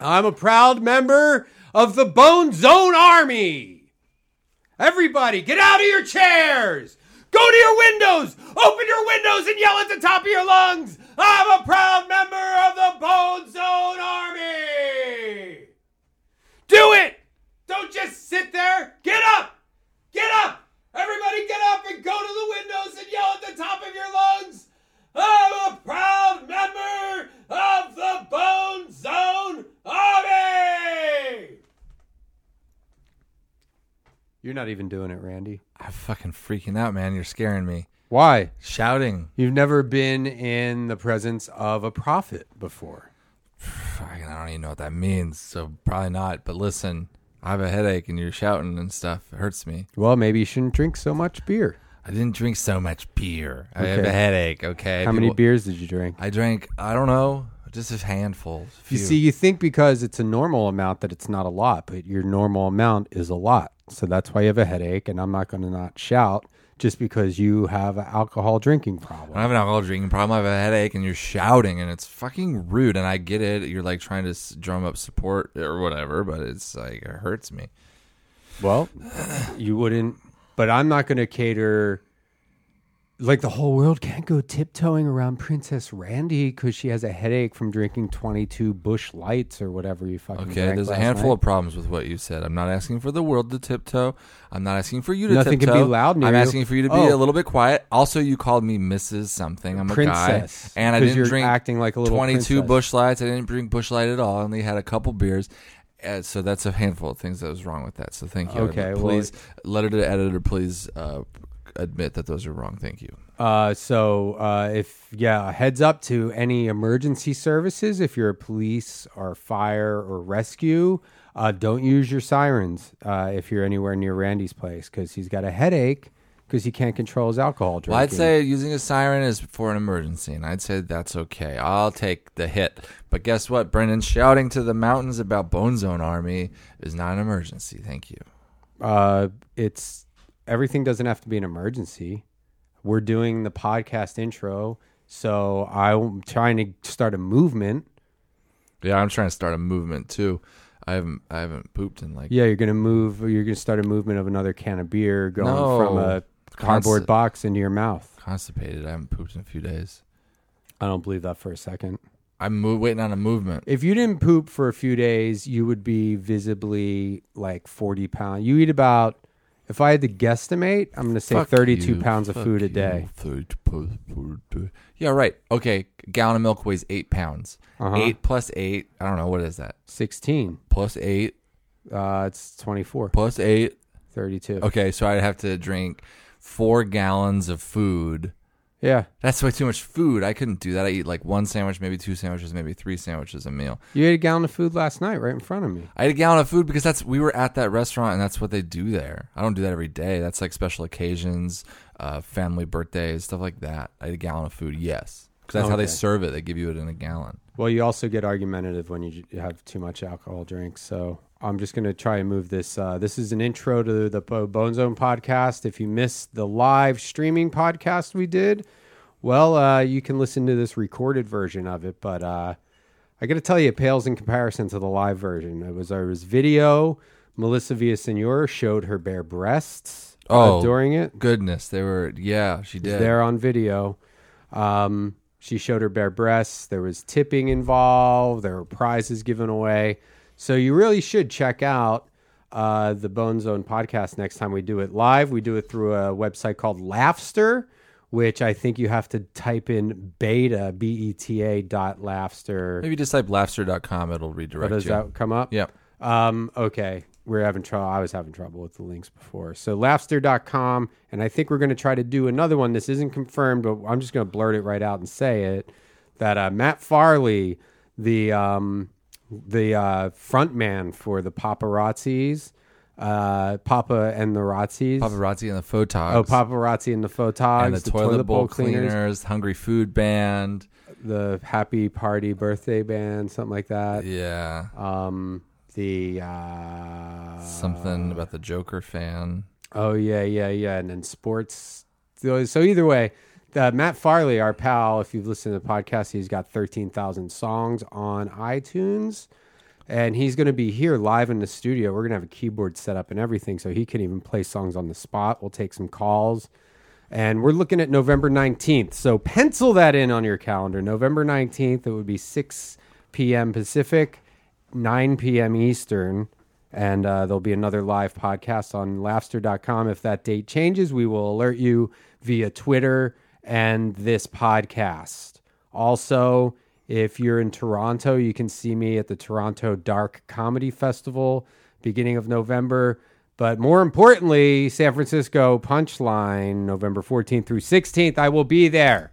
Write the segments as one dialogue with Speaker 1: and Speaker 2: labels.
Speaker 1: I'm a proud member of the Bone Zone Army. Everybody, get out of your chairs. Go to your windows. Open your windows and yell at the top of your lungs. I'm a proud member of the Bone Zone Army. Do it. Don't just sit there. Get up. Get up. Everybody, get up and go to the windows and yell at the top of your lungs. I'm a proud member of the Bone Zone Army. You're not even doing it, Randy.
Speaker 2: I'm fucking freaking out, man. You're scaring me.
Speaker 1: Why?
Speaker 2: Shouting.
Speaker 1: You've never been in the presence of a prophet before.
Speaker 2: Fucking, I don't even know what that means. So probably not. But listen, I have a headache and you're shouting and stuff. It hurts me.
Speaker 1: Well, maybe you shouldn't drink so much beer.
Speaker 2: I didn't drink so much beer. I have
Speaker 1: Okay.
Speaker 2: a headache. Okay.
Speaker 1: How many
Speaker 2: People-
Speaker 1: beers did you drink?
Speaker 2: I drank. I don't know. Just a handful. a
Speaker 1: You
Speaker 2: few.
Speaker 1: see, you think because it's a normal amount that it's not a lot, but your normal amount is a lot. So that's why you have a headache, and I'm not going to not shout just because you have an alcohol drinking
Speaker 2: I don't
Speaker 1: problem.
Speaker 2: have an alcohol drinking problem. I have a headache, and you're shouting, and it's fucking rude. And I get it. You're like trying to s- drum up support or whatever, but it's like it hurts me.
Speaker 1: Well, you wouldn't, but I'm not going to cater. Like the whole world can't go tiptoeing around Princess Randy because she has a headache from drinking 22 Bush Lights or whatever you fucking
Speaker 2: Okay,
Speaker 1: drank
Speaker 2: there's a
Speaker 1: last
Speaker 2: handful
Speaker 1: night.
Speaker 2: of problems with what you said. I'm not asking for the world to tiptoe. I'm not asking for you to
Speaker 1: Nothing can
Speaker 2: tiptoe.
Speaker 1: be loud near
Speaker 2: I'm
Speaker 1: you.
Speaker 2: asking for you to be
Speaker 1: Oh.
Speaker 2: a little bit quiet. Also, you called me Mrs. something. I'm
Speaker 1: Princess,
Speaker 2: a guy, and I
Speaker 1: 'cause
Speaker 2: didn't
Speaker 1: you're
Speaker 2: drink
Speaker 1: acting like a little
Speaker 2: 22
Speaker 1: princess.
Speaker 2: bush lights. I didn't drink bush light at all. I only had a couple beers. Uh, so that's a handful of things that was wrong with that. So thank you.
Speaker 1: Okay,
Speaker 2: editor.
Speaker 1: well-
Speaker 2: please letter to editor. Please uh, admit that those are wrong. Thank you.
Speaker 1: Uh, so uh, if yeah, heads up to any emergency services. If you're a police or fire or rescue, uh, don't use your sirens uh, if you're anywhere near Randy's place because he's got a headache because he can't control his alcohol drinking.
Speaker 2: Well, I'd say using a siren is for an emergency, and I'd say that's okay. I'll take the hit. But guess what? Brendan shouting to the mountains about Bone Zone Army is not an emergency. Thank you.
Speaker 1: uh, it's everything doesn't have to be an emergency. We're doing the podcast intro, so I'm trying to start a movement.
Speaker 2: Yeah, I'm trying to start a movement too. I haven't I haven't pooped in like
Speaker 1: Yeah, you're gonna move. You're gonna start a movement of another can of beer going
Speaker 2: No.
Speaker 1: from a cardboard
Speaker 2: Consti-
Speaker 1: box into your mouth.
Speaker 2: constipated. I haven't pooped in a few days.
Speaker 1: I don't believe that for a second.
Speaker 2: I'm mo- waiting on a movement.
Speaker 1: If you didn't poop for a few days, you would be visibly like 40 pounds. You eat about, if I had to guesstimate, I'm going to say
Speaker 2: Fuck
Speaker 1: 32
Speaker 2: you.
Speaker 1: pounds of
Speaker 2: Fuck
Speaker 1: food a
Speaker 2: you.
Speaker 1: day.
Speaker 2: 32 pounds food a day. Yeah, right. Okay, gallon of milk weighs eight pounds.
Speaker 1: Uh-huh.
Speaker 2: Eight plus eight. I don't know what is that.
Speaker 1: 16.
Speaker 2: Plus eight.
Speaker 1: Uh, it's 24,
Speaker 2: Plus eight.
Speaker 1: 32.
Speaker 2: Okay, so I'd have to drink four gallons of food.
Speaker 1: Yeah.
Speaker 2: That's way too much food. I couldn't do that. I eat like one sandwich, maybe two sandwiches, maybe three sandwiches a meal.
Speaker 1: You ate a gallon of food last night right in front of me.
Speaker 2: I ate a gallon of food because that's we were at that restaurant and that's what they do there. I don't do that every day. That's like special occasions, uh, family birthdays, stuff like that. I ate a gallon of food, yes, because that's how they
Speaker 1: Okay.
Speaker 2: serve it. They give you it in a gallon.
Speaker 1: Well, you also get argumentative when you j- have too much alcohol drinks. So I'm just going to try and move this. Uh, this is an intro to the Bo- Bone Zone podcast. If you missed the live streaming podcast we did, well, uh, you can listen to this recorded version of it. But uh, I got to tell you, it pales in comparison to the live version. It was there was video. Melissa Villasenor showed her bare breasts uh,
Speaker 2: Oh.
Speaker 1: during it
Speaker 2: Goodness, they were. Yeah, she did.
Speaker 1: there on video. Um, she showed her bare breasts. There was tipping involved. There were prizes given away. So you really should check out uh, the Bone Zone podcast next time we do it live. We do it through a website called Laughster, which I think you have to type in beta, B E T A dot Laughster.
Speaker 2: Maybe just type laughster.com. It'll redirect
Speaker 1: Does
Speaker 2: you.
Speaker 1: that come up?
Speaker 2: yeah.
Speaker 1: Um, okay. We're having trouble. I was having trouble with the links before. So laughster.com. And I think we're going to try to do another one. This isn't confirmed, but I'm just going to blurt it right out and say it that uh, Matt Farley, the, um, the uh, front man for the paparazzis, uh, Papa and the Razzis.
Speaker 2: Paparazzi and the photogs.
Speaker 1: Oh, paparazzi and the photogs,
Speaker 2: and the, toilet, bowl cleaners, Hungry Food Band.
Speaker 1: the happy party birthday band, something like that.
Speaker 2: Yeah.
Speaker 1: Um, the uh,
Speaker 2: Something about the Joker fan.
Speaker 1: Oh yeah, yeah, yeah, and then sports. So so either way, uh, Matt Farley, our pal, if you've listened to the podcast, he's got thirteen thousand songs on iTunes. and he's going to be here live in the studio. We're going to have a keyboard set up and everything, so he can even play songs on the spot. We'll take some calls. And we're looking at November 19th. So pencil that in on your calendar. November 19th, it would be 6 p.m. Pacific, 9 p.m. Eastern. And uh, there'll be another live podcast on laughster.com. If that date changes, we will alert you via Twitter and this podcast. Also, if you're in Toronto, you can see me at the Toronto Dark Comedy Festival beginning of November. But more importantly, San Francisco Punchline, November 14th through 16th. I will be there.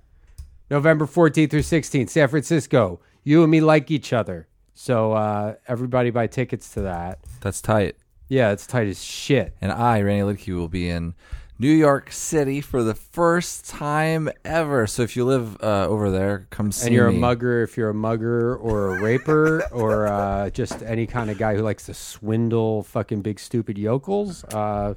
Speaker 1: November 14th through 16th, San Francisco. You and me like each other. So uh, everybody buy tickets to that.
Speaker 2: That's tight.
Speaker 1: Yeah, it's tight as shit.
Speaker 2: And I, Randy Lidke, will be in New York City for the first time ever. So if you live uh, over there, come see
Speaker 1: And you're a
Speaker 2: me.
Speaker 1: mugger if you're a mugger or a raper or uh, just any kind of guy who likes to swindle fucking big stupid yokels. Uh,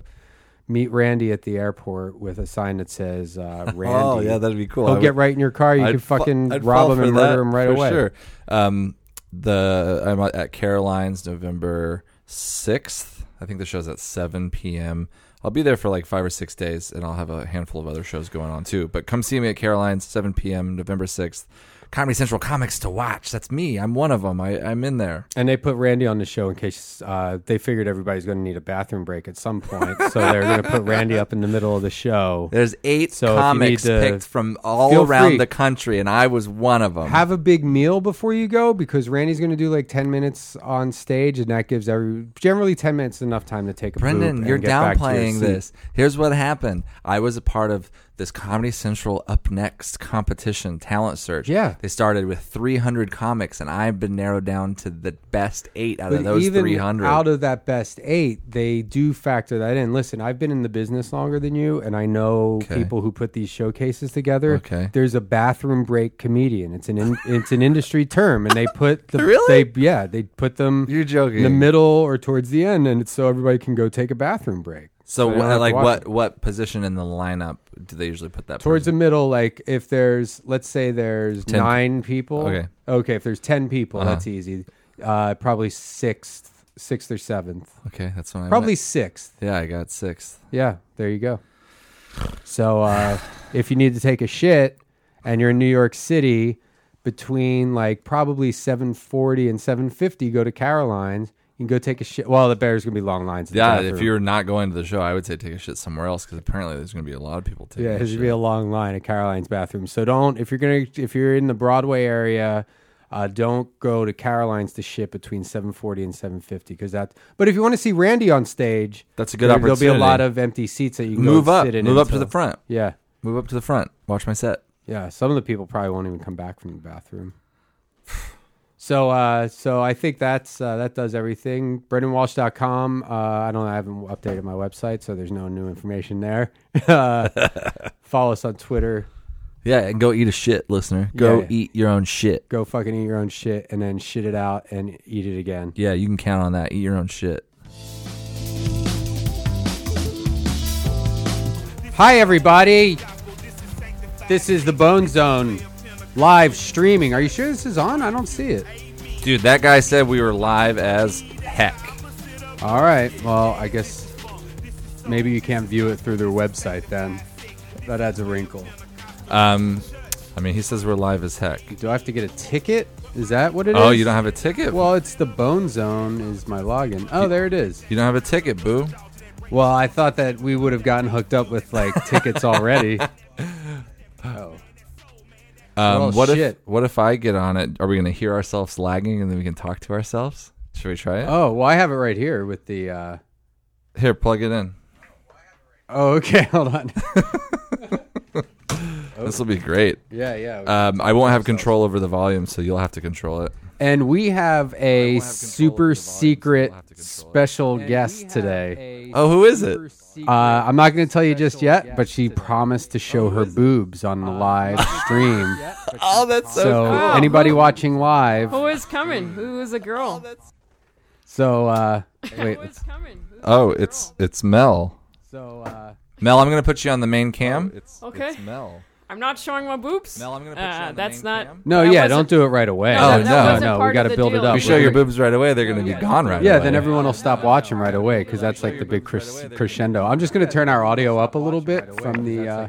Speaker 1: meet Randy at the airport with a sign that says uh, Randy.
Speaker 2: Oh yeah, that'd be cool.
Speaker 1: He'll
Speaker 2: I
Speaker 1: get
Speaker 2: would-
Speaker 1: right in your car. You
Speaker 2: I'd
Speaker 1: can
Speaker 2: fa-
Speaker 1: fucking
Speaker 2: I'd
Speaker 1: rob
Speaker 2: fall
Speaker 1: him
Speaker 2: for
Speaker 1: and murder
Speaker 2: that
Speaker 1: him right
Speaker 2: for
Speaker 1: away.
Speaker 2: Sure. Um, the I'm at Caroline's November sixth. I think the show's at seven p.m. I'll be there for like five or six days, and I'll have a handful of other shows going on too. But come see me at Caroline's seven p.m. November sixth. Comedy Central comics to watch. That's me. I'm one of them. I, I'm in there.
Speaker 1: And they put Randy on the show in case uh, they figured everybody's going to need a bathroom break at some point. so they're going to put Randy up in the middle of the show.
Speaker 2: There's eight
Speaker 1: So if you
Speaker 2: comics
Speaker 1: need to-
Speaker 2: picked from all
Speaker 1: feel
Speaker 2: around
Speaker 1: free.
Speaker 2: the country, and I was one of them.
Speaker 1: Um, Have a big meal before you go because Randy's going to do like 10 minutes on stage, and that gives every generally 10 minutes is enough time to take a poop
Speaker 2: Brendan,
Speaker 1: and
Speaker 2: you're
Speaker 1: get back to your
Speaker 2: downplaying
Speaker 1: seat.
Speaker 2: this. Here's what happened. I was a part of this Comedy Central Up Next competition talent search.
Speaker 1: Yeah.
Speaker 2: They started with 300 comics, and I've been narrowed down to the best eight out
Speaker 1: But
Speaker 2: of those
Speaker 1: even
Speaker 2: 300.
Speaker 1: out of that best eight, they do factor that in. Listen, I've been in the business longer than you, and I know people who put these showcases together.
Speaker 2: Okay.
Speaker 1: there's a bathroom break comedian. It's an in, it's an industry term, and they put the
Speaker 2: Really?
Speaker 1: they yeah they put them
Speaker 2: You're joking.
Speaker 1: in the middle or towards the end, and it's so everybody can go take a bathroom break.
Speaker 2: so,
Speaker 1: they don't have
Speaker 2: what,
Speaker 1: to
Speaker 2: like,
Speaker 1: watch
Speaker 2: what what position in the lineup do they usually put that
Speaker 1: towards
Speaker 2: person?
Speaker 1: the middle like if there's let's say there's nine people
Speaker 2: Okay. Uh-huh.
Speaker 1: okay if there's 10 people that's easy uh probably sixth sixth or seventh
Speaker 2: Okay, that's what I
Speaker 1: probably
Speaker 2: meant.
Speaker 1: sixth
Speaker 2: Yeah, I got sixth.
Speaker 1: yeah there you go so uh if you need to take a shit and you're in new york city between like probably 740 and 750 go to caroline's you can go take a shit well the bear's gonna be long lines in the
Speaker 2: Yeah, if
Speaker 1: bathroom.
Speaker 2: you're not going to the show, I would say take a shit somewhere else because apparently there's going to be a lot of people taking
Speaker 1: Yeah,
Speaker 2: a
Speaker 1: there's
Speaker 2: shit.
Speaker 1: gonna be a long line at Caroline's bathroom. So don't if you're gonna if you're in the Broadway area, uh, don't go to Caroline's to shit between 7:40 and 7:50 because that. But if you want to see Randy on stage,
Speaker 2: That's a good
Speaker 1: there, There'll be a
Speaker 2: opportunity.
Speaker 1: lot of empty seats that you can go
Speaker 2: move
Speaker 1: and
Speaker 2: up,
Speaker 1: sit in
Speaker 2: move up to
Speaker 1: until-
Speaker 2: the front,
Speaker 1: Yeah,
Speaker 2: move up to the front. Watch my set.
Speaker 1: yeah. Some of the people probably won't even come back from the bathroom. So, uh, so I think that's uh, that does everything. BrendanWalsh.com. Uh, I don't. I haven't updated my website, so there's no new information there. uh, follow us on Twitter.
Speaker 2: Yeah, and go eat a shit, listener. Go
Speaker 1: Yeah.
Speaker 2: eat your own shit.
Speaker 1: go fucking eat your own shit and then shit it out and eat it again.
Speaker 2: Yeah, you can count on that. Eat your own shit.
Speaker 1: Hi, everybody. This is the Bone Zone live streaming. Are you sure this is on? I don't see it.
Speaker 2: Dude, that guy said we were live as heck.
Speaker 1: All right. Well, I guess maybe you can't view it through their website then. That adds a wrinkle.
Speaker 2: Um, I mean, he says we're live as heck.
Speaker 1: Do I have to get a ticket? Is that what it is?
Speaker 2: Oh, you don't have a ticket?
Speaker 1: Well, it's the Bone Zone is my login. Oh, there it is.
Speaker 2: you don't have a ticket, boo.
Speaker 1: Well, I thought that we would have gotten hooked up with like tickets already. Oh.
Speaker 2: Um,
Speaker 1: Well,
Speaker 2: what
Speaker 1: shit.
Speaker 2: if what if I get on it? Are we gonna hear ourselves lagging and then we can talk to ourselves? Should we try it?
Speaker 1: Oh, well, I have it right here with the. Uh...
Speaker 2: Here, plug it in.
Speaker 1: Oh, okay. Hold on.
Speaker 2: This will be great.
Speaker 1: yeah, yeah.
Speaker 2: Um, I won't have control over the volume, so you'll have to control it.
Speaker 1: and we have a
Speaker 2: have control of
Speaker 1: super
Speaker 2: the volume, so we'll
Speaker 1: secret
Speaker 2: have to control it.
Speaker 1: special guest today.
Speaker 2: Oh, who is it?
Speaker 1: Uh, I'm not going to tell you just yet, but she promised to show her boobs on
Speaker 2: Uh,
Speaker 1: the live stream.
Speaker 2: Oh, that's so,
Speaker 1: So
Speaker 2: cool.
Speaker 1: anybody watching live,
Speaker 3: Who is coming? Who is a girl?
Speaker 1: so uh, wait.
Speaker 3: Who is coming? Who is
Speaker 2: Oh,
Speaker 3: a girl?
Speaker 2: it's it's Mel.
Speaker 1: So uh,
Speaker 2: Mel, I'm gonna put you on the main cam. oh, it's,
Speaker 3: Okay.
Speaker 2: Mel.
Speaker 3: I'm not showing my boobs.
Speaker 2: Mel, I'm gonna put you
Speaker 3: Uh,
Speaker 2: on the
Speaker 3: that's
Speaker 2: main
Speaker 3: not.
Speaker 2: cam.
Speaker 1: No,
Speaker 3: That
Speaker 1: yeah,
Speaker 3: wasn't-
Speaker 1: don't do it right away.
Speaker 3: No,
Speaker 2: Oh,
Speaker 3: that
Speaker 2: no.
Speaker 3: wasn't
Speaker 1: no, we
Speaker 3: part
Speaker 1: got
Speaker 3: of
Speaker 1: to
Speaker 3: the
Speaker 1: build it
Speaker 3: deal.
Speaker 1: up.
Speaker 2: You show your boobs right away, they're gonna be gone right
Speaker 1: Yeah,
Speaker 2: away.
Speaker 1: then everyone will stop watching right away because that's like the big cres- crescendo. I'm just going to turn our audio up a little bit from the. Uh,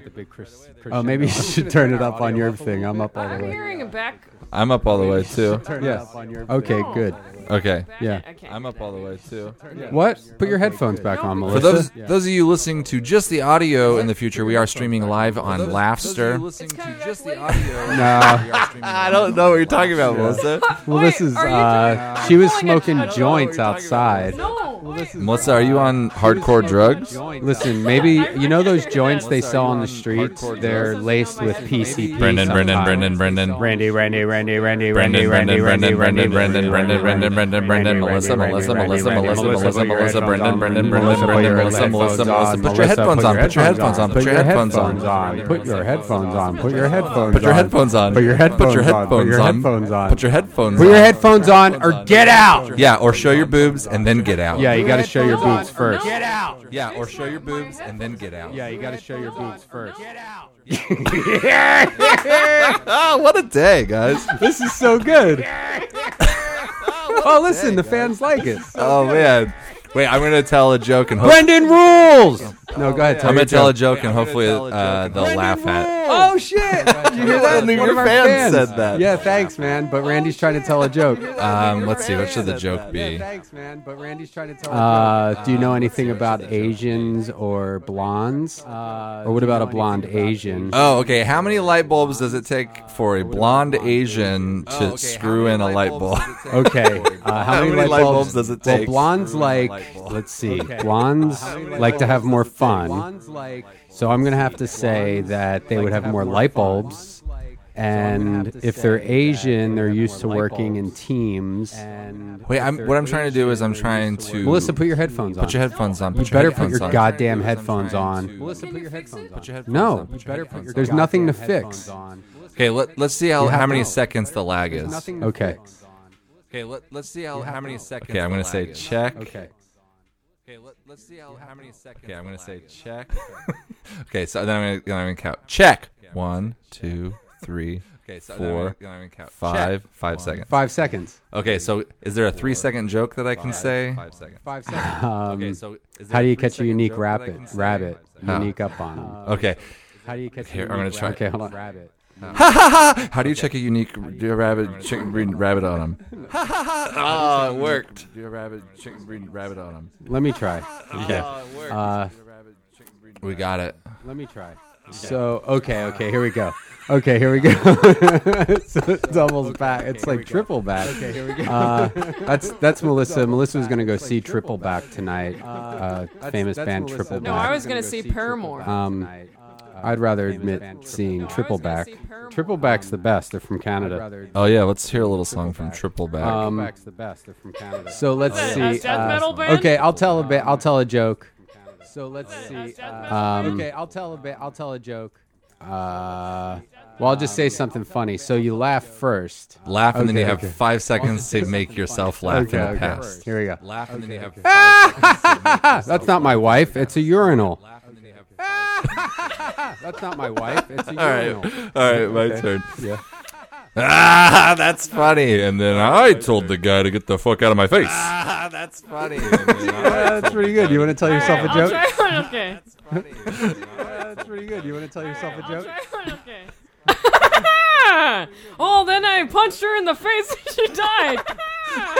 Speaker 1: oh, maybe you should turn it up on your thing. I'm up all the
Speaker 3: I'm
Speaker 1: way.
Speaker 3: hearing a back.
Speaker 2: I'm up all the way too.
Speaker 1: Yeah. Okay,
Speaker 3: No.
Speaker 1: good.
Speaker 2: Okay.
Speaker 3: back
Speaker 1: Yeah.
Speaker 3: I can't
Speaker 2: I'm
Speaker 3: do
Speaker 2: up
Speaker 3: that.
Speaker 2: all the way too.
Speaker 1: What? Put your headphones back on,
Speaker 2: For
Speaker 1: Melissa.
Speaker 2: those those of you listening to just the audio in the future, we are streaming live on Laughster.
Speaker 3: It's coming back later.
Speaker 1: no.
Speaker 2: I don't know what you're talking about, Melissa.
Speaker 1: Well,
Speaker 3: Wait,
Speaker 1: this is.
Speaker 3: are you
Speaker 1: Uh,
Speaker 3: doing-
Speaker 1: she was
Speaker 3: Oh my God, I
Speaker 1: smoking
Speaker 3: don't know what
Speaker 1: joints outside.
Speaker 3: No. wait.
Speaker 2: Melissa, are you on hardcore drugs?
Speaker 1: Listen, maybe
Speaker 3: I
Speaker 1: you know those
Speaker 3: recognize
Speaker 1: joints
Speaker 3: that.
Speaker 1: they
Speaker 2: Melissa,
Speaker 1: sell
Speaker 2: are you
Speaker 1: on
Speaker 2: on
Speaker 1: the streets.
Speaker 2: hardcore
Speaker 1: They're
Speaker 3: drugs?
Speaker 1: laced with
Speaker 3: Brendan,
Speaker 1: PCP.
Speaker 2: Brendan, Brendan,
Speaker 1: sometimes.
Speaker 2: Brendan, Brendan.
Speaker 1: Randy, Randy, Randy, Randy, Randy,
Speaker 2: Brendan,
Speaker 1: Randy,
Speaker 2: Brendan,
Speaker 1: Randy, Randy,
Speaker 2: Brendan, Brendan, Brendan, Brendan, Brendan, Brendan, Brendan, Melissa, Melissa, Melissa, Melissa, Melissa, Melissa, Brendan, Brendan, Brendan, Brendan, Melissa, Melissa, Melissa. Put your headphones on. Put your headphones on. Put your headphones on.
Speaker 1: Put your headphones on. Put your headphones on.
Speaker 2: Put your headphones on.
Speaker 1: Put your
Speaker 2: Put your
Speaker 1: headphones on. Put
Speaker 2: headphones
Speaker 1: your
Speaker 2: on.
Speaker 1: headphones on.
Speaker 2: Put your headphones
Speaker 1: Put your
Speaker 2: on.
Speaker 1: headphones on or get out.
Speaker 2: Yeah, or show your boobs and then get out.
Speaker 1: Yeah, you got to show your boobs first.
Speaker 3: Get
Speaker 1: out.
Speaker 2: Yeah, or show your boobs and then get out.
Speaker 1: Yeah, you got to show your boobs first. Get out.
Speaker 2: Oh, what a day, guys.
Speaker 1: This is so good. Oh, listen, the fans like it.
Speaker 2: Oh man. Wait, I'm gonna tell a joke and hope-
Speaker 1: Brendan rules. No, go ahead.
Speaker 2: I'm gonna
Speaker 1: your
Speaker 2: tell a
Speaker 1: joke.
Speaker 2: joke and hopefully uh, they'll laugh at.
Speaker 1: Oh shit! Did you hear that?
Speaker 2: One of
Speaker 1: One of
Speaker 2: our
Speaker 1: our
Speaker 2: fans
Speaker 1: fans
Speaker 2: said that.
Speaker 1: Yeah, thanks, man. But Randy's trying to tell a joke.
Speaker 2: it. Um, let's see. What should the joke be?
Speaker 1: Thanks, man. But Randy's trying to tell. Uh, do you know anything about Asians or blondes? or what about a blonde Asian?
Speaker 2: Oh, okay. How many light bulbs does it take for a blonde Asian to screw in a light bulb?
Speaker 1: Okay. Uh,
Speaker 2: How many light bulbs does it
Speaker 1: Well,
Speaker 2: take?
Speaker 1: blondes
Speaker 2: Screw in a
Speaker 1: like.
Speaker 2: light bulb.
Speaker 1: Let's see. Blondes like to have more fun. So I'm gonna have to say that they would have more light bulbs. And if they're Asian, they're used to working in teams. And
Speaker 2: Wait, I'm, what I'm trying to do is I'm trying to
Speaker 1: Melissa, put your headphones on.
Speaker 2: put your headphones on.
Speaker 1: You
Speaker 2: Put your
Speaker 1: better put
Speaker 2: headphones
Speaker 1: your
Speaker 2: on.
Speaker 1: goddamn headphones on.
Speaker 3: Can you fix it?
Speaker 2: Put your headphones
Speaker 1: No,
Speaker 2: on. Put your headphones on.
Speaker 1: There's nothing to fix.
Speaker 2: Okay, let, let's see how, how
Speaker 1: have
Speaker 2: many
Speaker 1: to.
Speaker 2: seconds the lag is.
Speaker 1: Okay.
Speaker 2: Okay, let, let's see how, how many seconds. Okay, I'm gonna say check.
Speaker 1: Okay.
Speaker 2: Okay, let, let's see how, how many seconds. Okay, I'm gonna say check. okay, so then I'm gonna, I'm gonna count. Check. One, two, three, four, five, five seconds.
Speaker 1: Five seconds.
Speaker 2: Okay, so is there a three second joke that I can say? Five seconds.
Speaker 1: Five seconds. Um,
Speaker 2: so is
Speaker 1: how do you catch a unique rabbit? Rabbit. Unique up on him.
Speaker 2: Okay.
Speaker 1: How do you catch?
Speaker 2: Here, I'm gonna try.
Speaker 1: Okay, hold on. Rabbit.
Speaker 2: How do you check a unique r- rabbit? Chicken breed rabbit on him. oh, it worked. rabbit, chicken breed rabbit on him.
Speaker 1: Ah, Let me try.
Speaker 3: Oh,
Speaker 2: Yeah,
Speaker 1: Uh,
Speaker 2: we got it.
Speaker 1: let me try. So okay, okay, here we go. Okay, here we go. so it doubles back. It's like triple back. Okay, here we go. Uh, that's that's Melissa. Melissa was gonna go see Triple Back tonight. Uh, famous band Triple
Speaker 3: No, I
Speaker 1: Back.
Speaker 3: was gonna say Paramore.
Speaker 1: Um, I'd rather admit seeing Triple
Speaker 3: gonna
Speaker 1: Back.
Speaker 3: see Paramore.
Speaker 1: Triple Back's the best. They're from Canada.
Speaker 2: Oh yeah, let's hear a little song from Tripleback.
Speaker 1: Um, So let's
Speaker 3: Is it
Speaker 1: see. uh,
Speaker 3: a death metal band?
Speaker 1: okay, I'll tell a bit. I'll tell a joke. So let's
Speaker 3: it a
Speaker 1: see.
Speaker 3: death metal
Speaker 1: Um, okay, I'll tell a bit. I'll tell a joke. Uh, well, I'll just say something funny. So you laugh first.
Speaker 2: laugh, and then you
Speaker 1: okay,
Speaker 2: have
Speaker 1: okay.
Speaker 2: five seconds to make yourself laugh
Speaker 1: Okay,
Speaker 2: in the
Speaker 1: okay.
Speaker 2: past.
Speaker 1: Here we go.
Speaker 2: Laugh, and then you have five
Speaker 1: Ah, that's not my wife. It's a urinal.
Speaker 2: seconds.
Speaker 1: That's not my wife. It's a
Speaker 2: All right,
Speaker 1: urinal.
Speaker 2: all right, my turn. Yeah. Ah, that's funny. And then I told the guy to get the fuck out of my face. Ah, that's funny.
Speaker 1: Yeah, that's pretty good. You want to tell
Speaker 3: All
Speaker 1: yourself
Speaker 3: right,
Speaker 1: a
Speaker 3: I'll
Speaker 1: joke?
Speaker 3: try one. Okay.
Speaker 1: That's pretty good. You want to tell yourself a
Speaker 3: I'll
Speaker 1: joke?
Speaker 3: try one. Okay. oh, then I punched her in the face and she died.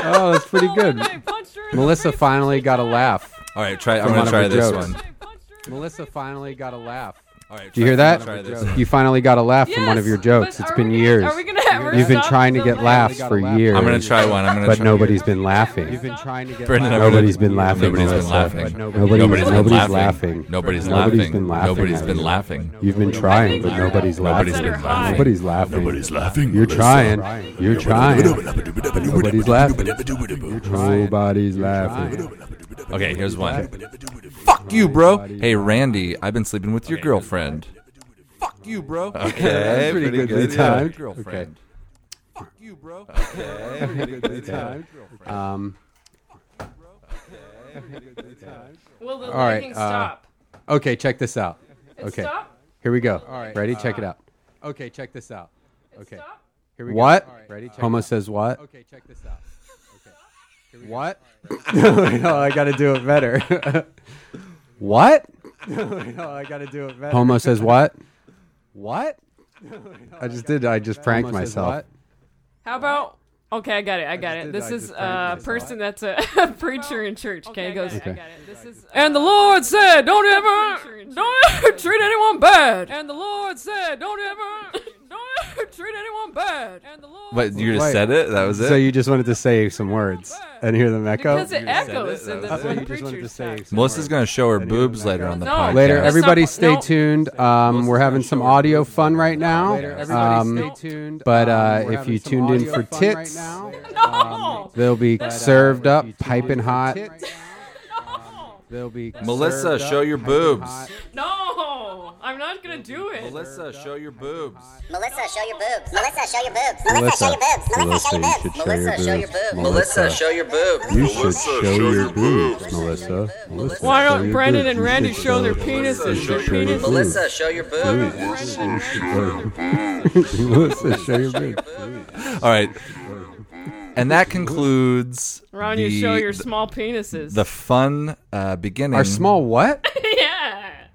Speaker 1: Oh, that's pretty
Speaker 3: Oh,
Speaker 1: good.
Speaker 3: then I punched her in the
Speaker 1: Melissa
Speaker 3: face and
Speaker 1: finally
Speaker 3: she
Speaker 1: got a
Speaker 3: died.
Speaker 1: laugh.
Speaker 2: All right, try. I'm
Speaker 1: From one
Speaker 2: gonna
Speaker 1: of
Speaker 2: try
Speaker 1: her
Speaker 2: this
Speaker 1: jokes.
Speaker 2: one.
Speaker 3: Then I punched her in the
Speaker 1: Melissa finally got a laugh.
Speaker 2: All right,
Speaker 1: Do you hear that?
Speaker 2: Try this
Speaker 1: You finally got a laugh from one of
Speaker 3: Yes,
Speaker 1: your jokes.
Speaker 3: but
Speaker 1: It's
Speaker 3: are
Speaker 1: been
Speaker 3: we gonna-
Speaker 1: years.
Speaker 3: Are we gonna ever
Speaker 1: You've been
Speaker 3: stop
Speaker 1: trying to
Speaker 3: the
Speaker 1: get
Speaker 3: laugh?
Speaker 1: laughs for years.
Speaker 2: I'm gonna try one. I'm gonna.
Speaker 1: but
Speaker 2: try
Speaker 1: nobody's been laughing.
Speaker 3: You've been trying
Speaker 1: to get
Speaker 2: Brendan, laughs.
Speaker 1: Nobody's been laughing.
Speaker 2: Nobody's been
Speaker 1: Melissa.
Speaker 2: laughing.
Speaker 1: Nobody-
Speaker 2: Nobody's been
Speaker 1: nobody's
Speaker 2: laughing.
Speaker 1: laughing. Nobody's
Speaker 2: Nobody's laughing.
Speaker 1: been laughing
Speaker 2: Nobody's
Speaker 1: at
Speaker 2: been
Speaker 1: you.
Speaker 2: laughing.
Speaker 1: You've been trying, but nobody's
Speaker 2: Nobody's
Speaker 1: laughing.
Speaker 2: been laughing.
Speaker 1: Nobody's laughing.
Speaker 4: Nobody's laughing.
Speaker 1: You're
Speaker 4: Melissa.
Speaker 1: trying. You're trying. Nobody's laughing. Nobody's laughing.
Speaker 2: Okay, here's one. Fuck you, bro. Hey, Randy, I've been sleeping with your girlfriend. Fuck you, bro. Okay,
Speaker 1: That's pretty goodly timed.
Speaker 2: Girlfriend.
Speaker 4: Fuck you, bro.
Speaker 1: Um,
Speaker 3: Will the
Speaker 1: right,
Speaker 3: lagging
Speaker 1: uh,
Speaker 3: stop?
Speaker 1: okay, check this out. Okay,
Speaker 3: Stop?
Speaker 1: here we go. Ready? Check it out.
Speaker 4: Okay, check this out. Okay,
Speaker 3: Stop.
Speaker 4: here we
Speaker 1: What?
Speaker 4: go. Ready? Check
Speaker 1: Homo
Speaker 4: it out.
Speaker 1: says what?
Speaker 4: Okay, check this out. Okay. Here we go.
Speaker 1: What? no, I got to do it better. what?
Speaker 4: No, I gotta do it better.
Speaker 1: Homo says what?
Speaker 4: What?
Speaker 1: I just did. I just pranked
Speaker 4: Homo says
Speaker 1: myself.
Speaker 4: what?
Speaker 3: How about? Okay, I got it. I got
Speaker 4: just
Speaker 3: it.
Speaker 4: did-
Speaker 3: This
Speaker 4: I
Speaker 3: is
Speaker 4: just
Speaker 3: a
Speaker 4: framed
Speaker 3: uh,
Speaker 4: myself.
Speaker 3: person that's a preacher in church. Okay, it
Speaker 5: Okay,
Speaker 3: uh, goes.
Speaker 5: I got
Speaker 1: Okay.
Speaker 5: it. I got it. This is
Speaker 3: And the Lord said, "Don't
Speaker 5: Preacher
Speaker 3: ever,
Speaker 5: in
Speaker 3: don't ever treat anyone bad." And the Lord said, "Don't ever, don't ever treat anyone bad." And the Lord.
Speaker 2: But you just
Speaker 1: Wait.
Speaker 2: said it. That was it.
Speaker 1: So you just wanted to say some words and hear them echo.
Speaker 3: because it
Speaker 2: just said
Speaker 3: echoes
Speaker 2: it,
Speaker 3: in the
Speaker 2: that was
Speaker 1: That's what
Speaker 2: it.
Speaker 3: when
Speaker 1: you just wanted to
Speaker 3: preachers
Speaker 1: say.
Speaker 3: talk.
Speaker 1: some
Speaker 2: Melissa's
Speaker 1: words.
Speaker 2: gonna show her
Speaker 1: Then you
Speaker 2: boobs
Speaker 1: don't
Speaker 2: later on the
Speaker 3: No.
Speaker 2: podcast.
Speaker 1: Later,
Speaker 3: Yes.
Speaker 1: everybody
Speaker 3: Let's
Speaker 1: stay
Speaker 3: not- no.
Speaker 1: tuned. Um, we're having some audio fun right now.
Speaker 4: Later, everybody
Speaker 1: Um,
Speaker 4: stay tuned.
Speaker 1: but,
Speaker 4: Um,
Speaker 1: uh,
Speaker 4: we're
Speaker 1: if
Speaker 4: having
Speaker 1: you
Speaker 4: some
Speaker 1: tuned in
Speaker 4: audio
Speaker 1: for
Speaker 4: fun
Speaker 1: tits- um,
Speaker 4: right now.
Speaker 3: No.
Speaker 1: They'll be
Speaker 3: That's-
Speaker 1: served
Speaker 4: Uh,
Speaker 1: up,
Speaker 4: if you tune in
Speaker 1: piping
Speaker 4: for
Speaker 1: hot.
Speaker 4: tits,
Speaker 3: No.
Speaker 4: They'll be
Speaker 2: Melissa,
Speaker 4: served
Speaker 2: show
Speaker 4: up,
Speaker 2: your
Speaker 4: piping
Speaker 2: boobs.
Speaker 4: hot.
Speaker 3: No. I'm not gonna do it.
Speaker 2: Melissa, show your boobs.
Speaker 6: Melissa, show your boobs. Melissa, show your boobs. Melissa,
Speaker 2: Melissa,
Speaker 6: show your boobs. Melissa, show your boobs.
Speaker 2: Melissa, you should show your
Speaker 6: Melissa, show your
Speaker 2: boobs.
Speaker 6: boobs. your boobs.
Speaker 2: Melissa, show
Speaker 7: You should show your boobs, Melissa.
Speaker 3: Why don't Brandon and Randy show their penises? Their
Speaker 2: show your
Speaker 3: penises.
Speaker 7: Melissa,
Speaker 6: show your boobs.
Speaker 1: Melissa, show your boobs.
Speaker 2: All right. And that concludes
Speaker 3: Ron,
Speaker 2: the,
Speaker 3: you show your small penises.
Speaker 2: the fun uh, beginning.
Speaker 1: Our small what?
Speaker 3: yeah.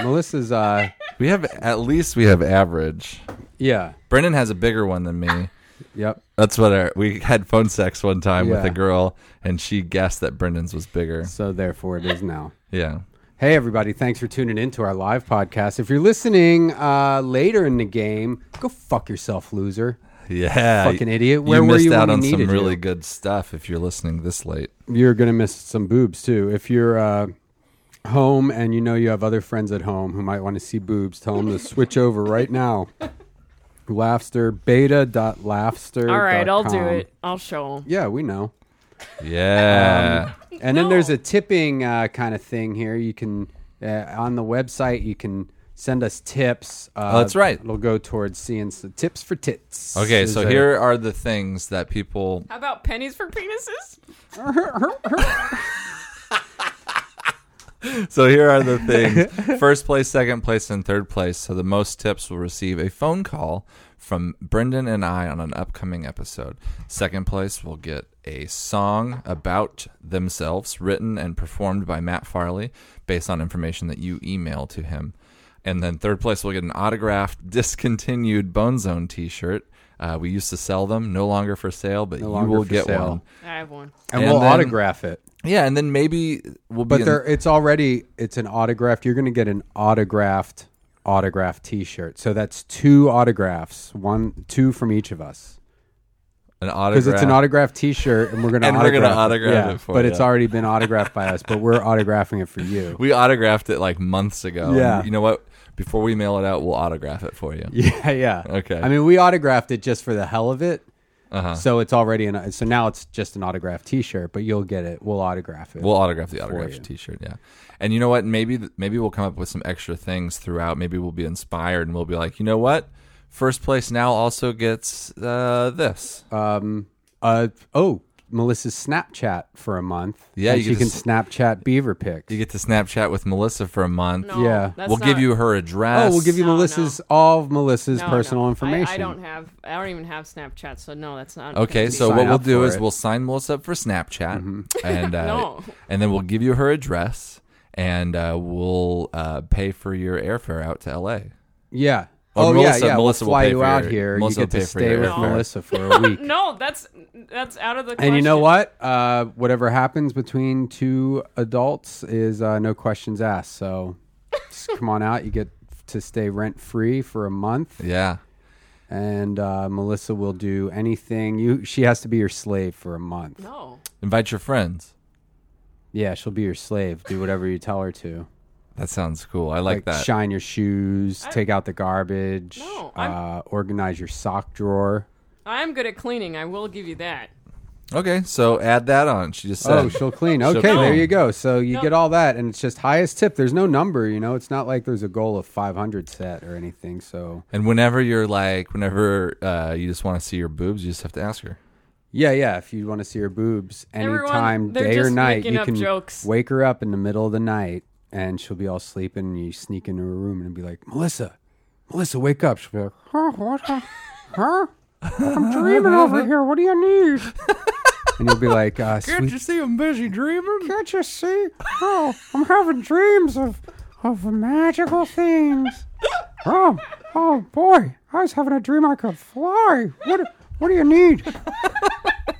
Speaker 1: Melissa's uh
Speaker 2: We have at least we have average.
Speaker 1: yeah.
Speaker 2: Brendan has a bigger one than me.
Speaker 1: Yep.
Speaker 2: That's what our, we had phone sex one time with
Speaker 1: Yeah.
Speaker 2: a girl, and she guessed that Brendan's was bigger.
Speaker 1: So therefore it is now.
Speaker 2: Yeah.
Speaker 1: Hey everybody, thanks for tuning in to our live podcast. If you're listening uh later in the game, go fuck yourself, loser.
Speaker 2: Yeah.
Speaker 1: Fucking idiot. Where
Speaker 2: you
Speaker 1: were
Speaker 2: missed
Speaker 1: you
Speaker 2: out
Speaker 1: when
Speaker 2: on
Speaker 1: we
Speaker 2: some
Speaker 1: needed
Speaker 2: really
Speaker 1: you?
Speaker 2: good stuff if you're listening this late.
Speaker 1: You're gonna miss some boobs too. If you're uh home and you know you have other friends at home who might want to see boobs, tell them to switch over right now. Laughster, beta.laughster.
Speaker 3: All right, I'll do it. I'll show them.
Speaker 1: Yeah, we know. Um,
Speaker 2: Yeah.
Speaker 1: And then there's a tipping uh, kind of thing here. You can uh, on the website you can send us tips. Uh,
Speaker 2: Oh, that's right.
Speaker 1: It'll go towards seeing some tips for tits.
Speaker 2: okay,
Speaker 1: Is
Speaker 2: so
Speaker 1: a-
Speaker 2: here are the things that people
Speaker 3: How about pennies for penises?
Speaker 2: So here are the things. First place, second place, and third place. So the most tips will receive a phone call from Brendan and I on an upcoming episode. Second place will get a song about themselves written and performed by Matt Farley based on information that you email to him. And then third place will get an autographed, discontinued Bone Zone t shirt. Uh, we used to sell them, no longer for sale, but you
Speaker 1: longer
Speaker 2: will
Speaker 1: for
Speaker 2: get
Speaker 1: sale.
Speaker 2: one.
Speaker 3: I have one.
Speaker 1: and,
Speaker 2: and
Speaker 1: we'll
Speaker 2: then-
Speaker 1: autograph it.
Speaker 2: Yeah, and then maybe we'll be
Speaker 1: But
Speaker 2: in-
Speaker 1: there, it's already it's an autographed. You're going to get an autographed autographed T-shirt. So that's two autographs, one two from each of us.
Speaker 2: an
Speaker 1: Because
Speaker 2: autograph.
Speaker 1: it's an autographed T-shirt, and we're going to
Speaker 2: And we're
Speaker 1: autograph
Speaker 2: gonna autograph
Speaker 1: Yeah,
Speaker 2: it for
Speaker 1: But
Speaker 2: you.
Speaker 1: it's already been autographed by us. But we're autographing it for you.
Speaker 2: We autographed it like months ago. And
Speaker 1: Yeah.
Speaker 2: you know what? Before we mail it out, we'll autograph it for you.
Speaker 1: Yeah, yeah.
Speaker 2: Okay. Uh-huh.
Speaker 1: I mean, we autographed it just for the hell of it. So it's already an so now it's just an autographed T-shirt, but you'll get it. We'll autograph it.
Speaker 2: We'll autograph the
Speaker 1: you.
Speaker 2: autographed T-shirt. Yeah. And you know what? Maybe th- maybe we'll come up with some extra things throughout. Maybe we'll be inspired and we'll be like, you know what? First place now also gets uh, this.
Speaker 1: uh oh, Melissa's Snapchat for a month.
Speaker 2: Yeah,
Speaker 1: And
Speaker 2: you
Speaker 1: she
Speaker 2: get
Speaker 1: can
Speaker 2: to s-
Speaker 1: Snapchat beaver pics.
Speaker 2: you get to Snapchat with Melissa for a month.
Speaker 3: No,
Speaker 1: Yeah.
Speaker 3: that's
Speaker 2: we'll give
Speaker 3: not-
Speaker 2: you her address.
Speaker 1: oh, we'll give you
Speaker 3: No,
Speaker 1: Melissa's all of Melissa's
Speaker 3: no,
Speaker 1: personal
Speaker 3: no. I-
Speaker 1: information.
Speaker 3: I, don't have. I don't even have Snapchat, so no, that's not.
Speaker 2: Okay,
Speaker 3: gonna
Speaker 2: so
Speaker 1: sign
Speaker 2: what we'll
Speaker 1: up
Speaker 2: do
Speaker 1: for
Speaker 2: is
Speaker 1: it. Mm-hmm.
Speaker 2: we'll sign Melissa up for Snapchat, and uh,
Speaker 3: No.
Speaker 2: and then we'll give you her address, and uh, we'll uh, pay for your airfare out to L.A.
Speaker 1: Yeah.
Speaker 2: Or
Speaker 1: oh
Speaker 2: Melissa-
Speaker 1: yeah, yeah.
Speaker 2: Melissa
Speaker 1: we'll
Speaker 2: will
Speaker 1: fly
Speaker 2: pay
Speaker 1: you
Speaker 2: for
Speaker 1: out
Speaker 2: your-
Speaker 1: here.
Speaker 2: Melissa
Speaker 1: you get
Speaker 2: will
Speaker 1: to
Speaker 2: pay for
Speaker 1: stay
Speaker 2: your
Speaker 1: with
Speaker 2: airfare.
Speaker 1: Melissa for a week.
Speaker 3: be- No, that's that's out of the. Question.
Speaker 1: And you know what? Uh, whatever happens between two adults is uh, no questions asked. So just come on out. You get to stay rent free for a month,
Speaker 2: Yeah,
Speaker 1: and uh, Melissa will do anything. You, she has to be your slave for a month.
Speaker 3: No.
Speaker 2: invite your friends.
Speaker 1: Yeah, she'll be your slave. Do whatever you tell her to.
Speaker 2: That sounds cool. I like, that.
Speaker 1: Shine your shoes. take out the garbage.
Speaker 3: No, I'm-
Speaker 1: uh, organize your sock drawer.
Speaker 3: I'm good at cleaning. I will give you that.
Speaker 2: Okay, so add that on. She just said.
Speaker 1: Oh, she'll clean.
Speaker 2: She'll
Speaker 1: Okay, there
Speaker 2: clean.
Speaker 1: you go. So you
Speaker 3: No.
Speaker 1: get all that, and it's just highest tip. There's no number, you know. It's not like there's a goal of 500 set or anything. So
Speaker 2: and whenever you're like, whenever uh, you just want to see your boobs, you just have to ask her.
Speaker 1: yeah, yeah. If you want to see her boobs
Speaker 3: Everyone,
Speaker 1: anytime,
Speaker 3: they're
Speaker 1: day or
Speaker 3: just
Speaker 1: night,
Speaker 3: making
Speaker 1: you
Speaker 3: up
Speaker 1: can
Speaker 3: jokes.
Speaker 1: wake her up in the middle of the night, and she'll be all sleeping. And you sneak into her room and be like, Melissa,
Speaker 8: Melissa, wake up. She'll be like,
Speaker 1: Huh? What? Huh? I'm dreaming over here. What do you need? And you'll be like, uh, sweet
Speaker 2: see I'm busy dreaming?
Speaker 1: Can't you see? Oh, I'm having dreams of of magical things. Oh, oh boy, I was having a dream I could fly. What what do you need?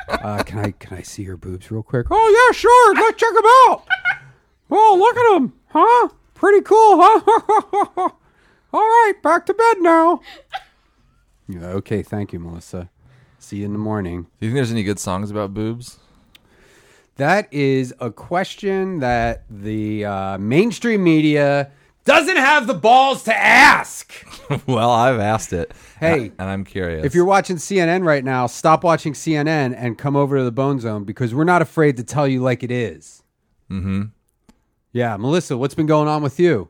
Speaker 1: Uh, can I can I see your boobs real quick? Oh yeah, sure. Let's check them out. Oh, look at them, huh? Pretty cool, huh? All right, back to bed now. Yeah, okay, thank you, Melissa. See you in the morning.
Speaker 2: Do you think there's any good songs about boobs?
Speaker 1: That is a question that the uh, mainstream media
Speaker 8: doesn't have the balls to ask.
Speaker 2: well, I've asked it.
Speaker 1: Hey,
Speaker 2: and I'm curious.
Speaker 1: If you're watching CNN right now, stop watching CNN and come over to the Bone Zone because we're not afraid to tell you like it is. Mm-hmm. Yeah, Melissa, what's been going on with you?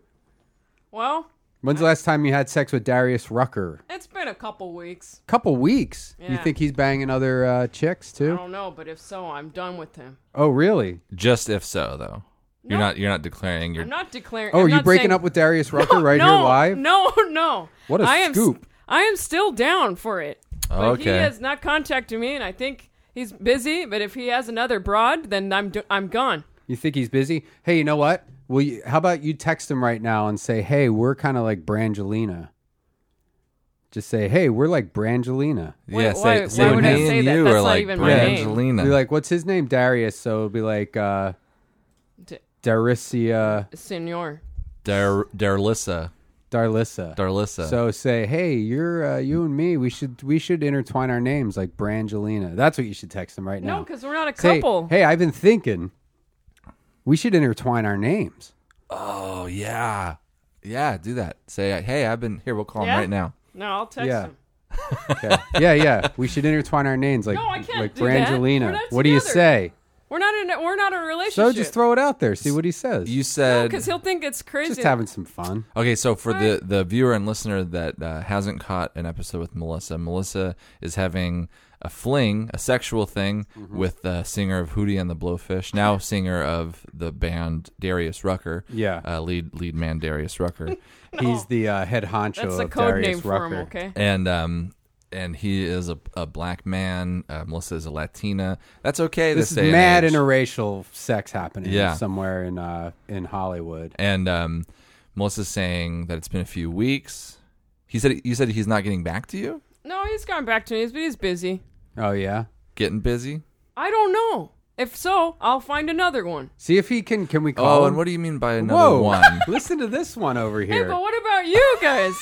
Speaker 3: Well,
Speaker 1: When's the last time you had sex with Darius Rucker?
Speaker 3: it's been a couple weeks.
Speaker 1: Couple weeks. You
Speaker 3: Yeah.
Speaker 1: think he's banging other uh, chicks
Speaker 3: I
Speaker 1: too?
Speaker 3: don't know, but if so, I'm done with him.
Speaker 1: Oh, really?
Speaker 2: just if so though, you're
Speaker 3: No.
Speaker 2: not you're not declaring your
Speaker 3: I'm not declaring.
Speaker 1: Oh,
Speaker 3: I'm
Speaker 1: are you
Speaker 3: not
Speaker 1: breaking
Speaker 3: saying-
Speaker 1: up with Darius Rucker right
Speaker 3: no,
Speaker 1: here live?
Speaker 3: No, no.
Speaker 1: What a
Speaker 3: I am s-
Speaker 1: scoop.
Speaker 3: I am still down for it. But he
Speaker 2: Okay.
Speaker 3: has not contacted me, and I think he's busy. But if he has another broad, then I'm do- I'm gone.
Speaker 1: You think he's busy? Hey, you know what? Will you, how about you text him right now and say, "Hey, we're kind of like Brangelina." Just say, "Hey, we're like Brangelina."
Speaker 3: Why-
Speaker 2: yeah. Say,
Speaker 3: why-
Speaker 2: say
Speaker 3: why would
Speaker 2: me
Speaker 3: I say
Speaker 2: and
Speaker 3: that?
Speaker 2: you
Speaker 3: That's
Speaker 2: are
Speaker 3: not
Speaker 2: like
Speaker 3: even my name.
Speaker 2: Brangelina.
Speaker 1: Be like, "What's his name?" Darius. So it'll be like uh,
Speaker 3: D-
Speaker 1: Darisia,
Speaker 3: Senor.
Speaker 2: Dar Darlissa.
Speaker 1: Darlissa.
Speaker 2: Darlissa.
Speaker 1: So say, "Hey, you're uh, you and me. We should we should intertwine our names like Brangelina." That's what you should text him right
Speaker 3: No,
Speaker 1: now.
Speaker 3: because we're not a
Speaker 1: Say,
Speaker 3: couple.
Speaker 1: "Hey, I've been thinking. We should intertwine our names."
Speaker 2: oh yeah, yeah. Do that. Say hey, I've been here. We'll call
Speaker 3: Yeah?
Speaker 2: him right now.
Speaker 3: No, I'll text
Speaker 1: Yeah.
Speaker 3: him.
Speaker 1: Okay. yeah, yeah. We should intertwine our names like
Speaker 3: No, I can't
Speaker 1: like
Speaker 3: do that. We're
Speaker 1: Brangelina.
Speaker 3: not
Speaker 1: What do you
Speaker 3: together.
Speaker 1: say?
Speaker 3: We're not in. A, we're not in a relationship.
Speaker 1: So just throw it out there. See what he says.
Speaker 2: You said
Speaker 3: because he'll think it's crazy.
Speaker 1: just having some fun.
Speaker 2: Okay, so for the, the viewer and listener that uh, hasn't caught an episode with Melissa, Melissa is having a fling, a sexual thing,
Speaker 1: Mm-hmm.
Speaker 2: with the singer of Hootie and the Blowfish, now singer of the band Darius Rucker.
Speaker 1: Yeah.
Speaker 2: uh, lead lead man Darius Rucker,
Speaker 1: He's the uh, head honcho
Speaker 3: That's the
Speaker 1: of
Speaker 3: code
Speaker 1: Darius
Speaker 3: name for
Speaker 1: Rucker.
Speaker 3: him. Okay.
Speaker 2: and um, and he is a, a black man. Uh, Melissa is a Latina. That's okay.
Speaker 1: This
Speaker 2: this
Speaker 1: is
Speaker 2: day and
Speaker 1: mad
Speaker 2: age.
Speaker 1: interracial sex happening
Speaker 2: Yeah.
Speaker 1: somewhere in uh, in Hollywood.
Speaker 2: And um, Melissa's saying that it's been a few weeks. He said you said he's not getting back to you.
Speaker 3: No, he's gone back to me, but he's busy.
Speaker 1: Oh yeah.
Speaker 2: Getting busy.
Speaker 3: I don't know. If so, I'll find another one.
Speaker 1: See if he can. Can we call?
Speaker 2: Oh,
Speaker 1: him?
Speaker 2: and what do you mean by another
Speaker 1: Whoa!
Speaker 2: one?
Speaker 1: Listen to this one over
Speaker 3: Hey,
Speaker 1: here.
Speaker 3: but what about you guys?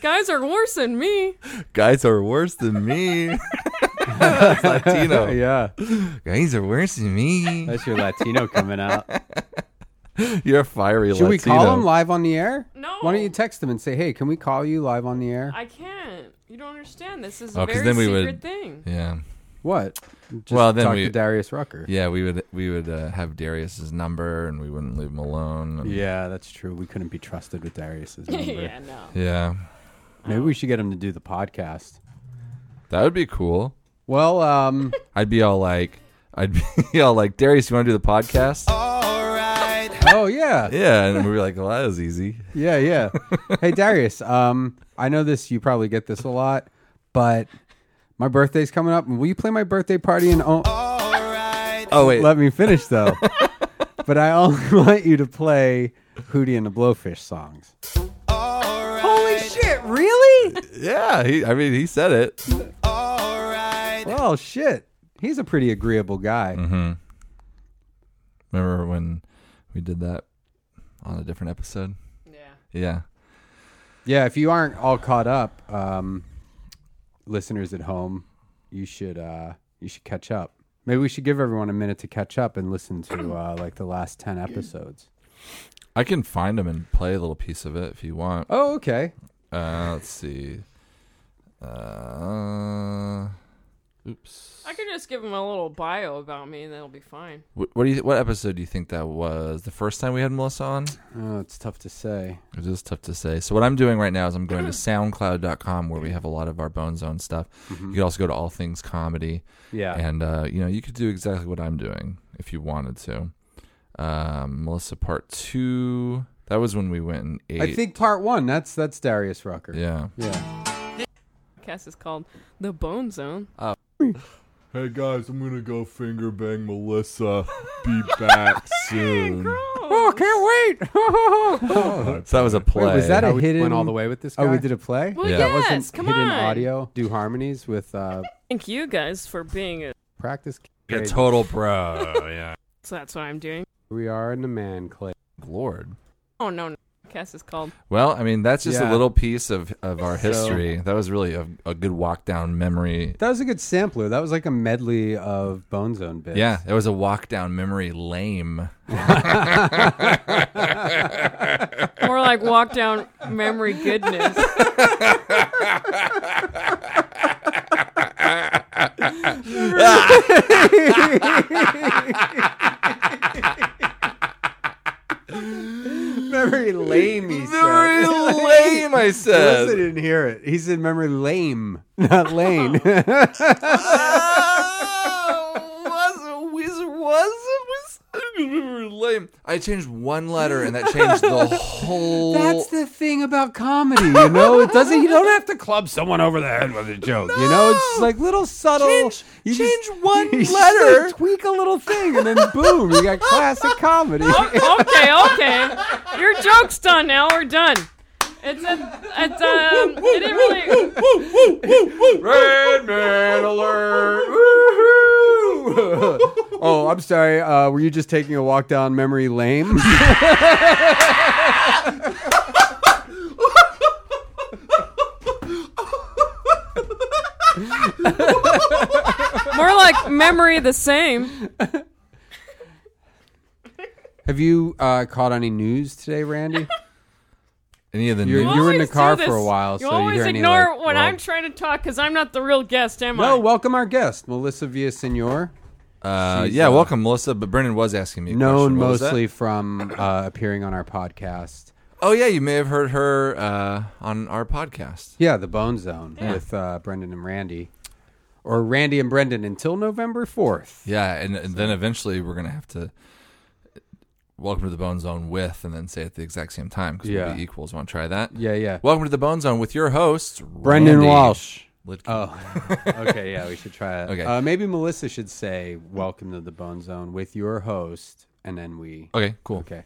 Speaker 3: guys are worse than me.
Speaker 2: Guys are worse than me. That's Latino.
Speaker 1: yeah,
Speaker 2: Guys are worse than me.
Speaker 1: that's your Latino coming out.
Speaker 2: You're a fiery
Speaker 1: Should
Speaker 2: Latino.
Speaker 1: we call him live on the air?
Speaker 3: No.
Speaker 1: Why don't you text him and say, "Hey, can we call you live on the air?"
Speaker 3: I can't. You don't understand. This is
Speaker 2: Oh,
Speaker 3: a
Speaker 2: 'cause
Speaker 3: very
Speaker 2: then we
Speaker 3: secret
Speaker 2: would-
Speaker 3: thing.
Speaker 2: yeah.
Speaker 1: What? Just
Speaker 2: Well, then
Speaker 1: talk
Speaker 2: we-
Speaker 1: to Darius Rucker.
Speaker 2: Yeah, we would we would uh, have Darius's number and we wouldn't leave him alone. and-
Speaker 1: Yeah, that's true. We couldn't be trusted with Darius's number.
Speaker 3: yeah, no. Oh.
Speaker 2: Yeah.
Speaker 1: Maybe we should get him to do the podcast.
Speaker 2: That would be cool.
Speaker 1: Well, um,
Speaker 2: I'd be all like I'd be all like Darius, you want to do the podcast?
Speaker 1: oh yeah,
Speaker 2: Yeah, and we'd be like, "Well, that was easy."
Speaker 1: yeah, yeah. Hey Darius, um, I know this. You probably get this a lot, but my birthday's coming up, and will you play my birthday party? And oh,
Speaker 2: Oh wait.
Speaker 1: let me finish though. but I only want you to play Hootie and the Blowfish songs. Holy shit! Really?
Speaker 2: Yeah, he, I mean, he said it.
Speaker 1: Well, shit. He's a pretty agreeable guy.
Speaker 2: Mm-hmm. Remember when we did that on a different episode?
Speaker 3: Yeah.
Speaker 2: Yeah.
Speaker 1: Yeah, if you aren't all caught up, um, listeners at home, you should uh, you should catch up. Maybe we should give everyone a minute to catch up and listen to uh, like the last ten episodes.
Speaker 2: I can find him and play a little piece of it if you want.
Speaker 1: Oh, okay.
Speaker 2: Uh, let's see. Uh, oops.
Speaker 3: I could just give him a little bio about me, and that'll be fine.
Speaker 2: What, what do you? What episode do you think that was? The first time we had Melissa on?
Speaker 1: Oh, it's tough to say.
Speaker 2: It is tough to say. So what I'm doing right now is I'm going to SoundCloud.com where we have a lot of our Bone Zone stuff. You can also go to All Things Comedy,
Speaker 1: Mm-hmm. Yeah.
Speaker 2: and uh, you know you could do exactly what I'm doing if you wanted to. Um, Melissa Part Two. That was when we went and ate.
Speaker 1: I think part one. That's that's Darius Rucker.
Speaker 2: Yeah.
Speaker 1: Yeah.
Speaker 3: Podcast is called The Bone Zone.
Speaker 4: Oh. Hey guys, I'm gonna go finger bang Melissa. Be back soon.
Speaker 5: Oh, can't wait.
Speaker 2: So that was a play.
Speaker 1: Wait, was that a
Speaker 9: we
Speaker 1: hidden?
Speaker 9: went all the way with this guy.
Speaker 1: Oh, we did a play.
Speaker 3: Well,
Speaker 2: Yeah.
Speaker 1: That
Speaker 3: yes,
Speaker 1: wasn't
Speaker 3: come
Speaker 1: hidden
Speaker 3: on.
Speaker 1: audio. Do harmonies with uh,
Speaker 3: Thank you guys for being a.
Speaker 1: practice.
Speaker 2: a
Speaker 1: grade.
Speaker 2: total bro? yeah.
Speaker 3: So that's what I'm doing.
Speaker 1: We are in the man clay.
Speaker 2: Lord.
Speaker 3: Oh no, no. Podcast is called.
Speaker 2: Well, I mean, that's just
Speaker 1: Yeah.
Speaker 2: a little piece of, of our history. that was really a, a good walk down memory.
Speaker 1: That was a good sampler. That was like a medley of Bone Zone bits.
Speaker 2: Yeah, it was a walk down memory lame.
Speaker 3: More like walk down memory goodness.
Speaker 1: memory lame. He said.
Speaker 2: lame, I
Speaker 1: Melissa didn't hear it. He said memory lame, not lane.
Speaker 2: was, was, was, was lame. I changed one letter and that changed the whole.
Speaker 1: That's the thing about comedy, you know. It doesn't. You don't have to club someone over the head with a joke. You know, it's just like little subtle.
Speaker 2: Change-
Speaker 1: you
Speaker 2: change one
Speaker 1: you just,
Speaker 2: letter.
Speaker 1: like, tweak a little thing, and then boom, you got classic comedy.
Speaker 3: okay, okay. Your joke's done now. We're done. It's a, it's um, it didn't really.
Speaker 1: Red man alert! oh, I'm sorry. Uh, were you just taking a walk down memory lane?
Speaker 3: More like memory the same.
Speaker 1: have you uh, caught any news today, Randy?
Speaker 2: Any of the
Speaker 1: You're-
Speaker 2: news?
Speaker 1: you were in the
Speaker 3: Always do
Speaker 1: car for a
Speaker 3: this.
Speaker 1: while,
Speaker 3: You
Speaker 1: so you
Speaker 3: always
Speaker 1: hear any,
Speaker 3: ignore
Speaker 1: like,
Speaker 3: when
Speaker 1: well-
Speaker 3: I'm trying to talk because I'm not the real guest, am I?
Speaker 1: No. Welcome our guest, Melissa Villasenor,
Speaker 2: Uh, yeah, welcome, Melissa. But Brendan was asking me. A
Speaker 1: known
Speaker 2: question. What was that?
Speaker 1: mostly from uh, appearing on our podcast.
Speaker 2: Oh yeah, you may have heard her uh, on our podcast.
Speaker 1: Yeah, the Bone Zone with uh, Brendan and Randy, or Randy and Brendan until November fourth.
Speaker 2: Yeah, and, uh, and then eventually we're gonna have to uh, welcome to the Bone Zone with, and then say it at the exact same time because
Speaker 1: Yeah.
Speaker 2: we'll be equals. Want to try that?
Speaker 1: Yeah, yeah.
Speaker 2: Welcome to the Bone Zone with your host
Speaker 1: Brendan
Speaker 2: Randy
Speaker 1: Walsh.
Speaker 2: Lidke.
Speaker 1: Oh, okay. Yeah, we should try it.
Speaker 2: Okay.
Speaker 1: Uh, maybe Melissa should say "Welcome to the Bone Zone" with your host, and then we.
Speaker 2: okay, cool.
Speaker 1: Okay.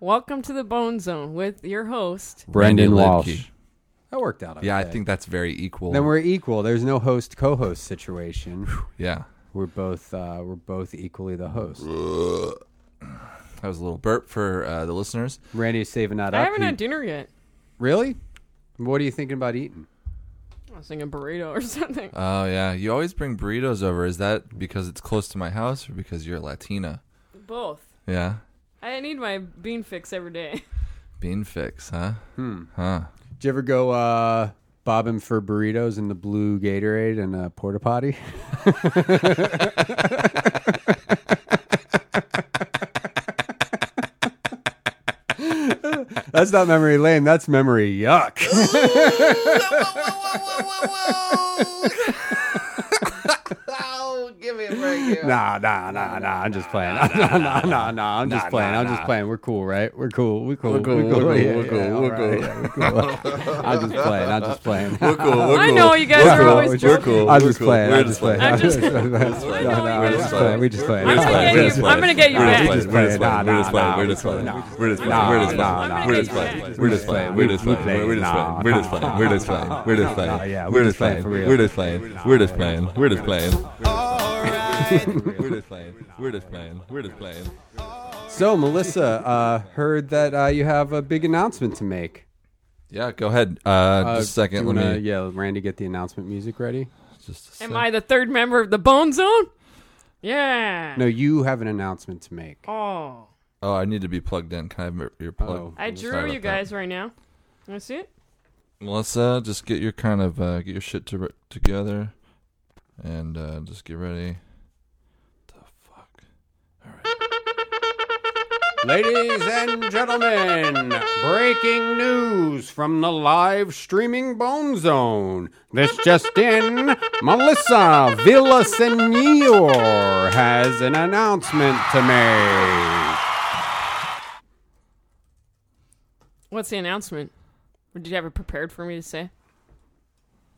Speaker 3: Welcome to the Bone Zone with your host.
Speaker 2: Brendan Walsh.
Speaker 1: That worked out.
Speaker 2: Yeah, I
Speaker 1: okay.
Speaker 2: think that's very equal.
Speaker 1: Then we're equal. There's no host-co-host situation.
Speaker 2: yeah,
Speaker 1: We're both uh, we're both equally the host.
Speaker 2: that was a little burp for uh, the listeners.
Speaker 1: Randy's saving that
Speaker 3: I
Speaker 1: up.
Speaker 3: haven't
Speaker 1: He-
Speaker 3: had dinner yet.
Speaker 1: really? What are you thinking about eating?
Speaker 3: I was thinking burrito or something.
Speaker 2: Oh yeah, you always bring burritos over. Is that because it's close to my house or because you're Latina?
Speaker 3: Both.
Speaker 2: Yeah,
Speaker 3: I need my bean fix every day.
Speaker 2: bean fix, huh?
Speaker 4: Hmm.
Speaker 1: Did you ever go uh, bobbing for burritos in the blue Gatorade and a porta potty? that's not memory lane. That's memory yuck. Nah, nah, nah, nah. I'm just playing. Nah, nah, nah, nah. I'm just playing. I'm just playing. We're cool, right? We're cool. We're cool. We're cool. We're cool. We're cool. We're cool. I'm just playing. I'm just playing. We're cool.
Speaker 3: I know you guys are always joking.
Speaker 1: I'm just playing. I'm
Speaker 4: We're
Speaker 1: just
Speaker 4: just
Speaker 1: playing.
Speaker 4: playing.
Speaker 3: I'm just-
Speaker 1: No, no,
Speaker 3: I know
Speaker 1: we're
Speaker 3: you
Speaker 1: just
Speaker 3: guys
Speaker 4: playing.
Speaker 1: playing. We're just playing.
Speaker 3: I'm
Speaker 1: We're just
Speaker 3: gonna
Speaker 1: playing.
Speaker 3: get
Speaker 1: We're
Speaker 3: you-
Speaker 1: just
Speaker 3: I'm gonna get
Speaker 1: playing.
Speaker 3: you
Speaker 1: We're just
Speaker 3: back.
Speaker 1: playing. We're just playing. We're just playing.
Speaker 4: We're just playing. Uh, We're just playing. We're just playing. We're just playing. We're just playing. We're just playing. We're just playing. We're just playing. We're just playing. We're just playing. We're just playing. We're just playing. We're just playing. We're just playing. We're just playing. We're just playing.
Speaker 1: So Melissa, uh, heard that uh, you have a big announcement to make.
Speaker 2: Yeah, go ahead. Uh, just a second.
Speaker 1: do you
Speaker 2: Let me.
Speaker 1: wanna- Yeah, Randy, get the announcement music ready.
Speaker 2: Just a sec.
Speaker 3: Am I the third member of the Bone Zone? Yeah.
Speaker 1: No, you have an announcement to make.
Speaker 3: Oh.
Speaker 2: Oh, I need to be plugged in. Can I have your- your plug?
Speaker 1: Oh.
Speaker 3: I
Speaker 2: sorry
Speaker 3: drew
Speaker 2: about
Speaker 3: you guys right now. Want to see it?
Speaker 2: Melissa, just get your kind of uh, get your shit to- together, and uh, just get ready. The fuck.
Speaker 1: Ladies and gentlemen, breaking news from the live streaming Bone Zone. This just in, Melissa Villasenor has an announcement to make.
Speaker 3: What's the announcement? Or did you have it prepared for me to say?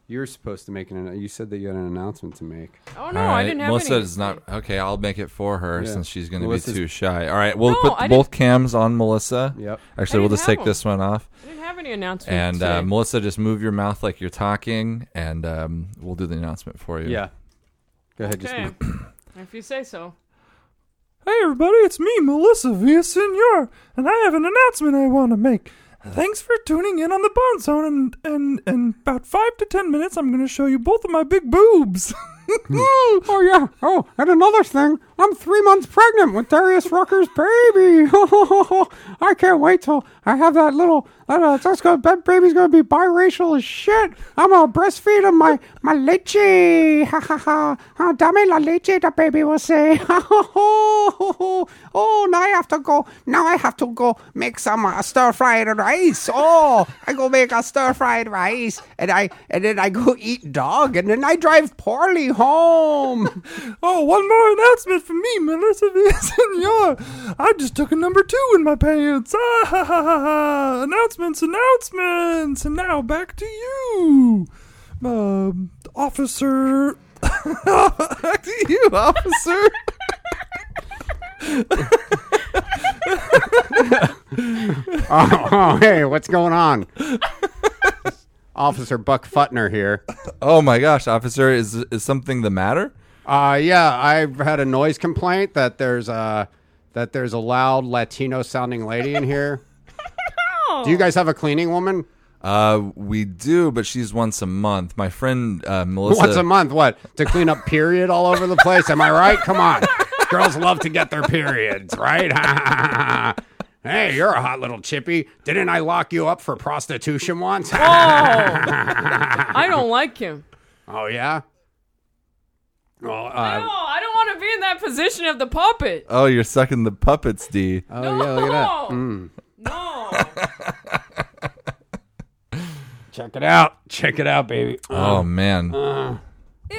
Speaker 1: You were supposed to make an. You said that you had an announcement to make.
Speaker 3: Oh no,
Speaker 2: All
Speaker 3: I
Speaker 2: right,
Speaker 3: didn't have
Speaker 2: Melissa
Speaker 3: any.
Speaker 2: is not okay. I'll make it for her since she's going to be
Speaker 1: Melissa's-
Speaker 2: too shy. All right, we'll
Speaker 3: No,
Speaker 2: put
Speaker 3: I
Speaker 2: both cams on Melissa.
Speaker 1: Yep.
Speaker 2: Actually,
Speaker 3: I
Speaker 2: we'll
Speaker 3: didn't have
Speaker 2: just take
Speaker 3: them.
Speaker 2: this one off.
Speaker 3: I didn't have any announcement.
Speaker 2: And
Speaker 3: today.
Speaker 2: uh, Melissa, just move your mouth like you're talking, and um, we'll do the announcement for you.
Speaker 1: Yeah. Go ahead.
Speaker 3: okay.
Speaker 1: Just
Speaker 3: if you say so.
Speaker 2: Hey, everybody, it's me, Melissa Villasenor, and I have an announcement I want to make. Thanks for tuning in on the Bone Zone, and and in about five to ten minutes, I'm going to show you both of my big boobs.
Speaker 10: Oh yeah. Oh, and another thing, I'm three months pregnant with Darius Rucker's baby. I can't wait till I have that little. Uh, that's gonna, that baby's gonna be biracial as shit. I'm gonna breastfeed him my my leche. Ha ha ha. Oh, dame la leche, the baby will say. oh, now I have to go. Now I have to go make some uh, stir fried rice. Oh, I go make a stir fried rice, and I and then I go eat dog, and then I drive poorly home.
Speaker 2: Oh, one more announcement for me, Melissa Villasenor. I just took a number two in my pants. Ah, ha, ha, ha, ha. Announcements, announcements. And now back to you, um, officer. back to you, officer.
Speaker 1: oh, oh, hey, what's going on? Officer Buck Futner here.
Speaker 2: oh my gosh, officer, is is something the matter?
Speaker 1: Uh, yeah, I've had a noise complaint that there's a that there's a loud Latino sounding lady in here. Do you guys have a cleaning woman
Speaker 2: Uh, we do, but she's once a month. My friend uh, Melissa.
Speaker 1: once a month? What to clean up period all over the place? Am I right? Come on, girls love to get their periods, right? hey, you're a hot little chippy. Didn't I lock you up for prostitution once?
Speaker 3: Oh, I don't like him.
Speaker 1: oh yeah. Well,
Speaker 3: No,
Speaker 1: uh,
Speaker 3: I don't want to be in that position of the puppet.
Speaker 2: Oh, you're sucking the puppets, D.
Speaker 1: oh yeah, look at that. Mm.
Speaker 3: No.
Speaker 1: Check it out. Check it out, baby. Uh,
Speaker 2: Oh man.
Speaker 3: Ew.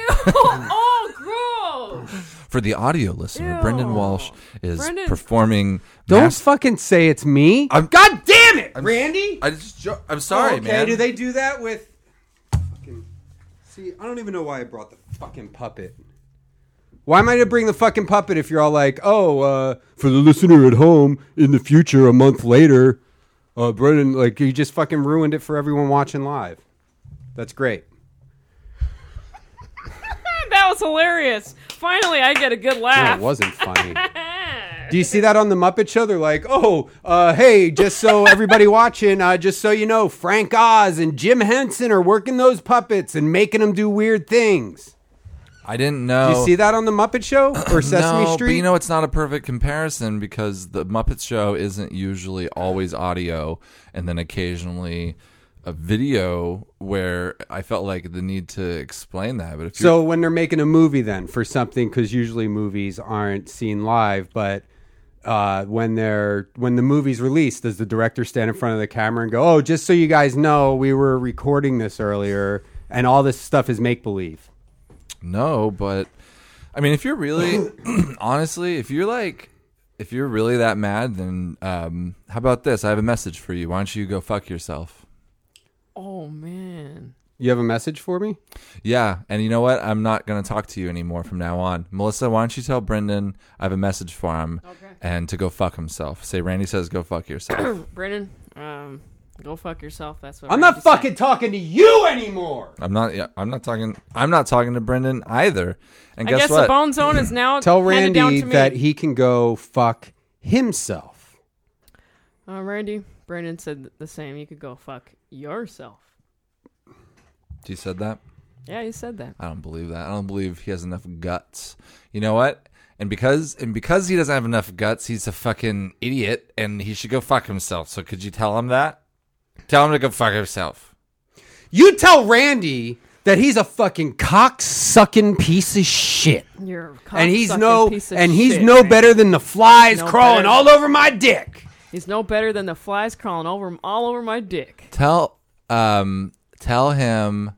Speaker 3: Oh, gross.
Speaker 2: For the audio listener, Brendan
Speaker 3: Ew.
Speaker 2: Walsh is
Speaker 3: Brendan-
Speaker 2: performing.
Speaker 1: Don't
Speaker 2: mas-
Speaker 1: fucking say it's me.
Speaker 2: I'm-
Speaker 1: God damn it, Randy.
Speaker 2: I just. Jo- I'm sorry,
Speaker 1: okay,
Speaker 2: man.
Speaker 1: do they do that with? Fucking, see, I don't even know why I brought the fucking puppet. Why am I to bring the fucking puppet if you're all like, oh, uh, for the listener at home, in the future, a month later, uh, Brendan, like, you just fucking ruined it for everyone watching live. That's great.
Speaker 3: That was hilarious. Finally, I get a good
Speaker 1: No,
Speaker 3: laugh.
Speaker 1: it wasn't funny. Do you see that on the Muppet Show? They're like, "Oh, uh, hey, just so everybody watching, uh, just so you know, Frank Oz and Jim Henson are working those puppets and making them do weird things."
Speaker 2: I didn't know.
Speaker 1: Do you see that on the Muppet Show or Sesame
Speaker 2: no,
Speaker 1: Street?
Speaker 2: but you know it's not a perfect comparison because the Muppet Show isn't usually always audio, and then occasionally a video where I felt like the need to explain that. But if you
Speaker 1: so when they're making a movie, then for something, because usually movies aren't seen live, but uh, when they're when the movie's released, does the director stand in front of the camera and go, "Oh, just so you guys know, we were recording this earlier, and all this stuff is make believe."
Speaker 2: No, but I mean, if you're really, honestly, if you're like, if you're really that mad, then um, how about this? I have a message for you. Why don't you go fuck yourself?
Speaker 3: oh, man.
Speaker 1: You have a message for me?
Speaker 2: Yeah, and you know what? I'm not gonna talk to you anymore from now on. Melissa, why don't you tell Brendan I have a message for him and to go fuck himself? Say Randy says go fuck yourself.
Speaker 3: Brendan, um, go fuck yourself. That's what
Speaker 1: I'm
Speaker 3: Randy
Speaker 1: not
Speaker 3: said.
Speaker 1: fucking talking to you anymore.
Speaker 2: I'm not. yeah, I'm not talking. I'm not talking to Brendan either. And
Speaker 3: I
Speaker 2: guess,
Speaker 3: guess
Speaker 2: what?
Speaker 3: the bone zone is now
Speaker 1: Tell
Speaker 3: handed down
Speaker 1: Randy
Speaker 3: to me.
Speaker 1: that he can go Oh, fuck himself.
Speaker 3: Uh, Randy, Brendan said th- the same. You could go fuck yourself.
Speaker 2: you said that.
Speaker 3: Yeah, he said that.
Speaker 2: I don't believe that. I don't believe he has enough guts. You know what? And because and because he doesn't have enough guts, he's a fucking idiot, and he should go fuck himself. So could you tell him that? Tell him to go fuck himself.
Speaker 1: You tell Randy that he's a fucking cock sucking piece of shit.
Speaker 3: You're a
Speaker 1: and he's
Speaker 3: cocksucking
Speaker 1: no
Speaker 3: piece of
Speaker 1: and he's
Speaker 3: shit,
Speaker 1: no
Speaker 3: Randy.
Speaker 1: better than the flies
Speaker 3: No
Speaker 1: crawling
Speaker 3: better.
Speaker 1: all over my dick.
Speaker 3: He's no better than the flies crawling over all over my dick.
Speaker 2: Tell um tell him.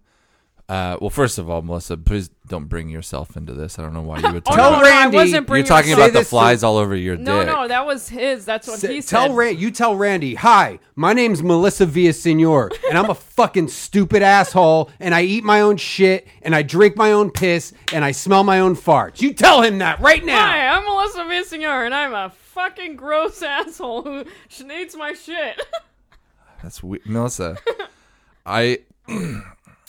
Speaker 2: Uh, well, first of all, Melissa, please don't bring yourself into this. I don't know why you would. Talk
Speaker 3: no,
Speaker 10: Tell
Speaker 3: Oh, no,
Speaker 2: about,
Speaker 3: no, I
Speaker 10: Randy,
Speaker 3: wasn't
Speaker 2: you're
Speaker 3: bringing
Speaker 2: talking
Speaker 3: myself-
Speaker 2: about the
Speaker 10: this to-
Speaker 2: flies all over your dick.
Speaker 3: No, no, that was his. That's what he
Speaker 10: Say-
Speaker 3: said.
Speaker 10: tell Rand, you tell Randy, hi, my name's Melissa Villasenor, and I'm a fucking stupid asshole, and I eat my own shit, and I drink my own piss, and I smell my own farts. You tell him that right now.
Speaker 3: Hi, I'm Melissa Vissinger, and I'm a fucking gross asshole who sh- needs my shit.
Speaker 2: That's we- Melissa. I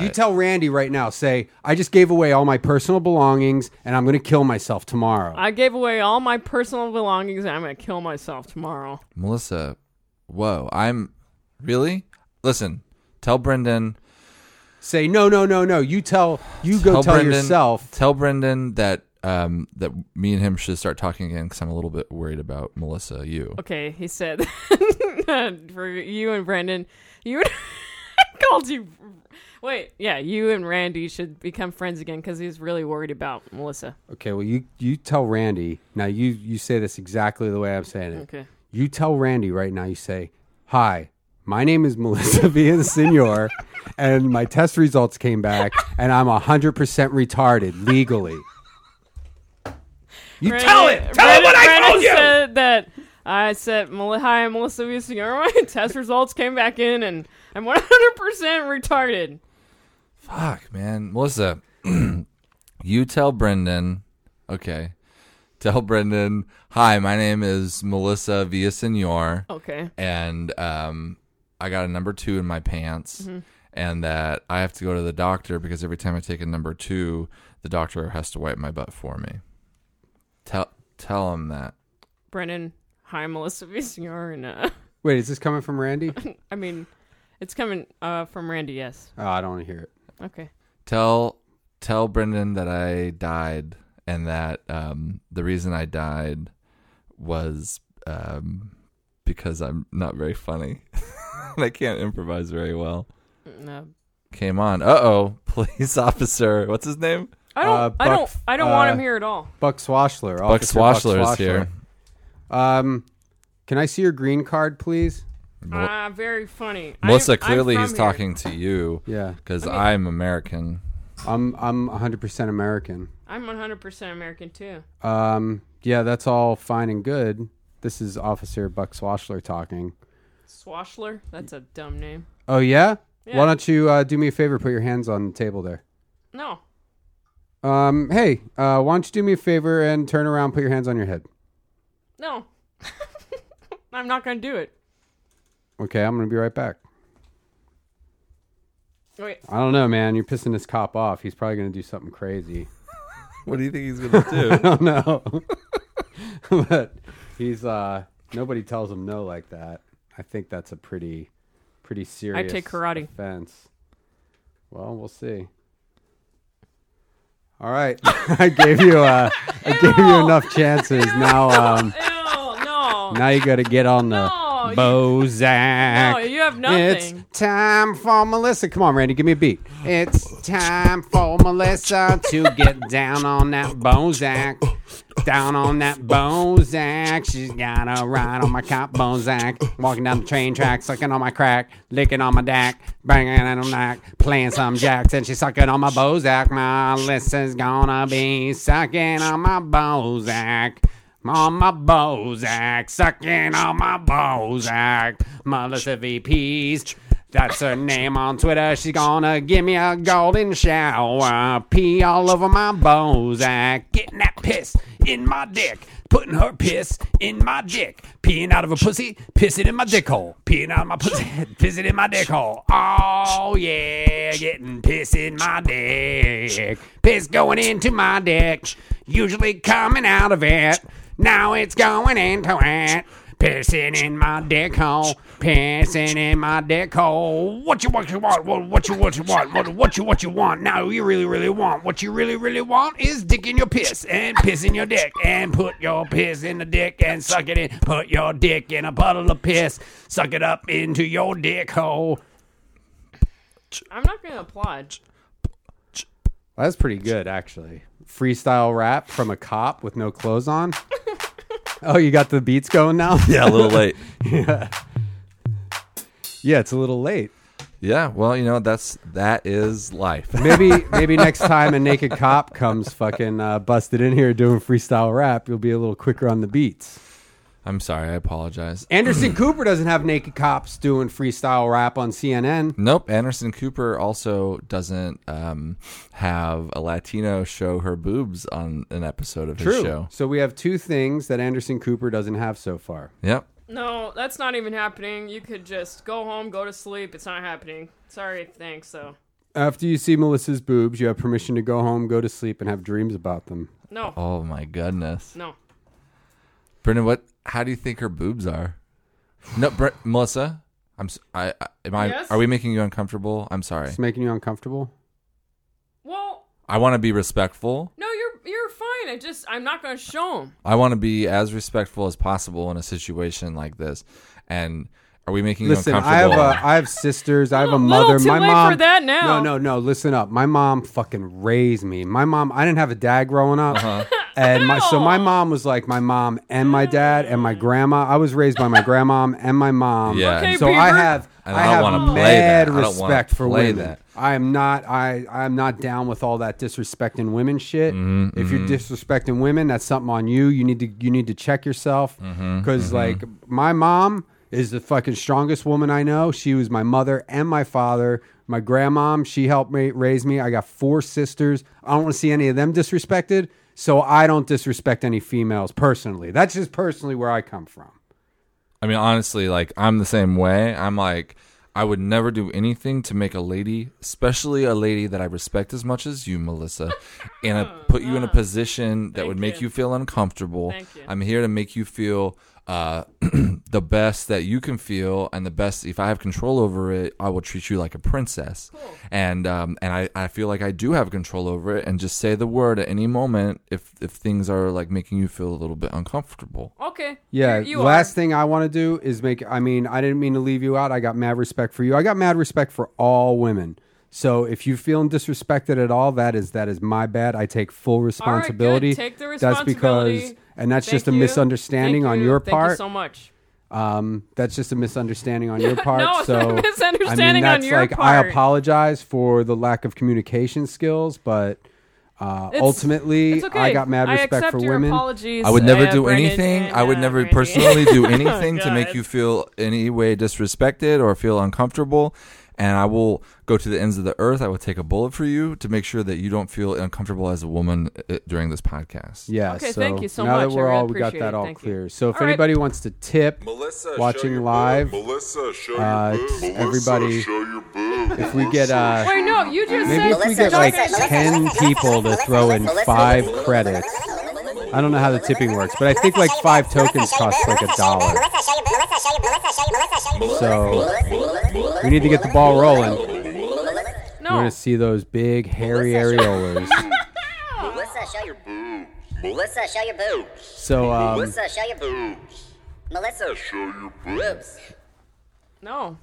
Speaker 10: You tell Randy right now. Say, I just gave away all my personal belongings, and I'm gonna kill myself tomorrow.
Speaker 3: I gave away all my personal belongings, and I'm gonna kill myself tomorrow.
Speaker 2: Melissa, whoa, I'm really. Listen, tell Brendan.
Speaker 10: say, no, no, no, no. You tell. You go tell,
Speaker 2: Brendan,
Speaker 10: yourself.
Speaker 2: Tell Brendan that um that me and him should start talking again because I'm a little bit worried about Melissa. You.
Speaker 3: Okay, he said Uh, for you and Brandon, you and I called you. Wait, yeah, you and Randy should become friends again because he's really worried about Melissa.
Speaker 10: Okay, well, you you tell Randy now. You you say this exactly the way I'm saying it.
Speaker 3: Okay.
Speaker 10: You tell Randy right now. You say, "Hi, my name is Melissa Villasenor, and my test results came back, and I'm hundred percent retarded legally." You
Speaker 3: Brandon-
Speaker 10: tell him. Tell him what I
Speaker 3: Brandon
Speaker 10: told you.
Speaker 3: said that I said, "Mel- "Hi, I'm Melissa Vissinger. My test results came back in, and I'm 100% retarded."
Speaker 2: Fuck, man, Melissa. you tell Brendan. Okay. Tell Brendan. Hi, my name is Melissa Villasenor.
Speaker 3: Okay.
Speaker 2: and um, I got a number two in my pants, and that I have to go to the doctor because every time I take a number two, the doctor has to wipe my butt for me. Tell tell him that.
Speaker 3: Brennan, hi, I'm Melissa Vissinger, and uh,
Speaker 10: Wait, is this coming from Randy? Oh,
Speaker 3: I mean, it's coming uh, from Randy. Yes.
Speaker 10: I don't want to hear it.
Speaker 3: Okay.
Speaker 2: Tell tell Brendan that I died, and that um, the reason I died was um, because I'm not very funny. and I can't improvise very well.
Speaker 3: Uh,
Speaker 2: Came on. Uh oh, police officer. What's his name?
Speaker 3: I don't.
Speaker 10: Uh,
Speaker 3: I don't.
Speaker 10: Buck-
Speaker 3: I don't want him
Speaker 10: uh,
Speaker 3: here at all.
Speaker 10: Buck Swashler.
Speaker 2: Buck
Speaker 10: Officer
Speaker 2: Swashler is here.
Speaker 10: Um, can I see your green card, please?
Speaker 2: Mel-
Speaker 3: Ah, very funny. I'm-
Speaker 2: Melissa,
Speaker 3: I'm
Speaker 2: clearly
Speaker 3: from
Speaker 2: he's
Speaker 3: here.
Speaker 2: talking to you.
Speaker 10: Yeah.
Speaker 2: Because I am American.
Speaker 10: I'm I'm 100% American.
Speaker 3: I'm 100% American too.
Speaker 10: Um, yeah, that's all fine and good. This is Officer Buck Swashler talking.
Speaker 3: Swashler. That's a dumb name.
Speaker 10: Oh yeah?
Speaker 3: Yeah.
Speaker 10: Why don't you uh, do me a favor? Put your hands on the table there.
Speaker 3: No.
Speaker 10: Um, hey, uh, why don't you do me a favor and turn around? Put your hands on your head.
Speaker 3: No. I'm not gonna do it.
Speaker 10: Okay, I'm gonna be right back.
Speaker 3: Wait.
Speaker 10: I don't know, man. You're pissing this cop off. He's probably gonna do something crazy.
Speaker 2: What do you think he's going to
Speaker 10: I don't know, but he's uh, nobody tells him no like that. I think that's a pretty, pretty serious.
Speaker 3: take karate.
Speaker 10: offense. Well, we'll see. All right, I gave you uh, I gave you enough chances. Now, um,
Speaker 3: Ew. No.
Speaker 10: now you got to get on the
Speaker 3: No, you-
Speaker 10: Bozak.
Speaker 3: No, you have
Speaker 10: It's
Speaker 3: nothing.
Speaker 10: time for Melissa. Come on, Randy, give me a beat. It's time for Melissa to get down on that Bozak. Down on that Bozak. She's got to ride on my cop Bozak. Walking down the train track, sucking on my crack, licking on my dack, banging on my knack, playing some jacks, and she's sucking on my Bozak. Melissa's gonna be sucking on my Bozak. On my Bozak, sucking on my Bozak. Melissa VP's, that's her name on Twitter. She's gonna give me a golden shower. Pee all over my Bozak. Getting that piss in my dick. Putting her piss in my dick. Peeing out of a pussy, pissing in my dick hole. Peeing out of my pussy, pissing in my dick hole. Oh yeah, getting piss in my dick. Piss going into my dick. Usually coming out of it. Now it's going into it. Pissing in my dick hole. Pissing in my dick hole. What you what you want? What, what you what you want? What, what you what you want? Now you really really want. What you really really want is dick in your piss and piss in your dick and put your piss in the dick and suck it in. Put your dick in a puddle of piss. Suck it up into your dick hole.
Speaker 3: I'm not gonna applaud.
Speaker 10: That's pretty good actually. Freestyle rap from a cop with no clothes on. oh, you got the beats going now?
Speaker 2: Yeah, a little late.
Speaker 10: Yeah, it's a little late.
Speaker 2: Yeah, well, you know that's that is life.
Speaker 1: Maybe maybe next time a naked cop comes fucking uh, busted in here doing freestyle rap, you'll be a little quicker on the beats.
Speaker 2: I'm sorry, I apologize.
Speaker 1: Anderson Cooper doesn't have naked cops doing freestyle rap on CNN.
Speaker 2: Nope, Anderson Cooper also doesn't um, have a Latino show her boobs on an episode of his show.
Speaker 1: So we have two things that Anderson Cooper doesn't have so far.
Speaker 2: Yep.
Speaker 3: No, that's not even happening. You could just go home, go to sleep. It's not happening. Sorry, thanks though.
Speaker 1: After you see Melissa's boobs, you have permission to go home, go to sleep, and have dreams about them.
Speaker 3: No,
Speaker 2: Oh my goodness,
Speaker 3: no.
Speaker 2: Brendan, what? How do you think her boobs are? No, Bre- Melissa, I'm. s- I, I- am I.
Speaker 3: Yes?
Speaker 2: Are we making you uncomfortable? I'm sorry.
Speaker 1: It's making you uncomfortable.
Speaker 3: Well,
Speaker 2: I want to be respectful.
Speaker 3: no, you're you're fine. I just I'm not gonna show him.
Speaker 2: I want to be as respectful as possible in a situation like this. And are we making
Speaker 1: Listen,
Speaker 2: you
Speaker 1: I have
Speaker 2: uncomfortable?
Speaker 1: a I have sisters. I have a
Speaker 3: Little-
Speaker 1: mother.
Speaker 3: little too
Speaker 1: My
Speaker 3: late
Speaker 1: mom.
Speaker 3: for that now.
Speaker 1: No, no, no. Listen up. My mom fucking raised me. My mom. I didn't have a dad growing up,
Speaker 2: Uh-huh.
Speaker 1: and my so my mom was like my mom and my dad and my grandma. I was raised by my grandmom and my mom.
Speaker 2: Yeah. Okay,
Speaker 1: so I
Speaker 3: Bieber.
Speaker 1: have.
Speaker 2: And
Speaker 1: I,
Speaker 2: I don't
Speaker 1: have
Speaker 2: wanna
Speaker 1: mad
Speaker 2: play that. I don't wanna
Speaker 1: respect for
Speaker 2: play
Speaker 1: women.
Speaker 2: that.
Speaker 1: I am not. I I am not down with all that disrespecting women shit.
Speaker 2: Mm-hmm,
Speaker 1: if you're disrespecting women, that's something on you. You need to you need to check yourself because
Speaker 2: Mm-hmm.
Speaker 1: like my mom is the fucking strongest woman I know. She was my mother and my father. My grandmom, she helped me raise me. I got four sisters. I don't want to see any of them disrespected, so I don't disrespect any females personally. That's just personally where I come from.
Speaker 2: I mean, honestly, like I'm the same way. I'm like, I would never do anything to make a lady, especially a lady that I respect as much as you, Melissa, and I
Speaker 3: Oh,
Speaker 2: put you in a position that would make you feel uncomfortable.
Speaker 3: Thank you.
Speaker 2: I'm here to make you feel uh, the best that you can feel, and the best. If I have control over it, I will treat you like a princess. And um, and I, I feel like I do have control over it, and just say the word at any moment if if things are like making you feel a little bit uncomfortable.
Speaker 3: Okay.
Speaker 1: Yeah.
Speaker 3: Here you
Speaker 1: last
Speaker 3: are.
Speaker 1: thing I want to do is make. I mean, I didn't mean to leave you out. I got mad respect for you. I got mad respect for all women. So if you're feeling disrespected at all, that is that is my bad. I take full
Speaker 3: good.
Speaker 1: responsibility.
Speaker 3: Take the
Speaker 1: That's
Speaker 3: responsibility.
Speaker 1: because, and that's
Speaker 3: Thank
Speaker 1: just a
Speaker 3: you.
Speaker 1: misunderstanding
Speaker 3: Thank
Speaker 1: on
Speaker 3: you.
Speaker 1: your
Speaker 3: Thank you
Speaker 1: part.
Speaker 3: so much.
Speaker 1: Um, that's just a misunderstanding on your part.
Speaker 3: No, it's
Speaker 1: so
Speaker 3: not a misunderstanding
Speaker 1: I mean,
Speaker 3: on
Speaker 1: that's
Speaker 3: your
Speaker 1: like,
Speaker 3: part.
Speaker 1: I apologize for the lack of communication skills, but uh, ultimately,
Speaker 3: It's okay.
Speaker 1: I got mad
Speaker 3: I
Speaker 1: respect
Speaker 3: accept
Speaker 1: for
Speaker 3: your
Speaker 1: women.
Speaker 3: Apologies,
Speaker 2: I would never
Speaker 3: uh,
Speaker 2: do
Speaker 3: Brendan
Speaker 2: anything.
Speaker 3: and,
Speaker 2: I would
Speaker 3: uh,
Speaker 2: never
Speaker 3: Randy.
Speaker 2: personally do
Speaker 3: Oh,
Speaker 2: anything to make
Speaker 3: God.
Speaker 2: you feel any way disrespected or feel uncomfortable. And I will go to the ends of the earth. I will take a bullet for you to make sure that you don't feel uncomfortable as a woman uh, during this podcast.
Speaker 1: Yeah.
Speaker 3: Okay,
Speaker 1: so
Speaker 3: thank you so
Speaker 1: now
Speaker 3: much.
Speaker 1: that
Speaker 3: I
Speaker 1: we're
Speaker 3: really
Speaker 1: all, we got
Speaker 3: appreciate
Speaker 1: that
Speaker 3: it.
Speaker 1: all
Speaker 3: Thank you.
Speaker 1: clear. So if
Speaker 3: All right.
Speaker 1: anybody wants to tip, watching live, uh, t- everybody, if we get uh,
Speaker 3: Wait, no, you just
Speaker 1: maybe
Speaker 3: said
Speaker 1: if we get like ten people to throw in five credits. I don't know how the tipping works, but I think like five tokens cost like a dollar. So we need to get the ball rolling. We're
Speaker 3: no.
Speaker 1: gonna see those big hairy areolas.
Speaker 11: Melissa, show your boobs. Melissa, show your boobs.
Speaker 1: So um,
Speaker 11: Melissa, show your boobs. Melissa, show your boobs.
Speaker 3: No.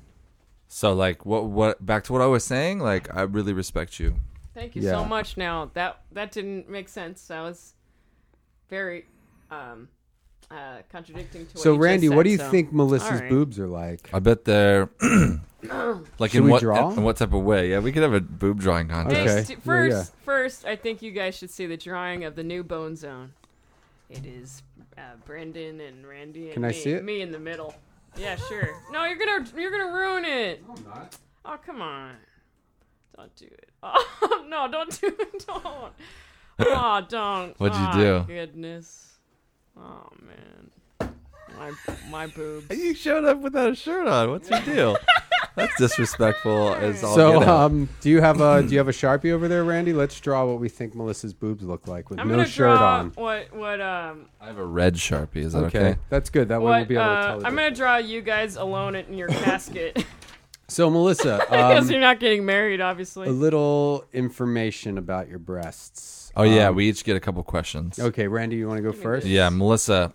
Speaker 2: So, like, what, what, back to what I was saying, like, I really respect you.
Speaker 3: Thank you
Speaker 1: Yeah.
Speaker 3: so much. Now that that didn't make sense. That was very um, uh, contradicting to what
Speaker 1: so
Speaker 3: you just
Speaker 1: Randy,
Speaker 3: said,
Speaker 1: what do you
Speaker 3: so-
Speaker 1: think Melissa's
Speaker 3: All right.
Speaker 1: boobs are like?
Speaker 2: I bet they're like,
Speaker 1: Should
Speaker 2: in
Speaker 1: we
Speaker 2: what,
Speaker 1: draw?
Speaker 2: in what type of way? Yeah, we could have a boob drawing contest.
Speaker 3: First,
Speaker 1: Okay. Yeah,
Speaker 3: first,
Speaker 1: yeah.
Speaker 3: first, I think you guys should see the drawing of the new Bone Zone. It is uh, Brendan and Randy. And
Speaker 1: Can
Speaker 3: me,
Speaker 1: I see it?
Speaker 3: Me in the middle. Yeah, sure. no, you're gonna you're gonna ruin it. Oh come on! Don't do it. Oh no! Don't do it. Don't. Oh don't.
Speaker 2: What'd you
Speaker 3: Ah,
Speaker 2: do?
Speaker 3: Goodness. Oh man. My my boobs.
Speaker 2: You showed up without a shirt on. What's your deal? That's disrespectful as all
Speaker 1: So
Speaker 2: get out.
Speaker 1: um, do you have a do you have a sharpie over there, Randy? Let's draw what we think Melissa's boobs look like with
Speaker 3: I'm
Speaker 1: no
Speaker 3: gonna
Speaker 1: shirt
Speaker 3: draw
Speaker 1: on.
Speaker 3: what what um
Speaker 2: I have a red sharpie. Is that
Speaker 1: Okay.
Speaker 2: okay?
Speaker 1: that's good. That Um, way we'll
Speaker 3: what
Speaker 1: be able to
Speaker 3: uh,
Speaker 1: tell. the
Speaker 3: I'm
Speaker 1: difference.
Speaker 3: gonna draw you guys alone in your casket.
Speaker 1: So Melissa,
Speaker 3: Because
Speaker 1: um,
Speaker 3: you're not getting married,
Speaker 1: a
Speaker 3: obviously.
Speaker 1: little information about your breasts.
Speaker 2: Oh yeah,
Speaker 1: Um,
Speaker 2: we each get a couple questions.
Speaker 1: okay, Randy, you want to go first?
Speaker 2: Yeah, Melissa.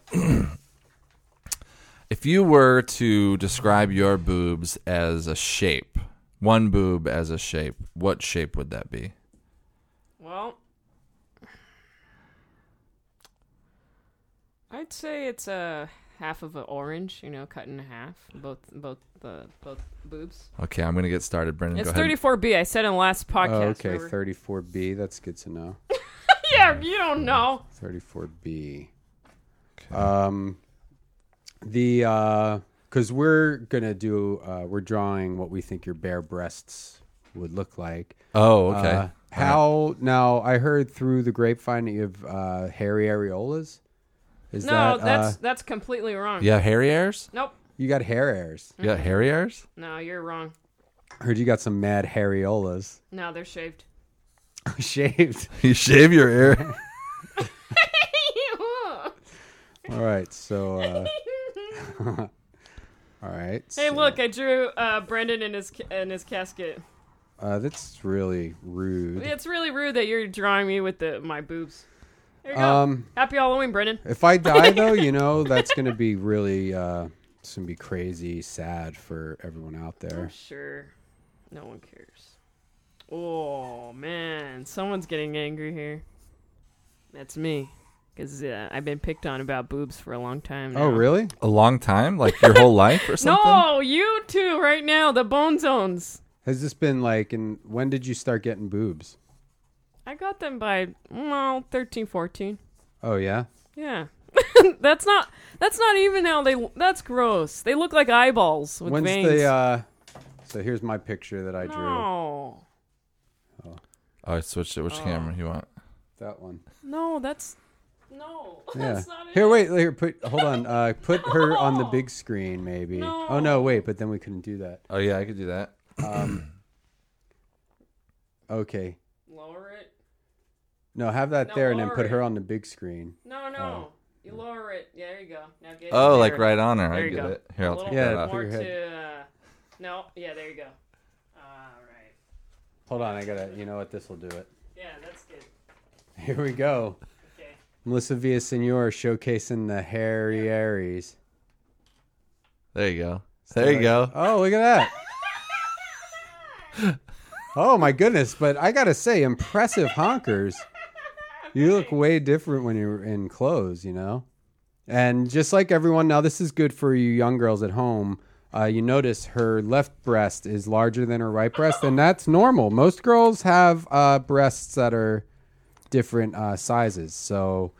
Speaker 2: if you were to describe your boobs as a shape, one boob as a shape, what shape would that be?
Speaker 3: Well, I'd say it's a half of an orange, you know, cut in half, both both the both boobs.
Speaker 2: Okay, I'm gonna get started, Brendan.
Speaker 3: It's
Speaker 2: go ahead.
Speaker 3: 34B. I said in the last podcast.
Speaker 1: Oh, okay,
Speaker 3: we were-
Speaker 1: 34B. That's good to know.
Speaker 3: Yeah, you
Speaker 1: Hmm.
Speaker 3: don't know.
Speaker 1: 34B. Um, the because we're gonna do uh, we're drawing what we think your bare breasts would look like.
Speaker 2: Oh, okay.
Speaker 1: Uh, how now? I heard through the grapevine that you have uh, hairy areolas. Is
Speaker 3: No,
Speaker 1: that, uh,
Speaker 3: that's that's completely wrong.
Speaker 2: you have hairy hairs?
Speaker 3: Nope.
Speaker 1: you got hair airs.
Speaker 2: You got hairy hairs?
Speaker 3: No, you're wrong.
Speaker 1: Heard you got some mad areolas
Speaker 3: No, they're shaved.
Speaker 1: shaved.
Speaker 2: you shave your hair?
Speaker 1: All right, so uh, all
Speaker 3: hey,
Speaker 1: right. so,
Speaker 3: look, I drew uh, Brendan in his ca- in his casket.
Speaker 1: uh, that's really rude.
Speaker 3: It's really rude that you're drawing me with the my boobs. There you go.
Speaker 1: Um,
Speaker 3: Happy Halloween, Brendan.
Speaker 1: If I die though, you know that's gonna be really uh, it's gonna be crazy sad for everyone out there.
Speaker 3: Oh, Sure. No one cares. Oh, man. Someone's getting angry here. That's me. Because uh, I've been picked on about boobs for a long time now.
Speaker 1: Oh really?
Speaker 2: A long time? Like your whole life or something?
Speaker 3: No, you two right now, the Bone Zones.
Speaker 1: Has this been like? And when did you start getting boobs?
Speaker 3: I got them by, well, 13, 14.
Speaker 1: Oh yeah.
Speaker 3: Yeah. that's not that's not even how they that's gross. They look like eyeballs with
Speaker 1: When's
Speaker 3: veins.
Speaker 1: the? Uh, so here's my picture that I drew.
Speaker 3: no.
Speaker 2: Oh, I switched it. Which camera you want?
Speaker 1: That one.
Speaker 3: No, that's no.
Speaker 1: Yeah.
Speaker 3: That's not it.
Speaker 1: Here, wait. Here, put. Hold on. Uh, put her on the big screen, maybe.
Speaker 3: No.
Speaker 1: Oh no, wait. But then we couldn't do that. Um,
Speaker 2: Oh yeah, I could do that.
Speaker 1: Okay.
Speaker 3: Lower it.
Speaker 1: No, have that
Speaker 3: No,
Speaker 1: there, and then put
Speaker 3: Lauren.
Speaker 1: her on the big screen. Oh.
Speaker 3: No, no. You lower it. Yeah, there you go. Now get
Speaker 2: Oh,
Speaker 3: it.
Speaker 2: like
Speaker 3: There.
Speaker 2: right on her.
Speaker 3: There
Speaker 2: I
Speaker 3: you
Speaker 2: get
Speaker 3: go.
Speaker 2: it. Here,
Speaker 3: A
Speaker 2: I'll
Speaker 3: little
Speaker 2: take
Speaker 3: bit
Speaker 1: Yeah,
Speaker 2: that off.
Speaker 1: put
Speaker 3: more
Speaker 1: your
Speaker 3: to. Uh, no, yeah, there you go. All right.
Speaker 1: Hold on. I gotta. You know what? This will do it.
Speaker 3: Yeah, that's good.
Speaker 1: Here we go.
Speaker 3: Okay.
Speaker 1: Melissa Villasenor showcasing the hairy Aries.
Speaker 2: There you go. There you go.
Speaker 1: Oh, look at that. oh my goodness, but I gotta say, impressive honkers. You look way different when you're in clothes, you know? And just like everyone, now this is good for you young girls at home. Uh, you notice her left breast is larger than her right breast, and that's normal. Most girls have uh, breasts that are different uh, sizes. So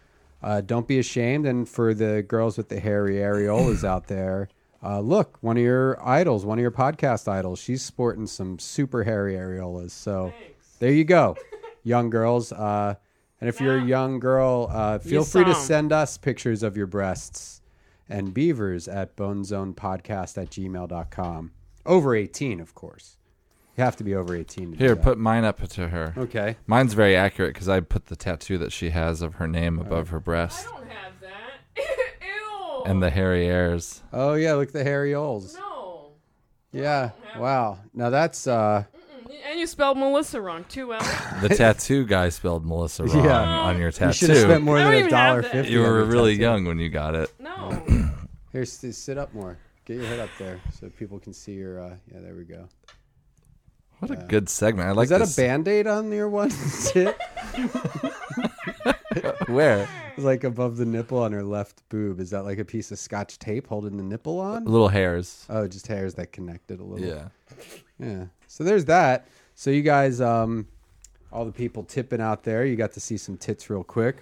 Speaker 1: uh, don't be ashamed. And for the girls with the hairy areolas out there, uh, look, one of your idols, one of your podcast idols, she's sporting some super hairy areolas. So there you go, young girls. Uh, and if you're a young girl, uh, feel
Speaker 3: You
Speaker 1: free to
Speaker 3: saw 'em.
Speaker 1: send us pictures of your breasts and beavers at bonezonepodcast at gmail.com. Over 18, of course. You have to be over 18 to do
Speaker 2: Here,
Speaker 1: that.
Speaker 2: put mine up to her.
Speaker 1: Okay.
Speaker 2: Mine's very accurate because I put the tattoo that she has of her name above her
Speaker 3: I
Speaker 2: breast
Speaker 3: don't have that. Ew.
Speaker 2: and the hairy hairs.
Speaker 1: Oh, yeah, look at the areolas.
Speaker 3: no.
Speaker 1: Yeah. Wow. Now that's uh
Speaker 3: And you spelled Melissa wrong too. Well,
Speaker 2: The tattoo guy spelled Melissa wrong
Speaker 1: Yeah.
Speaker 2: on your
Speaker 1: you should have spent
Speaker 2: tattoo.
Speaker 1: more
Speaker 3: I don't
Speaker 1: than a
Speaker 3: even have
Speaker 1: dollar
Speaker 3: that.
Speaker 1: fifty.
Speaker 2: You
Speaker 1: on
Speaker 2: were
Speaker 1: the
Speaker 2: really
Speaker 1: tattoo.
Speaker 2: young when you got it.
Speaker 3: no.
Speaker 1: Here, sit sit up more. Get your head up there so people can see your uh yeah, there we go.
Speaker 2: What a good segment. I like
Speaker 1: Is that
Speaker 2: this.
Speaker 1: a band-aid on your one tip?
Speaker 2: Where?
Speaker 1: like above the nipple on her left boob. Is that like a piece of scotch tape holding the nipple on?
Speaker 2: Little hairs.
Speaker 1: Oh, just hairs that connected a little.
Speaker 2: Yeah.
Speaker 1: Yeah. So there's that. So you guys, um, all the people tipping out there, you got to see some tits real quick.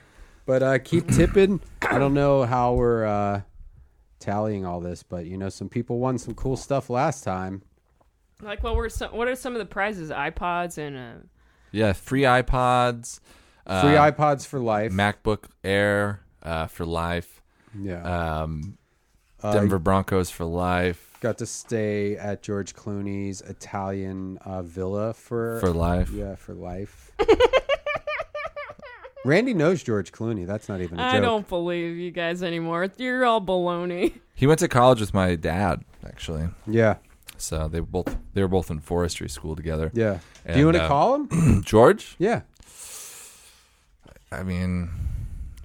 Speaker 1: But uh, keep tipping. I don't know how we're uh, tallying all this, but you know, some people won some cool stuff last time.
Speaker 3: Like, what were some? What are some of the prizes? iPods and uh,
Speaker 2: Yeah. Free iPods. Uh,
Speaker 1: Free iPods for life.
Speaker 2: MacBook Air uh, for life.
Speaker 1: yeah.
Speaker 2: Um,
Speaker 1: Uh,
Speaker 2: Denver Broncos for life.
Speaker 1: got to stay at George Clooney's Italian uh, villa for
Speaker 2: For life.
Speaker 1: Yeah, for life. Randy knows George Clooney. That's not even a joke.
Speaker 3: I don't believe you guys anymore. You're all baloney.
Speaker 2: He went to college with my dad, actually.
Speaker 1: Yeah.
Speaker 2: So they both they were both in forestry school together.
Speaker 1: Yeah. Do
Speaker 2: And,
Speaker 1: you want to
Speaker 2: uh,
Speaker 1: call him?
Speaker 2: George?
Speaker 1: yeah.
Speaker 2: I mean,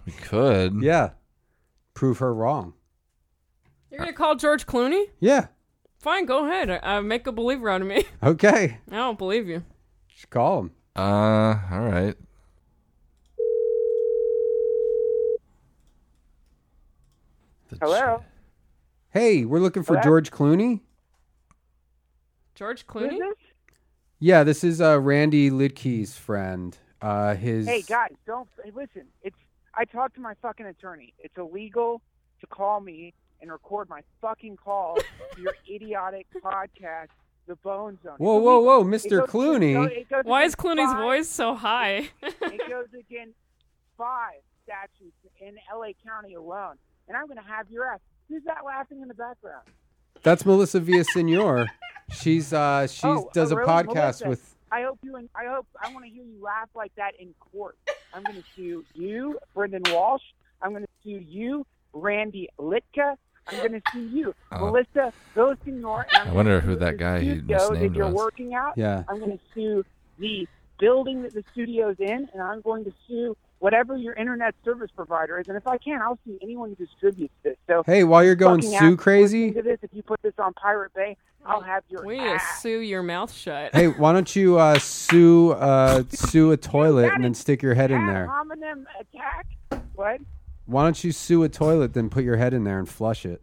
Speaker 2: we could.
Speaker 1: Yeah. Prove her wrong.
Speaker 3: You're gonna call George Clooney?
Speaker 1: Yeah.
Speaker 3: Fine, go ahead. I, I make a believer out of me.
Speaker 1: Okay.
Speaker 3: I don't believe you.
Speaker 1: Just call him.
Speaker 2: Uh, all right. Hello.
Speaker 1: Hey, we're looking for
Speaker 12: Hello?
Speaker 1: George Clooney.
Speaker 3: George
Speaker 12: Who's
Speaker 3: Clooney?
Speaker 12: this?
Speaker 1: Yeah, this is uh, Randy Lidkey's friend. Uh, his
Speaker 12: Hey guys, don't hey, listen. It's I talked to my fucking attorney. It's illegal to call me and record my fucking call to your idiotic podcast, The Bone Zone. It's
Speaker 1: Whoa, whoa, whoa,
Speaker 12: illegal. It
Speaker 1: Mr.
Speaker 12: goes-
Speaker 1: Clooney.
Speaker 12: it goes- it goes
Speaker 3: Why is
Speaker 12: against
Speaker 3: Clooney's
Speaker 12: five-
Speaker 3: voice so high?
Speaker 12: It goes against five statutes in L.A. County alone, and I'm going to have your ass. Who's that laughing in the background?
Speaker 1: That's Melissa Villasenor. She's uh she
Speaker 12: Oh,
Speaker 1: does a
Speaker 12: really?
Speaker 1: podcast
Speaker 12: Melissa,
Speaker 1: with
Speaker 12: I hope you. and I hope I want to hear you laugh like that in court. I'm going to sue you, Brendan Walsh. I'm going to sue you, Randy Litka. I'm going to sue you,
Speaker 2: Uh,
Speaker 12: Melissa Villasenor. and I'm
Speaker 2: I
Speaker 12: gonna
Speaker 2: wonder
Speaker 12: sue
Speaker 2: who that
Speaker 12: the
Speaker 2: guy he
Speaker 12: studio
Speaker 2: misnamed
Speaker 12: that you're
Speaker 2: was.
Speaker 12: working out.
Speaker 1: Yeah.
Speaker 12: I'm going to sue the building that the studio's in, and I'm going to sue whatever your internet service provider is. And if I can, I'll sue anyone who distributes this. So
Speaker 1: Hey, while you're going
Speaker 12: fucking
Speaker 1: Sue
Speaker 12: assholes listening
Speaker 1: crazy,
Speaker 12: to this, if you put this on Pirate Bay, I'll have your
Speaker 3: we
Speaker 12: ass.
Speaker 3: sue your mouth shut.
Speaker 1: hey, why don't you uh sue uh sue a toilet and then stick your head in
Speaker 12: Ad
Speaker 1: there?
Speaker 12: hominem attack. What?
Speaker 1: Why don't you sue a toilet then put your head in there and flush it?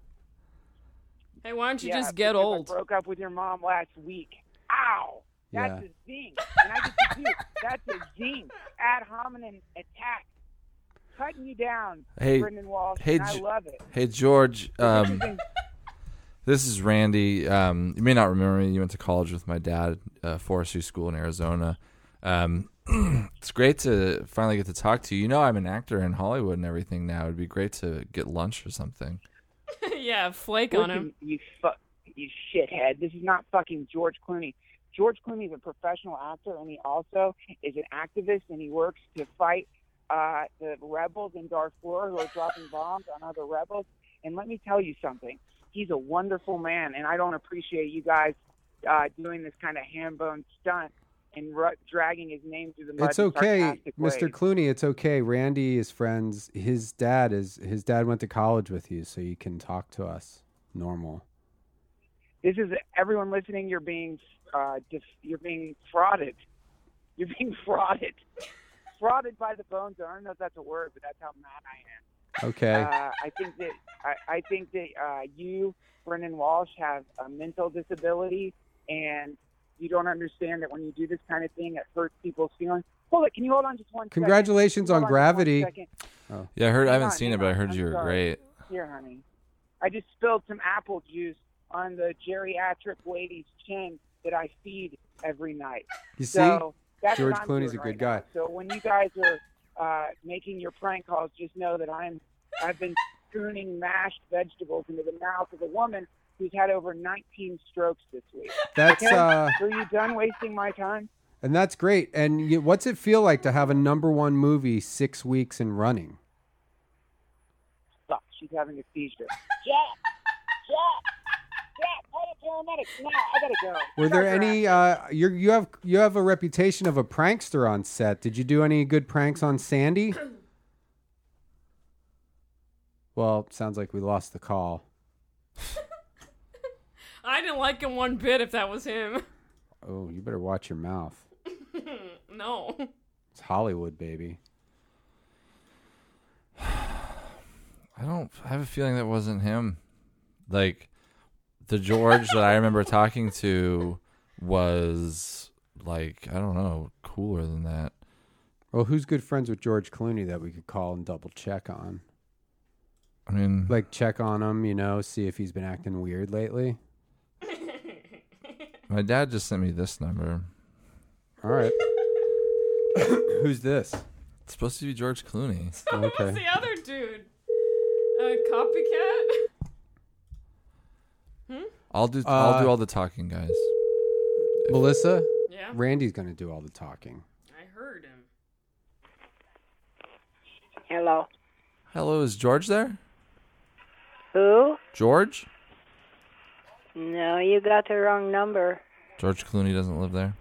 Speaker 3: Hey, why don't you
Speaker 12: Yeah,
Speaker 3: just get
Speaker 12: because
Speaker 3: old?
Speaker 12: I broke up with your mom last week. Ow! That's
Speaker 1: Yeah.
Speaker 12: a zing. And I get to do. That's a zing. Ad hominem attack. Cutting you down,
Speaker 2: Hey,
Speaker 12: Brendan Walsh.
Speaker 2: hey,
Speaker 12: and I
Speaker 2: J-
Speaker 12: love it.
Speaker 2: Hey George, um, this is Randy. Um, you may not remember me. You went to college with my dad, uh, forestry school in Arizona. Um, it's great to finally get to talk to you. You know, I'm an actor in Hollywood and everything now. It'd be great to get lunch or something.
Speaker 3: yeah, flake on him.
Speaker 12: Listen, you fuck, you shithead. This is not fucking George Clooney. George Clooney is a professional actor, and he also is an activist, and he works to fight uh, the rebels in Darfur who are dropping bombs on other rebels. And let me tell you something. He's a wonderful man, and I don't appreciate you guys uh, doing this kind of ham-bone stunt and ru- dragging his name through the mud.
Speaker 1: It's
Speaker 12: in
Speaker 1: okay,
Speaker 12: sarcastic
Speaker 1: Mr.
Speaker 12: ways.
Speaker 1: Clooney, it's okay. Randy is friends. His dad is his dad went to college with you so you can talk to us normal.
Speaker 12: this is everyone listening. You're being uh, def- you're being frauded. You're being frauded. frauded by the bone zone. I don't know if that's a word, but that's how mad I am.
Speaker 1: Okay.
Speaker 12: Uh, I think that I, I think that uh, you, Brendan Walsh, have a mental disability, and you don't understand that when you do this kind of thing, it hurts people's feelings. Hold it. Can you hold on just one second?
Speaker 1: Congratulations
Speaker 12: Hold
Speaker 1: on
Speaker 12: just one
Speaker 1: Gravity.
Speaker 12: second.
Speaker 1: Oh.
Speaker 2: Yeah, I heard.
Speaker 12: Hang
Speaker 2: I haven't
Speaker 12: on,
Speaker 2: seen it,
Speaker 12: hang
Speaker 2: but I
Speaker 12: on.
Speaker 2: heard
Speaker 12: I'm
Speaker 2: you were
Speaker 12: sorry.
Speaker 2: great.
Speaker 12: Here, honey. I just spilled some apple juice on the geriatric lady's chin that I feed every night.
Speaker 1: You see?
Speaker 12: So that's
Speaker 1: George
Speaker 12: what I'm
Speaker 1: Clooney's
Speaker 12: doing
Speaker 1: a good
Speaker 12: right now.
Speaker 1: guy.
Speaker 12: So when you guys are uh, making your prank calls, just know that I'm I've been spooning mashed vegetables into the mouth of a woman who's had over 19 strokes this week.
Speaker 1: That's
Speaker 12: Okay?
Speaker 1: uh
Speaker 12: Are you done wasting my time?
Speaker 1: And that's great. And you, what's it feel like to have a number one movie six weeks in running?
Speaker 12: Fuck, she's having a seizure. Jack, Jack, Jack, call the paramedics now. I gotta go.
Speaker 1: Were there
Speaker 12: Sucker
Speaker 1: any? Uh, you you have you have a reputation of a prankster on set. Did you do any good pranks on Sandy? Well, sounds like we lost the call.
Speaker 3: I didn't like him one bit if that was him.
Speaker 1: Oh, you better watch your mouth.
Speaker 3: No.
Speaker 1: It's Hollywood, baby.
Speaker 2: I don't. I have a feeling that wasn't him. Like the George that I remember talking to was like I don't know, cooler than that.
Speaker 1: Well, who's good friends with George Clooney that we could call and double check on?
Speaker 2: I mean,
Speaker 1: Like check on him, you know, see if he's been acting weird lately.
Speaker 2: my dad just sent me this number.
Speaker 1: All right. who's this?
Speaker 2: It's supposed to be George Clooney.
Speaker 1: Okay.
Speaker 3: Who's the other dude? A copycat?
Speaker 2: I'll do.
Speaker 1: Uh,
Speaker 2: I'll do all the talking, guys.
Speaker 1: Melissa,
Speaker 3: Yeah,
Speaker 1: Randy's going to do all the talking.
Speaker 3: I heard him.
Speaker 12: Hello.
Speaker 2: Hello, is George there?
Speaker 12: Who?
Speaker 2: George?
Speaker 12: No, you got the wrong number.
Speaker 2: George Clooney doesn't live there.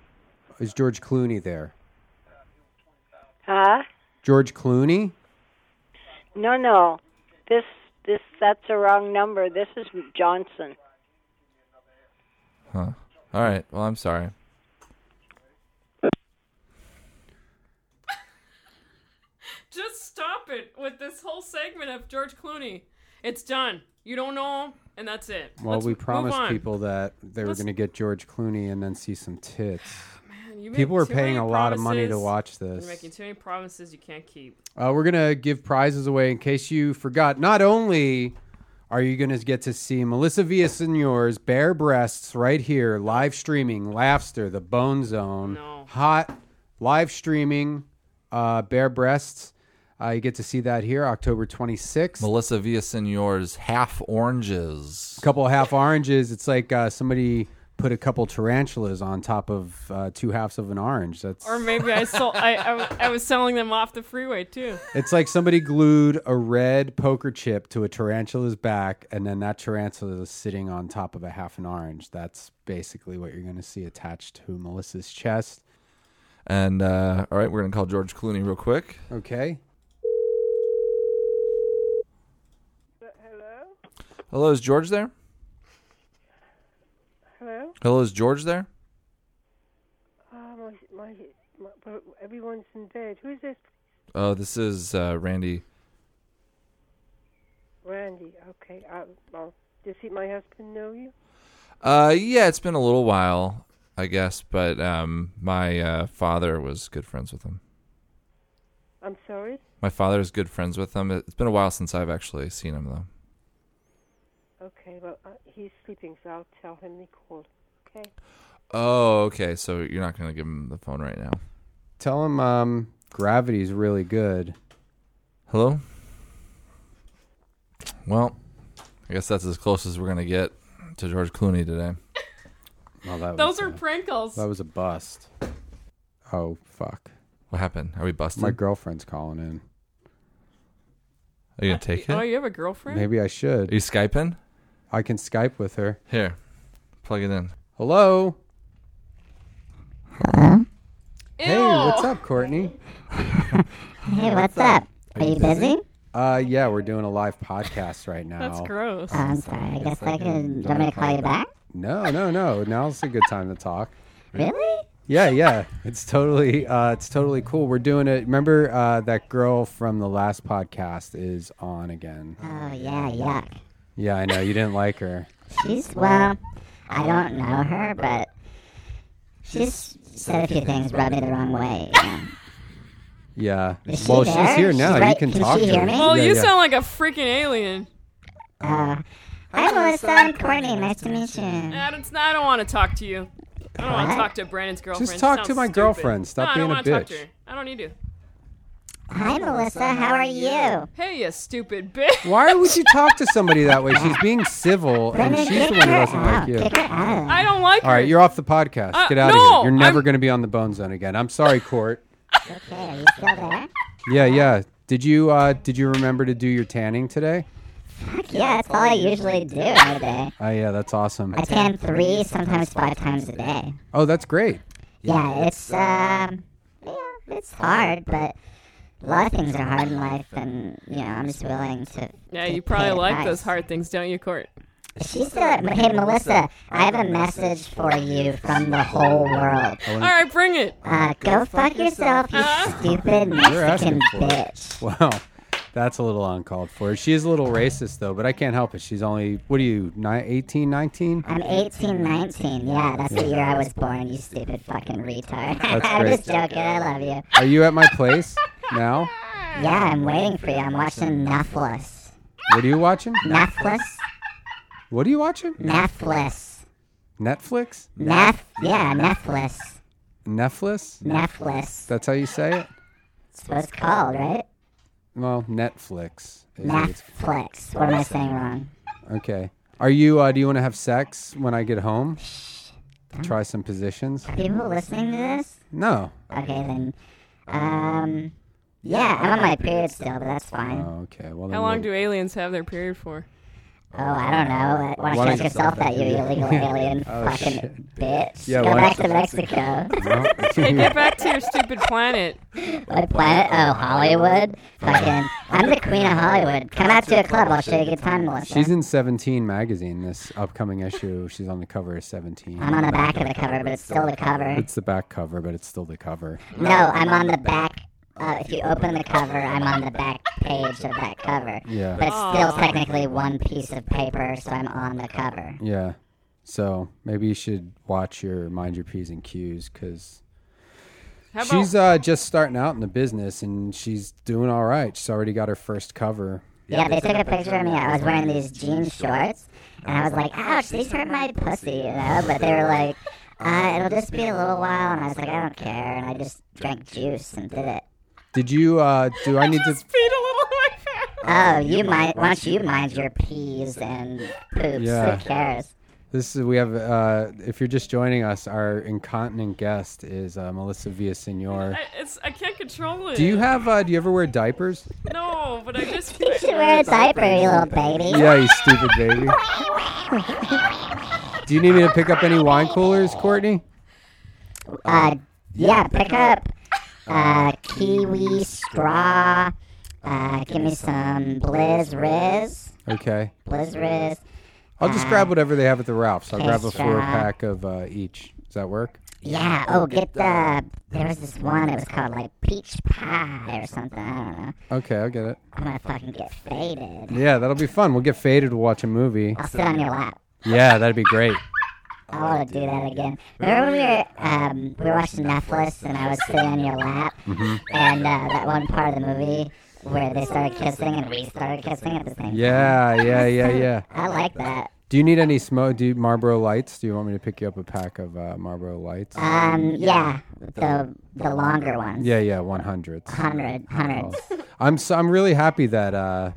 Speaker 1: Is George Clooney there?
Speaker 12: Huh?
Speaker 1: George Clooney?
Speaker 12: No, no. This, this, that's the wrong number. This is Johnson.
Speaker 2: Huh. All right. Well, I'm sorry.
Speaker 3: Just stop it with this whole segment of George Clooney. It's done. You don't know, 'em, and that's it.
Speaker 1: Well,
Speaker 3: Let's
Speaker 1: we
Speaker 3: move
Speaker 1: promised
Speaker 3: on.
Speaker 1: people that they were
Speaker 3: Let's-
Speaker 1: going to get George Clooney and then see some tits.
Speaker 3: Man, you make
Speaker 1: people were
Speaker 3: too
Speaker 1: paying
Speaker 3: many
Speaker 1: a lot of money to
Speaker 3: promises.
Speaker 1: watch
Speaker 3: You're
Speaker 1: this.
Speaker 3: making too many promises you can't keep.
Speaker 1: Uh, we're gonna give prizes away in case you forgot. Not only are you gonna get to see Melissa Villasenor's bare breasts right here, live streaming, Laughster, the Bone Zone,
Speaker 3: No.
Speaker 1: hot live streaming, uh, bare breasts. Uh, you get to see that here, October 26th. A
Speaker 2: Melissa Villasenor's half oranges.
Speaker 1: couple of half oranges. It's like uh, somebody put a couple tarantulas on top of uh, two halves of an orange. That's
Speaker 3: Or maybe I sold. I, I I was selling them off the freeway too.
Speaker 1: It's like somebody glued a red poker chip to a tarantula's back, and then that tarantula is sitting on top of a half an orange. That's basically what you're going to see attached to Melissa's chest.
Speaker 2: And uh, all right, we're gonna call George Clooney real quick.
Speaker 1: Okay.
Speaker 13: Hello?
Speaker 2: Hello, is George there?
Speaker 13: Hello?
Speaker 2: Hello, is George there?
Speaker 13: Oh, my, my, my, but everyone's in bed. Who is this?
Speaker 2: Oh, this is uh, Randy.
Speaker 13: Randy. Okay. I, well, does he, my husband know you?
Speaker 2: Uh, yeah, it's been a little while, I guess, but um, my uh, father was good friends with him.
Speaker 13: I'm sorry?
Speaker 2: My father is good friends with him. It's been a while since I've actually seen him, though.
Speaker 13: Okay. Well, uh, he's sleeping, so I'll tell him he called. Okay.
Speaker 2: Oh, okay. So you're not gonna give him the phone right now.
Speaker 1: Tell him um, gravity's really good.
Speaker 2: Hello. Well, I guess that's as close as we're gonna get to George Clooney today.
Speaker 1: Well, that
Speaker 3: Those
Speaker 1: was
Speaker 3: are
Speaker 1: a,
Speaker 3: prank calls.
Speaker 1: that was a bust. Oh fuck!
Speaker 2: What happened? Are we busted?
Speaker 1: My girlfriend's calling in.
Speaker 2: Are you gonna take it?
Speaker 3: Oh,
Speaker 2: Are
Speaker 3: you have a girlfriend?
Speaker 1: Maybe I should.
Speaker 2: you skyping?
Speaker 1: I can Skype with her.
Speaker 2: Here, plug it in.
Speaker 1: Hello.
Speaker 3: Ew.
Speaker 1: Hey, what's up, Courtney?
Speaker 6: Hey, what's up? Are you busy?
Speaker 1: Uh, yeah, we're doing a live podcast right now.
Speaker 3: That's gross.
Speaker 6: Oh, I'm sorry. I guess I can. Do you want me to call you back?
Speaker 1: No, no, no. Now's a good time to talk.
Speaker 6: Really?
Speaker 1: Yeah, yeah. It's totally uh it's totally cool. We're doing it. Remember uh that girl from the last podcast is on again.
Speaker 6: Oh, yeah, yuck.
Speaker 1: Yeah, I know. You didn't like her.
Speaker 6: She's, well, I don't know her, but she's said a few things rubbed me the wrong way. you know.
Speaker 1: Yeah.
Speaker 6: Is she
Speaker 1: well, she's
Speaker 6: there?
Speaker 1: here now.
Speaker 6: She's
Speaker 1: you
Speaker 6: right-
Speaker 1: can,
Speaker 6: can
Speaker 1: talk
Speaker 6: she
Speaker 1: to
Speaker 6: hear
Speaker 1: her.
Speaker 6: me?
Speaker 3: Well,
Speaker 1: Yeah,
Speaker 3: Oh, you
Speaker 1: yeah.
Speaker 3: sound like a freaking alien.
Speaker 6: Uh, hi, Melissa. I'm Courtney. Nice to meet you.
Speaker 3: I don't, I don't want to talk to you. I don't want to
Speaker 6: What?
Speaker 3: talk to Brandon's girlfriend.
Speaker 1: Just talk
Speaker 3: Sounds
Speaker 1: to my
Speaker 3: stupid.
Speaker 1: girlfriend.
Speaker 3: no, I
Speaker 1: Stop
Speaker 3: don't
Speaker 1: being a
Speaker 3: wanna Talk to
Speaker 1: bitch.
Speaker 3: her. I don't need to.
Speaker 6: Hi, Melissa. How are you?
Speaker 3: Hey, you stupid bitch.
Speaker 1: Why would you talk to somebody that way? She's being civil, and
Speaker 6: Brendan,
Speaker 1: she's
Speaker 6: kick
Speaker 1: the one who
Speaker 6: her
Speaker 1: doesn't like
Speaker 6: out.
Speaker 1: you.
Speaker 6: Kick her out.
Speaker 3: I don't like
Speaker 1: All
Speaker 3: her.
Speaker 1: right, you're off the podcast.
Speaker 3: Uh,
Speaker 1: Get out
Speaker 3: no,
Speaker 1: of here. You're never
Speaker 3: I'm-
Speaker 1: going to be on the Bone Zone again. I'm sorry, Court.
Speaker 6: Okay, are you still there?
Speaker 1: Yeah, yeah. Did you uh did you remember to do your tanning today?
Speaker 6: Heck yeah, that's all I usually do every day.
Speaker 1: Oh yeah, that's awesome.
Speaker 6: I tan three, sometimes five times a day.
Speaker 1: Oh, that's great.
Speaker 6: Yeah, it's um, yeah, it's hard, but a lot of things are hard in life, and you know, I'm just willing to.
Speaker 3: yeah,
Speaker 6: to
Speaker 3: you probably
Speaker 6: take
Speaker 3: like
Speaker 6: advice.
Speaker 3: those hard things, don't you, Court?
Speaker 6: She's still. Hey, Melissa, I have a message for you from the whole world.
Speaker 3: All right, bring it.
Speaker 6: Uh, go fuck yourself, you stupid Mexican
Speaker 1: asking for it.
Speaker 6: bitch.
Speaker 1: Wow. That's a little uncalled for. She is a little racist though, but I can't help it. She's only what are you, ni- 18, 19?
Speaker 6: I'm 18, 19. Yeah, that's the year I was born. You stupid fucking retard. I'm
Speaker 1: great.
Speaker 6: just joking. I love you.
Speaker 1: Are you at my place now?
Speaker 6: Yeah, I'm waiting for you. I'm watching Netflix.
Speaker 1: What are you watching?
Speaker 6: Netflix.
Speaker 1: What are you watching?
Speaker 6: Netflix.
Speaker 1: Netflix?
Speaker 6: Nef. Yeah, Netflix.
Speaker 1: Netflix?
Speaker 6: Netflix.
Speaker 1: That's how you say it?
Speaker 6: That's what it's called, right?
Speaker 1: Well, Netflix. is what it's-
Speaker 6: Netflix. What am I saying wrong?
Speaker 1: Okay. Are you uh do you want to have sex when I get home? Try some positions?
Speaker 6: People listening to this?
Speaker 1: No.
Speaker 6: Okay, then. Um. Yeah, I'm on my period still, but that's fine.
Speaker 1: Oh, okay. Well, then
Speaker 3: How long
Speaker 1: we'll-
Speaker 3: do aliens have their period for?
Speaker 6: Oh, I don't know. Why
Speaker 1: Uh, Why
Speaker 6: don't you
Speaker 1: don't
Speaker 6: check
Speaker 1: you
Speaker 6: yourself that, you illegal alien
Speaker 1: Oh,
Speaker 6: fucking bitch?
Speaker 1: Yeah,
Speaker 6: Go
Speaker 1: why
Speaker 6: back to Mexico.
Speaker 3: Get back to your stupid planet.
Speaker 6: What planet? Oh, Hollywood? Fucking. I'm the queen of Hollywood. Come out to a club. I'll show you a good time, Melissa.
Speaker 1: She's in 17 magazine this upcoming issue. She's on the cover of 17.
Speaker 6: I'm on the back of the cover, but it's still the cover.
Speaker 1: It's the back cover, but it's still the cover.
Speaker 6: No, I'm on the back uh, if you open the cover, I'm on the back page of that cover.
Speaker 1: Yeah.
Speaker 6: But it's still
Speaker 1: Aw.
Speaker 6: technically one piece of paper, so I'm on the cover.
Speaker 1: Yeah. So maybe you should watch your mind your p's and q's because
Speaker 6: How
Speaker 1: she's uh, just starting out in the business and she's doing all right. She's already got her first cover.
Speaker 6: Yeah, they took a picture of me. I was wearing these jean shorts, and I was like, ouch, these hurt my pussy, you know? But they were like, uh, it'll just be a little while. And I was like, I don't care. And I just drank juice and did it.
Speaker 1: Did you? Uh, do I need to?
Speaker 6: Oh, you mind? Why don't you mind your peas and poops?
Speaker 1: Yeah.
Speaker 6: Who cares?
Speaker 1: This is we have. Uh, if you're just joining us, our incontinent guest is uh, Melissa Villasenor.
Speaker 3: I, it's, I can't control it.
Speaker 1: Do you have? Uh, do you ever wear diapers?
Speaker 3: No, but I just.
Speaker 6: You should wear a diaper, you little baby.
Speaker 1: Yeah, you stupid baby. Do you need me to pick up any wine coolers, Courtney?
Speaker 6: Uh, yeah, pick up uh, kiwi straw. Uh, give me some Blizz Riz.
Speaker 1: Okay.
Speaker 6: Blizz Riz.
Speaker 1: I'll just grab whatever they have at the Ralphs. I'll
Speaker 6: okay,
Speaker 1: grab a four
Speaker 6: straw.
Speaker 1: pack of uh, each. Does that work?
Speaker 6: Yeah. Oh, get the. There was this one. It was called like peach pie or something. I don't know.
Speaker 1: Okay, I'll get it.
Speaker 6: I'm gonna fucking get faded.
Speaker 1: Yeah, that'll be fun. We'll get faded. We'll watch a movie.
Speaker 6: I'll sit on your lap.
Speaker 1: Yeah, that'd be great.
Speaker 6: I want to do that again. Remember when we were um, we were watching Netflix and I was sitting on your lap,
Speaker 1: Mhm.
Speaker 6: and uh, that one part of the movie where they started kissing and we started kissing at the same
Speaker 1: Yeah, yeah, yeah, yeah.
Speaker 6: I like that.
Speaker 1: Do you need any smoke? Do you, Marlboro Lights? Do you want me to pick you up a pack of uh, Marlboro Lights?
Speaker 6: Um, yeah, the the longer ones.
Speaker 1: Yeah, yeah, one hundreds.
Speaker 6: Hundred,
Speaker 1: Oh.
Speaker 6: hundreds.
Speaker 1: I'm so, I'm really happy that uh,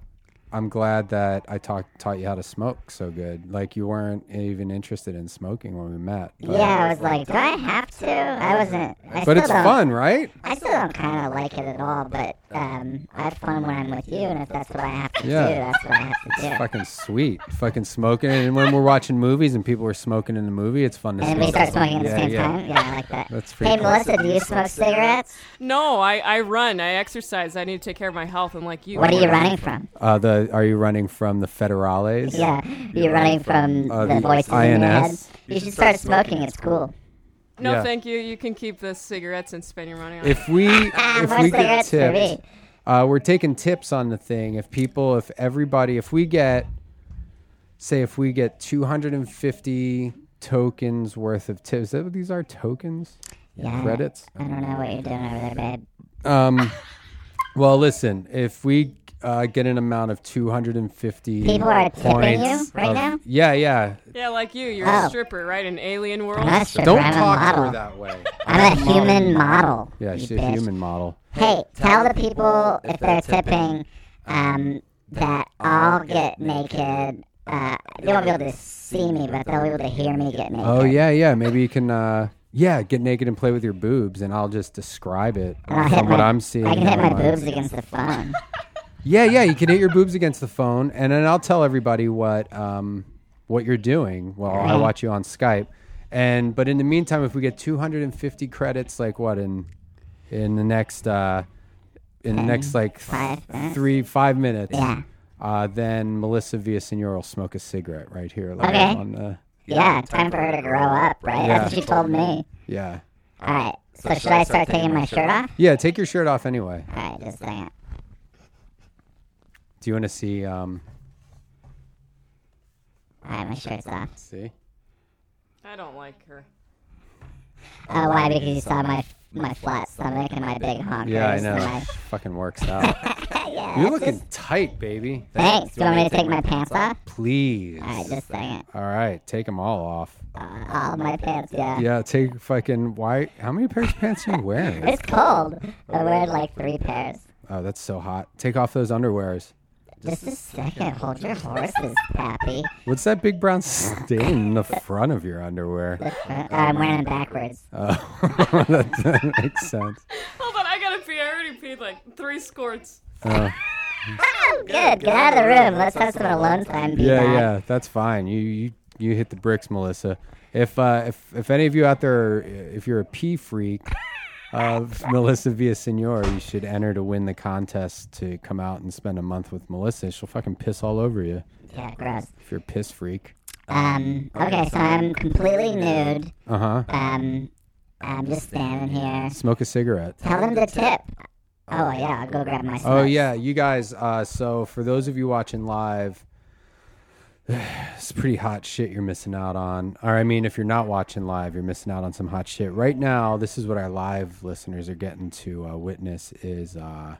Speaker 1: I'm glad that I taught taught you how to smoke so good. Like you weren't even interested in smoking when we met. but-
Speaker 6: Yeah, I was like, do I have to? I wasn't. I
Speaker 1: but
Speaker 6: still
Speaker 1: it's
Speaker 6: don't-
Speaker 1: fun, right?
Speaker 6: I still don't kind of like it at all, but um, I have fun when I'm with you, and if that's what I have to
Speaker 1: Yeah.
Speaker 6: do, that's what I have to do.
Speaker 1: It's fucking sweet. Fucking smoking. And when we're watching movies and people are smoking in the movie, it's fun to
Speaker 6: And
Speaker 1: smoke.
Speaker 6: we start smoking at the
Speaker 1: Yeah,
Speaker 6: same
Speaker 1: yeah.
Speaker 6: time. Yeah, I like that.
Speaker 1: That's pretty
Speaker 6: hey,
Speaker 1: cool.
Speaker 6: Melissa, do you smoke cigarettes?
Speaker 3: No, I, I run. I exercise. I need to take care of my health. I'm like you.
Speaker 6: What are you running from?
Speaker 1: Uh, the Are you running from the Federales?
Speaker 6: Yeah, you're running from
Speaker 1: Uh,
Speaker 6: the voices in your head.
Speaker 1: INS.
Speaker 6: You should start smoking. It's cool.
Speaker 3: No,
Speaker 1: Yeah.
Speaker 3: thank you. You can keep the cigarettes and spend your money on
Speaker 1: If we if
Speaker 3: More
Speaker 1: we get
Speaker 3: cigarettes for me.
Speaker 1: tips, uh, we're taking tips on the thing. If people, if everybody, if we get, say, if we get 250 tokens worth of tips, that, these are tokens,
Speaker 6: Yeah.
Speaker 1: credits.
Speaker 6: I don't know what you're doing over there, babe.
Speaker 1: Um, well, listen, if we uh, get an amount of 250
Speaker 6: People are tipping
Speaker 1: points
Speaker 6: you right
Speaker 1: of-
Speaker 6: now?
Speaker 1: Yeah, yeah.
Speaker 3: Yeah, like you. You're
Speaker 6: Oh.
Speaker 3: a stripper, right? In Alien World.
Speaker 6: I'm not a stripper, Don't I'm a talk to her model.
Speaker 1: that way.
Speaker 6: I'm a human model.
Speaker 1: Yeah,
Speaker 6: you
Speaker 1: she's a
Speaker 6: bitch.
Speaker 1: human model.
Speaker 6: Hey, tell the people if they're tipping um, that I'll get naked. Uh, they won't be able to see me, but they'll be able to hear me get naked.
Speaker 1: Oh yeah, yeah. Maybe you can, uh, yeah, get naked and play with your boobs, and I'll just describe it
Speaker 6: And I'll hit
Speaker 1: from what
Speaker 6: my-
Speaker 1: I'm seeing.
Speaker 6: I can hit my
Speaker 1: on
Speaker 6: boobs against the phone.
Speaker 1: Yeah, yeah. You can hit your boobs against the phone, and then I'll tell everybody what um, what you're doing while I
Speaker 6: Right.
Speaker 1: watch you on Skype. And but in the meantime, if we get 250 credits, like what in in the next uh, in the next like
Speaker 6: five minutes?
Speaker 1: three five minutes,
Speaker 6: Yeah.
Speaker 1: uh, then Melissa Villasenor will smoke a cigarette right here. live
Speaker 6: Okay.
Speaker 1: on the-
Speaker 6: yeah, time for her to grow up, right? That's
Speaker 1: Yeah.
Speaker 6: what she told me.
Speaker 1: yeah.
Speaker 6: All right. So should I start taking my shirt off?
Speaker 1: Yeah, take your shirt off anyway.
Speaker 6: All right, just a second.
Speaker 1: Do you want to see? Um,
Speaker 6: All right, my shirt's off.
Speaker 1: See?
Speaker 3: I don't like her.
Speaker 6: Oh, why? Because you saw my my flat stomach and my big honkers.
Speaker 1: yeah, I know.
Speaker 6: And my...
Speaker 1: Fucking works out. You're looking tight, baby.
Speaker 6: Thanks. Do you want me to take my pants off?
Speaker 1: Please.
Speaker 6: All right, just a second. Uh,
Speaker 1: All right, take them all off.
Speaker 6: All my pants, yeah.
Speaker 1: Yeah, take fucking why? How many pairs of pants are you wearing?
Speaker 6: It's cold. I wear like three pairs.
Speaker 1: oh, that's so hot. Take off those underwears.
Speaker 6: Just a second. Hold your horses, Pappy.
Speaker 1: What's that big brown stain in the front of your underwear?
Speaker 6: Uh, I'm wearing them backwards.
Speaker 1: Oh, that, that makes sense.
Speaker 3: Hold on, I gotta pee. I already peed like three squirts.
Speaker 1: Oh.
Speaker 6: Good. Get out of the room. Let's have some alone time. Be
Speaker 1: Oh. yeah,
Speaker 6: back.
Speaker 1: yeah, that's fine. You you you hit the bricks, Melissa. If uh, if if any of you out there, are, if you're a pee freak, uh, Melissa Villasenor, you should enter to win the contest to come out and spend a month with Melissa. She'll fucking piss all over you.
Speaker 6: Yeah, gross.
Speaker 1: If you're a piss freak.
Speaker 6: Um. Okay, so I'm completely nude.
Speaker 1: Uh huh.
Speaker 6: Um. I'm just standing here.
Speaker 1: Smoke a cigarette.
Speaker 6: Tell them to tip. Oh, yeah, I'll go grab my
Speaker 1: Oh
Speaker 6: snacks.
Speaker 1: yeah, you guys. Uh, so for those of you watching live, it's pretty hot shit you're missing out on. Or I mean, if you're not watching live, you're missing out on some hot shit. Right now, this is what our live listeners are getting to uh, witness is uh,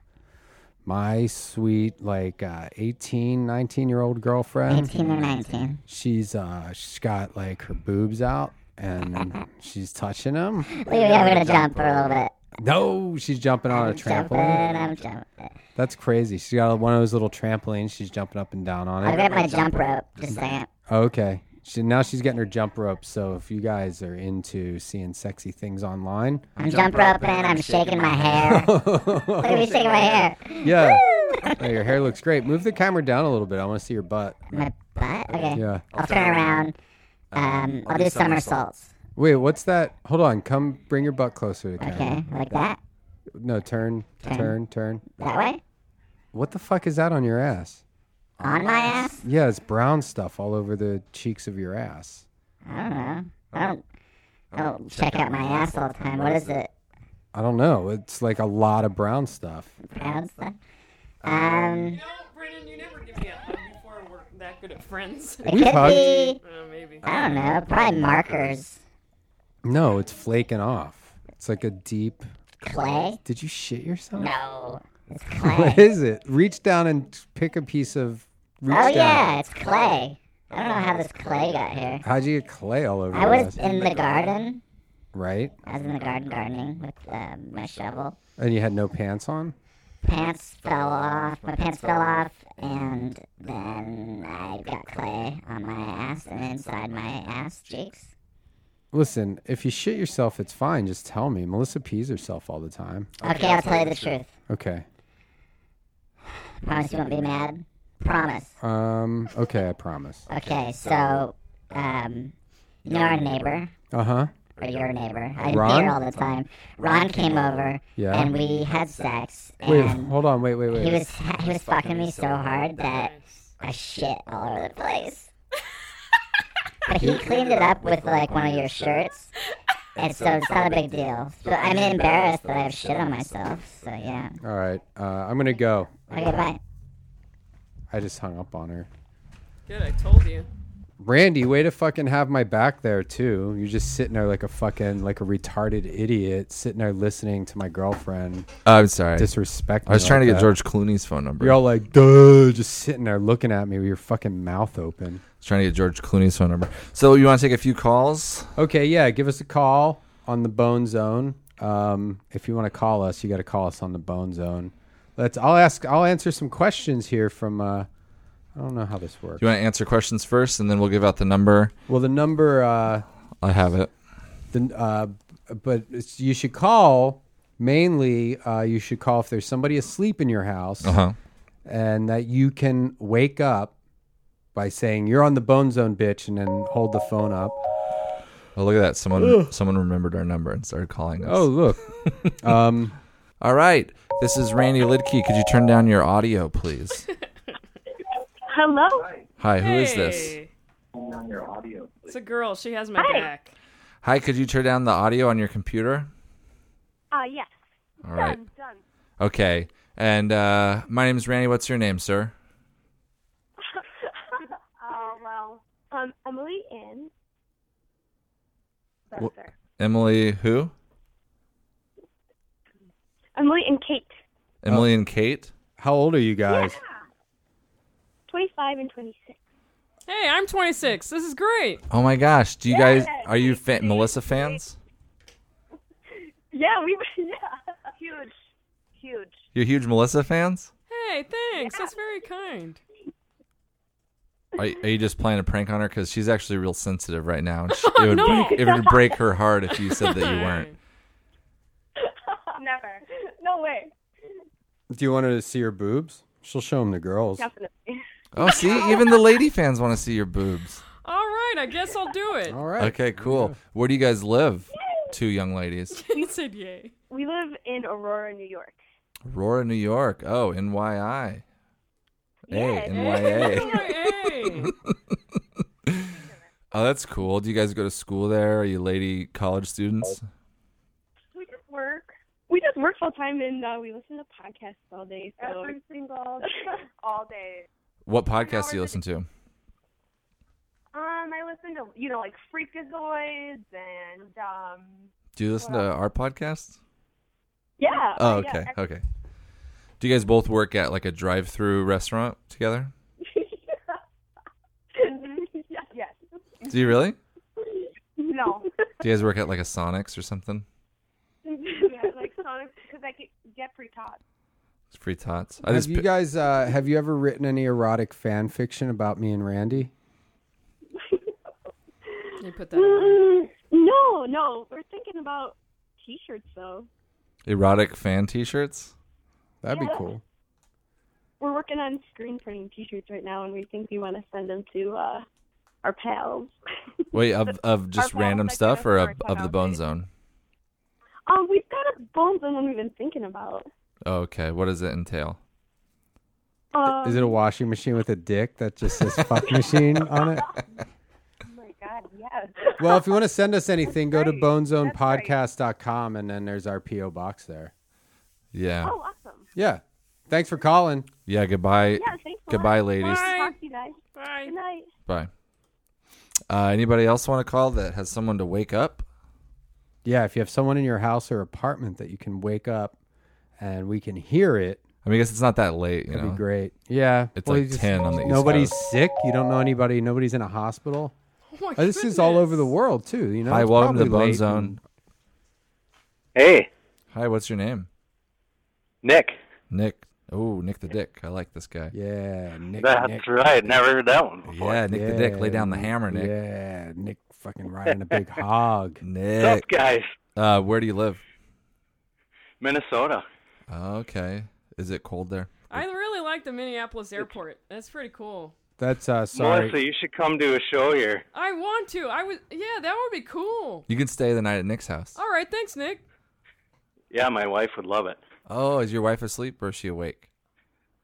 Speaker 1: my sweet like uh, 18, 19 year old girlfriend.
Speaker 6: 18 or 19.
Speaker 1: She's uh, she's got like her boobs out and she's touching them.
Speaker 6: Wait, yeah, we're gonna jump for a little bit.
Speaker 1: No, she's jumping on a
Speaker 6: Jumping,
Speaker 1: trampoline.
Speaker 6: I'm jumping.
Speaker 1: That's crazy. She's got one of those little trampolines. She's jumping up and down on it.
Speaker 6: I'll grab my jump rope. Just a second.
Speaker 1: Okay. She, now she's getting her jump rope. So if you guys are into seeing sexy things online,
Speaker 6: I'm jump roping. I'm shaking my hair. Look at me shaking my hair.
Speaker 1: Yeah. Yeah, your hair looks great. Move the camera down a little bit. I want to see your butt.
Speaker 6: My butt? Okay.
Speaker 1: Yeah.
Speaker 6: I'll turn around. Um, I'll do somersaults.
Speaker 1: Wait, what's that? Hold on. Come bring your butt closer to the camera.
Speaker 6: Okay, like that?
Speaker 1: No, turn,
Speaker 6: Turn.
Speaker 1: turn, turn.
Speaker 6: That way?
Speaker 1: What the fuck is that on your ass?
Speaker 6: On my ass?
Speaker 1: Yeah, it's brown stuff all over the cheeks of your ass.
Speaker 6: I don't know. I don't. I don't check out my ass all the time. What is it?
Speaker 1: I don't know. It's like a lot of brown stuff.
Speaker 6: Brown stuff. Um,
Speaker 3: Brennan, you never give me a hug before we're that good at friends.
Speaker 6: it could be.
Speaker 3: Uh, maybe.
Speaker 6: I don't know. Probably markers.
Speaker 1: No, it's flaking off. It's like a deep
Speaker 6: Clay?
Speaker 1: Did you shit yourself?
Speaker 6: No, it's clay.
Speaker 1: What is it? Reach down and pick a piece of. Reach
Speaker 6: oh
Speaker 1: down.
Speaker 6: yeah, it's clay. I don't know how this clay got here.
Speaker 1: How'd you get clay all over?
Speaker 6: I
Speaker 1: your
Speaker 6: was
Speaker 1: ass?
Speaker 6: in the garden.
Speaker 1: Right,
Speaker 6: I was in the garden gardening with uh, my shovel.
Speaker 1: and you had no pants on.
Speaker 6: Pants fell off. My pants fell off, and then I got clay on my ass and inside my ass cheeks.
Speaker 1: Listen, if you shit yourself, it's fine. Just tell me. Melissa pees herself all the time.
Speaker 6: Okay, I'll tell you the truth.
Speaker 1: Okay.
Speaker 6: Promise you won't be mad. Promise.
Speaker 1: Um. Okay, I promise.
Speaker 6: Okay, so, um, you know our neighbor,
Speaker 1: Uh huh.
Speaker 6: or your neighbor. I
Speaker 1: Ron?
Speaker 6: hear all the time. Ron came over,
Speaker 1: Yeah.
Speaker 6: and we had sex,
Speaker 1: Wait,
Speaker 6: and
Speaker 1: hold on. Wait, wait, wait.
Speaker 6: he was he was fucking me so hard that I shit all over the place. but he cleaned it up with like one of your shirts, and so it's not a big deal. So I'm embarrassed that I have shit on myself. So yeah.
Speaker 1: all right. Uh, I'm gonna go.
Speaker 6: Okay, bye.
Speaker 1: I just hung up on her.
Speaker 3: Good, I told you.
Speaker 1: Randy, way to fucking have my back there too. You're just sitting there like a fucking like a retarded idiot, sitting there listening to my girlfriend.
Speaker 2: Oh, I'm sorry.
Speaker 1: Disrespect.
Speaker 2: I was
Speaker 1: me
Speaker 2: trying
Speaker 1: like
Speaker 2: to get
Speaker 1: that.
Speaker 2: George Clooney's phone number.
Speaker 1: You're all like, duh, just sitting there looking at me with your fucking mouth open.
Speaker 2: I was trying to get George Clooney's phone number. So you want to take a few calls?
Speaker 1: Okay, yeah, give us a call on the Bone Zone. Um, if you want to call us, you got to call us on the Bone Zone. Let's. I'll ask. I'll answer some questions here from. Uh, I don't know how this works.
Speaker 2: Do you want to answer questions first, and then we'll give out the number?
Speaker 1: Well, the number. Uh,
Speaker 2: I have it.
Speaker 1: the uh, but it's, you should call mainly uh, you should call if there's somebody asleep in your house
Speaker 2: Uh-huh.
Speaker 1: and that you can wake up by saying you're on the bone zone bitch and then hold the phone up
Speaker 2: Oh, look at that! Someone someone remembered our number and started calling us.
Speaker 1: oh look um
Speaker 2: All right, this is Randy Lidkey. Could you turn down your audio, please?
Speaker 14: Hello.
Speaker 2: Hi, who is this?
Speaker 3: It's a girl. She has my
Speaker 14: Hi.
Speaker 3: back.
Speaker 2: Hi, could you turn down the audio on your computer?
Speaker 14: Uh, yes.
Speaker 2: All right.
Speaker 14: Done. Done.
Speaker 2: Okay. And uh, my name is Randy. What's your name, sir?
Speaker 14: Oh well. Um, Emily in. That's
Speaker 2: What-
Speaker 14: her.
Speaker 2: Emily.
Speaker 1: Uh,
Speaker 2: Who?
Speaker 14: Emily and Kate,
Speaker 2: Emily and Kate.
Speaker 1: How old are you guys?
Speaker 14: 25 and 26.
Speaker 3: Hey, I'm 26. This is great.
Speaker 2: Oh my gosh! Do you guys are you fa- Melissa fans?
Speaker 14: Yeah, we yeah. Huge, huge.
Speaker 2: You're huge Melissa fans.
Speaker 3: Hey, thanks. That's very kind.
Speaker 2: Are, are you just playing a prank on her? Because she's actually real sensitive right now. and she- it would
Speaker 3: No.
Speaker 2: it would break her heart if you said that you weren't.
Speaker 14: Never. No way.
Speaker 1: do you want her to see your boobs she'll show them to girls
Speaker 14: Definitely.
Speaker 2: Oh, see, even the lady fans want to see your boobs.
Speaker 3: All right, I guess I'll do it.
Speaker 1: all right
Speaker 2: Okay, cool. Where do you guys live? Two young ladies.
Speaker 3: he said yay.
Speaker 14: We live in Aurora, New York.
Speaker 2: Aurora, New York. Oh, NYI. Hey, NYA.
Speaker 3: Hey.
Speaker 2: Oh, that's cool. Do you guys go to school there? Are you lady college students?
Speaker 14: We just work. We just work full time and uh, we listen to podcasts all day. So.
Speaker 15: Every single all day.
Speaker 2: What podcast do you listen to?
Speaker 15: Um, I listen to you know like Freakazoids and um.
Speaker 2: Do you listen to our podcast?
Speaker 15: Yeah.
Speaker 14: Uh,
Speaker 2: Oh,
Speaker 15: yeah,
Speaker 2: okay,
Speaker 15: ex-
Speaker 2: okay. Do you guys both work at like a drive-through restaurant together?
Speaker 14: Mm-hmm.
Speaker 15: yes.
Speaker 2: Do you really?
Speaker 15: No.
Speaker 2: Do you guys work at like a Sonics or something?
Speaker 15: yeah, like Sonic because I get, get pre taught.
Speaker 2: It's free tots. I
Speaker 1: have
Speaker 2: just
Speaker 1: you guys uh, have you ever written any erotic fan fiction about me and Randy?
Speaker 3: You put that.
Speaker 14: Mm, no, no, we're thinking about T-shirts though.
Speaker 2: erotic fan T-shirts.
Speaker 1: That'd
Speaker 14: be Yeah. cool. We're working on screen printing T-shirts right now, and we think we want to send them to uh, our pals.
Speaker 2: Wait, of of just random stuff or of, of the Bone Zone?
Speaker 14: Um, we've got a bones and one we've been thinking about.
Speaker 2: Oh, okay, what does it entail?
Speaker 14: Um,
Speaker 1: Is it a washing machine with a dick that just says "fuck machine" on it?
Speaker 15: Oh my god! Yes.
Speaker 1: Well, if you want to send us anything, go to bonezonepodcast.com and then there's our PO box there.
Speaker 2: Yeah,
Speaker 14: Oh, awesome.
Speaker 1: Yeah. Thanks for calling.
Speaker 2: yeah. Goodbye,
Speaker 14: Yeah, thanks. a lot.
Speaker 2: goodbye, ladies.
Speaker 14: Talk to you guys. Bye. Good night.
Speaker 2: Bye. Uh, anybody else want to call that has someone to wake up?
Speaker 1: Yeah, if you have someone in your house or apartment that you can wake up and we can hear it.
Speaker 2: I mean, I guess it's not that late. You
Speaker 1: That'd be
Speaker 2: know?
Speaker 1: great. Yeah.
Speaker 2: It's
Speaker 1: Well,
Speaker 2: like
Speaker 1: you just-
Speaker 2: 10 on the East
Speaker 1: Nobody's
Speaker 2: Coast.
Speaker 1: sick. You don't know anybody. Nobody's in a hospital.
Speaker 3: my
Speaker 1: Uh, this is all over the world, too. You know,
Speaker 2: Hi,
Speaker 1: It's
Speaker 2: welcome to the
Speaker 1: probably
Speaker 2: Bone
Speaker 1: late
Speaker 2: Zone.
Speaker 16: Hey,
Speaker 2: Hi, what's your name?
Speaker 16: Nick.
Speaker 2: Nick. Oh, Nick the Dick. I like this guy.
Speaker 1: Yeah, Nick.
Speaker 16: That's right. Never heard that one before.
Speaker 2: Yeah, Nick the Dick. Lay down the
Speaker 1: Yeah,
Speaker 2: hammer, Nick.
Speaker 1: Yeah, Nick fucking riding a big hog.
Speaker 2: Nick.
Speaker 16: Sup, guys?
Speaker 2: Uh, where do you live?
Speaker 16: Minnesota.
Speaker 2: Okay. Is it cold there?
Speaker 3: I really like the Minneapolis airport. That's pretty cool.
Speaker 1: That's uh,
Speaker 16: Melissa, you should come to a show here.
Speaker 3: I want to. I would. Yeah, that would be cool.
Speaker 2: You can stay the night at Nick's house.
Speaker 3: All right, thanks, Nick.
Speaker 16: Yeah, my wife would love it.
Speaker 2: Oh, is your wife asleep or is she awake?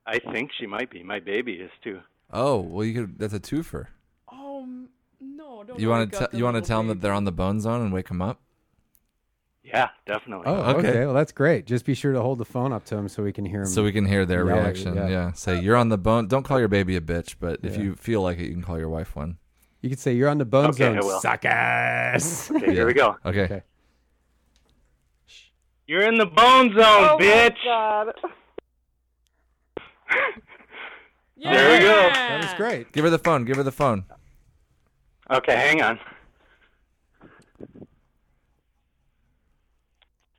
Speaker 16: I think she might be. My baby is too.
Speaker 2: Oh, well, you could. That's a twofer.
Speaker 3: Oh m- no, don't.
Speaker 2: You
Speaker 3: want
Speaker 2: want to you want to tell them that they're on the Bone Zone and wake them up?
Speaker 16: Yeah, definitely.
Speaker 1: Oh, okay. Well, that's great. Just be sure to hold the phone up to him so we can hear him.
Speaker 2: So we can hear their
Speaker 1: Um, Yeah,
Speaker 2: reaction. Yeah. Say you're on the bone. Don't call your baby a bitch, but if
Speaker 1: Yeah.
Speaker 2: you feel like it, you can call your wife one.
Speaker 1: You could say you're on the bone
Speaker 2: Okay, I
Speaker 1: zone,
Speaker 2: will.
Speaker 1: suckers.
Speaker 16: Okay, here we go.
Speaker 2: Okay.
Speaker 16: You're in the bone zone,
Speaker 15: Oh my
Speaker 16: bitch.
Speaker 15: God.
Speaker 16: There we go.
Speaker 1: That was great.
Speaker 2: Give her the phone. Give her the phone.
Speaker 16: Okay, hang on.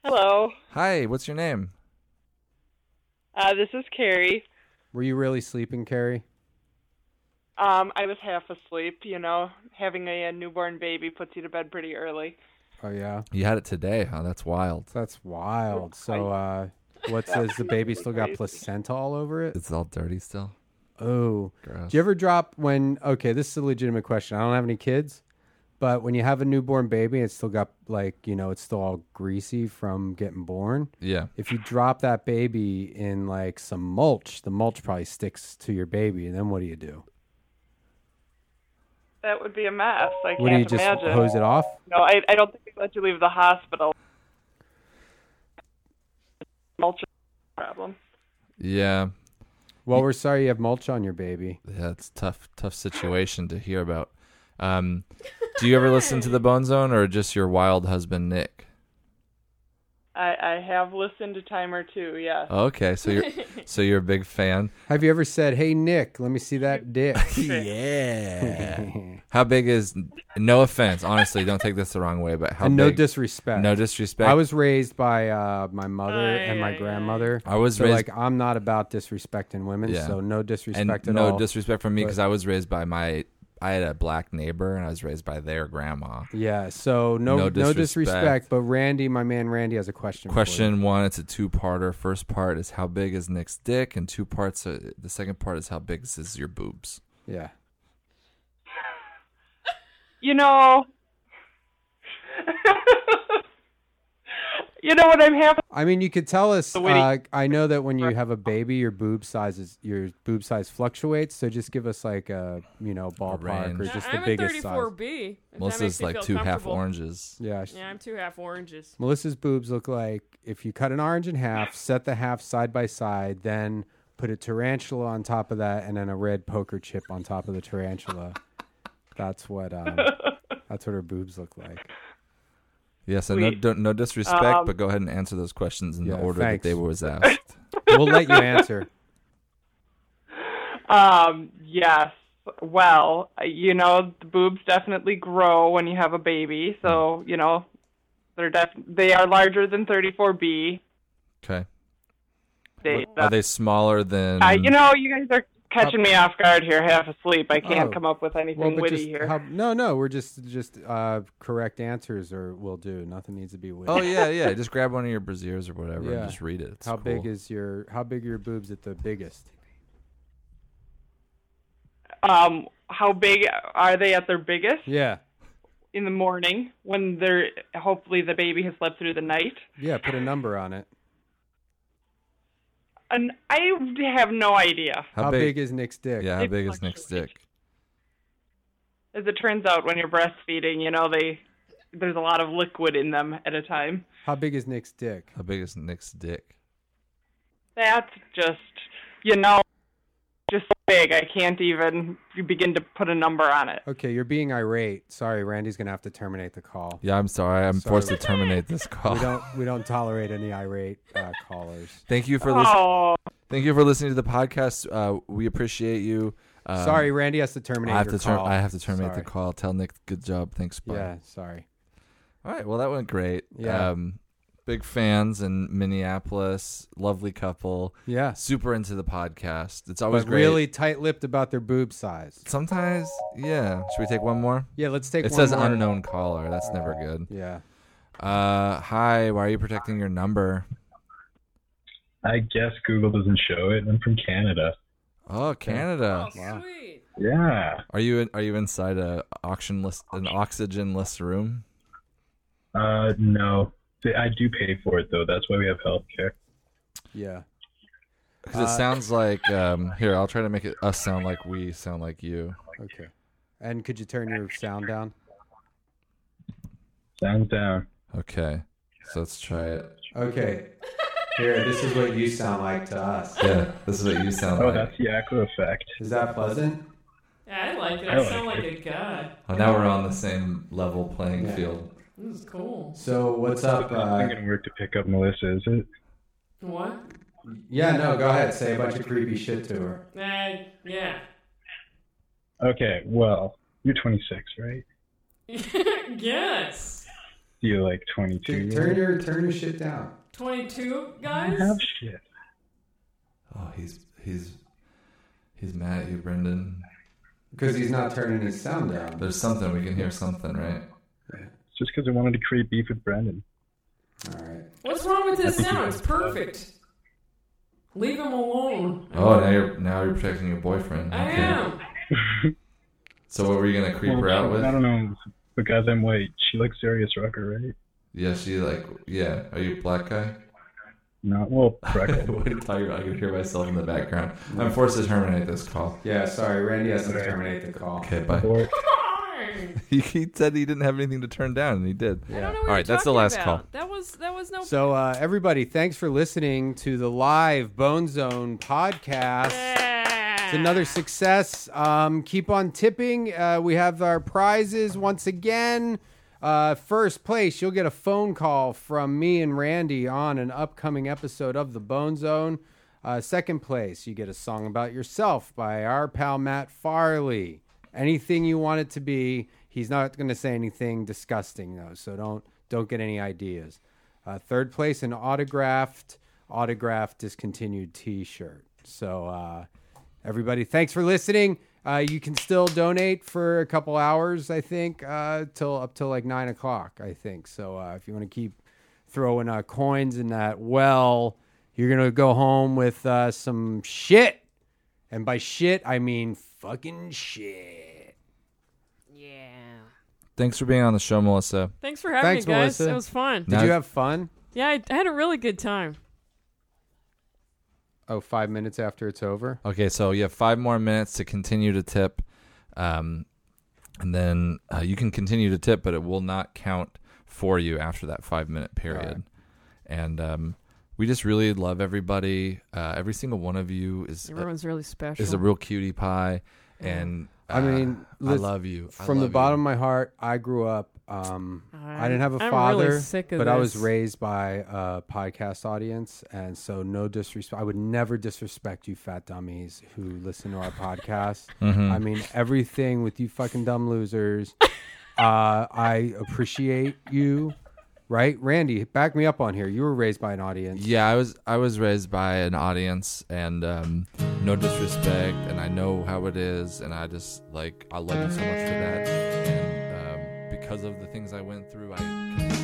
Speaker 17: Hello.
Speaker 2: Hi. What's your name?
Speaker 17: Uh, this is Carrie.
Speaker 1: Were you really sleeping, Carrie?
Speaker 17: Um, I was half asleep. You know, having a, a newborn baby puts you to bed pretty early.
Speaker 1: Oh yeah.
Speaker 2: You had it today, huh? That's wild.
Speaker 1: That's wild. So uh what says the baby still got placenta all over it?
Speaker 2: It's all dirty still.
Speaker 1: Oh.
Speaker 2: Gross.
Speaker 1: Do you ever drop when okay, this is a legitimate question. I don't have any kids, but when you have a newborn baby it's still got like, you know, it's still all greasy from getting born.
Speaker 2: Yeah.
Speaker 1: If you drop that baby in like some mulch, the mulch probably sticks to your baby, and then what do you do?
Speaker 17: That would be a mess. I
Speaker 1: What do
Speaker 17: can't
Speaker 1: you just
Speaker 17: imagine.
Speaker 1: hose it off?
Speaker 17: No, I, I don't think they let you leave the hospital. Mulch problem.
Speaker 2: Yeah.
Speaker 1: Well, we're sorry you have mulch on your baby.
Speaker 2: That's tough. Tough situation to hear about. Um, do you ever listen to the Bone Zone or just your wild husband Nick?
Speaker 17: I, I have listened to Timer too. Yes.
Speaker 2: Okay, so you're so you're a big fan.
Speaker 1: Have you ever said, "Hey Nick, let me see that dick"?
Speaker 2: yeah. How big is? No offense, honestly, don't take this the wrong way, but how?
Speaker 1: And no
Speaker 2: big-
Speaker 1: disrespect.
Speaker 2: No disrespect.
Speaker 1: I was raised by uh, my mother and my grandmother.
Speaker 2: I was
Speaker 1: so
Speaker 2: raised-
Speaker 1: like I'm not about disrespecting women,
Speaker 2: Yeah.
Speaker 1: so no disrespect
Speaker 2: and
Speaker 1: at
Speaker 2: no
Speaker 1: all.
Speaker 2: disrespect from me
Speaker 1: But-
Speaker 2: because I was raised by my I had a black neighbor and I was raised by their grandma.
Speaker 1: yeah, so no
Speaker 2: No
Speaker 1: no disrespect.
Speaker 2: disrespect.
Speaker 1: But Randy, my man Randy, has a question. for
Speaker 2: Question one: It's a two-parter. First part is how big is Nick's dick, and two parts. Are, the second part is how big is your boobs.
Speaker 1: Yeah.
Speaker 17: You know, You know what I'm having?
Speaker 1: I mean, you could tell us.
Speaker 17: way-
Speaker 1: Uh, I know that when you have a baby, your boob sizes, your boob size fluctuates. So just give us like a you know ballpark or
Speaker 3: Yeah,
Speaker 1: just
Speaker 3: I'm
Speaker 1: the
Speaker 3: a
Speaker 1: biggest size.
Speaker 3: 34B. If that
Speaker 2: Melissa's
Speaker 3: makes you
Speaker 2: like
Speaker 3: feel
Speaker 2: two half
Speaker 3: comfortable.
Speaker 2: oranges.
Speaker 1: Yeah,
Speaker 3: Yeah, I'm two half oranges.
Speaker 1: Melissa's boobs look like if you cut an orange in half, set the half side by side, then put a tarantula on top of that, and then a red poker chip on top of the tarantula. That's what um, that's what her boobs look like.
Speaker 2: Yes, and no,
Speaker 1: Sweet.
Speaker 2: don't, no disrespect,
Speaker 1: Um,
Speaker 2: but go ahead and answer those questions in
Speaker 1: Yeah,
Speaker 2: the order
Speaker 1: thanks.
Speaker 2: that they was asked.
Speaker 1: We'll let you answer.
Speaker 17: Um, yes. Well, you know, the boobs definitely grow when you have a baby,
Speaker 1: Hmm.
Speaker 17: so you know, they're def they are larger than 34B.
Speaker 2: Okay.
Speaker 17: They, uh,
Speaker 2: Are they smaller than?
Speaker 17: I, you know, you guys are catching me off guard here, half asleep. I can't
Speaker 1: Oh.
Speaker 17: come up with anything
Speaker 1: Well, but
Speaker 17: witty
Speaker 1: just
Speaker 17: here.
Speaker 1: how- no, no, we're just just uh, correct answers or will do. Nothing needs to be witty.
Speaker 2: Oh yeah, yeah. Just grab one of your brasiers or whatever
Speaker 1: Yeah.
Speaker 2: and just read it. It's
Speaker 1: how big
Speaker 2: cool.
Speaker 1: is your how big are your boobs at the biggest?
Speaker 17: Um, how big are they at their biggest
Speaker 1: Yeah,
Speaker 17: in the morning when they're hopefully the baby has slept through the night?
Speaker 1: yeah. Put a number on it.
Speaker 17: And I have no idea.
Speaker 1: How, big, is Nick's dick?
Speaker 2: Yeah, how big is Nick's dick?
Speaker 17: As it turns out, when you're breastfeeding, you know they there's a lot of liquid in them at a time.
Speaker 1: How big is Nick's dick?
Speaker 2: How big is Nick's dick?
Speaker 17: That's just you know just so big. I can't even begin to put a number on it.
Speaker 1: Okay, you're being irate. Sorry, Randy's gonna have to terminate the call.
Speaker 2: Yeah, I'm sorry. I'm
Speaker 1: Sorry.
Speaker 2: forced to terminate this call.
Speaker 1: We don't we don't tolerate any irate uh, callers.
Speaker 2: Thank you for
Speaker 17: listening.
Speaker 2: Thank you for listening to the podcast. Uh, we appreciate you. Um,
Speaker 1: Sorry, Randy has to terminate
Speaker 2: I have
Speaker 1: your
Speaker 2: to term-
Speaker 1: call.
Speaker 2: I have to terminate
Speaker 1: Sorry.
Speaker 2: the call. Tell Nick, good job. Thanks. Bye.
Speaker 1: Yeah, sorry.
Speaker 2: All right. Well, that went great.
Speaker 1: Yeah.
Speaker 2: Um, big fans in Minneapolis. Lovely couple.
Speaker 1: Yeah.
Speaker 2: Super into the podcast. It's always
Speaker 1: but
Speaker 2: great.
Speaker 1: really tight-lipped about their boob size.
Speaker 2: Sometimes, yeah. Should we take one more?
Speaker 1: Yeah, let's take
Speaker 2: It
Speaker 1: one
Speaker 2: says
Speaker 1: more.
Speaker 2: unknown caller. That's never good.
Speaker 1: Yeah.
Speaker 2: Uh, hi. Why are you protecting your number?
Speaker 18: I guess Google doesn't show it. I'm from Canada.
Speaker 2: Oh, Canada.
Speaker 3: sweet.
Speaker 18: Yeah.
Speaker 2: Are you in, are you inside a auction list an oxygen list room?
Speaker 18: Uh, no, Th- I do pay for it though. That's why we have healthcare.
Speaker 1: Yeah.
Speaker 2: Because
Speaker 1: Uh,
Speaker 2: it sounds like um here I'll try to make it us sound like we sound like you.
Speaker 1: Okay. And could you turn your sound down?
Speaker 18: Sounds down.
Speaker 2: Okay, so let's try it.
Speaker 1: Okay. Here, this is what you sound like to us.
Speaker 2: Yeah, this is what you sound
Speaker 18: Oh,
Speaker 2: like.
Speaker 18: that's the Aqua effect.
Speaker 1: Is that pleasant?
Speaker 3: Yeah, I like it.
Speaker 18: I
Speaker 3: I,
Speaker 18: like
Speaker 3: sound like
Speaker 18: it.
Speaker 3: a guy.
Speaker 2: Oh, now we're on the same level playing
Speaker 1: Yeah.
Speaker 2: field.
Speaker 3: This is cool.
Speaker 1: So what's up?
Speaker 18: I'm
Speaker 1: Uh,
Speaker 18: gonna work to pick up Melissa. Is it?
Speaker 3: What?
Speaker 2: Mm-hmm.
Speaker 1: yeah, no, go ahead. Say a bunch of creepy shit to her.
Speaker 3: Uh, yeah.
Speaker 18: Okay. Well, you're 26, right?
Speaker 3: yes.
Speaker 18: Do you like 22?
Speaker 1: Turn your turn your shit down.
Speaker 3: 22
Speaker 18: I
Speaker 3: guys?
Speaker 18: have shit.
Speaker 2: Oh, he's he's he's mad at you, Brendan.
Speaker 1: 'Cause he's not turning his sound down.
Speaker 2: There's something we can hear something, right?
Speaker 18: It's just because I wanted to create beef with Brendan.
Speaker 3: What's wrong with this sound? It's perfect. Leave him alone.
Speaker 2: Oh, now you're now you're protecting your boyfriend.
Speaker 3: I
Speaker 2: Okay.
Speaker 3: am.
Speaker 2: So what were you gonna creep her out
Speaker 18: I
Speaker 2: with?
Speaker 18: don't know. Because I'm white, she likes serious rocker, right?
Speaker 2: Yeah, she like yeah. Are you a black guy?
Speaker 18: No, well,
Speaker 2: what are you talking about? I can hear myself in the background. I'm forced to terminate this call.
Speaker 1: Mm. Yeah, sorry, Randy has to terminate the call.
Speaker 2: Okay, bye. he, he said he didn't have anything to turn down, and he did. All right, that's the last call.
Speaker 3: That was that was no
Speaker 1: So uh, everybody, thanks for listening to the live Bone Zone podcast. It's another success. Um, keep on tipping. Uh, we have our prizes once again. Uh, first place, you'll get a phone call from me and Randy on an upcoming episode of the Bone Zone. Uh, second place, you get a song about yourself by our pal Matt Farley. Anything you want it to be. He's not going to say anything disgusting though, so don't don't get any ideas. Uh, third place, an autographed, autographed discontinued T-shirt. So, uh, everybody, thanks for listening. Uh, you can still donate for a couple hours, I think, uh, till up till like nine o'clock, I think. So, uh, if you want to keep throwing uh, coins in that well, you're gonna go home with uh, some shit, and by shit I mean fucking shit.
Speaker 3: Yeah.
Speaker 2: Thanks for being on the show, Melissa.
Speaker 3: Thanks for having me, guys. It was fun.
Speaker 1: Did you have fun?
Speaker 3: Yeah, I, I had a really good time.
Speaker 1: Oh, five minutes after it's over.
Speaker 2: Okay, so you have five more minutes to continue to tip, um, and then uh, you can continue to tip, but it will not count for you after that five minute period. And um, we just really love everybody. Uh, every single one of you is
Speaker 3: Everyone's really special.
Speaker 2: Is a real cutie pie, and
Speaker 1: I mean,
Speaker 2: uh, I
Speaker 1: lis-
Speaker 2: love you I
Speaker 1: From the
Speaker 2: love you.
Speaker 1: bottom of my heart, I grew up. Um, I didn't have a
Speaker 3: I'm really
Speaker 1: father,
Speaker 3: sick of
Speaker 1: but I was
Speaker 3: this.
Speaker 1: raised by a podcast audience, and so no disrespect. I would never disrespect you, fat dummies who listen to our podcast.
Speaker 2: Mhm.
Speaker 1: I mean, everything with you, fucking dumb losers. uh, I appreciate you, right, Randy? Back me up on here. You were raised by an audience.
Speaker 2: Yeah, I was I was raised by an audience, and um, no disrespect, and I know how it is, and I just like I love you so much for that, and um, because of the things I went through, I.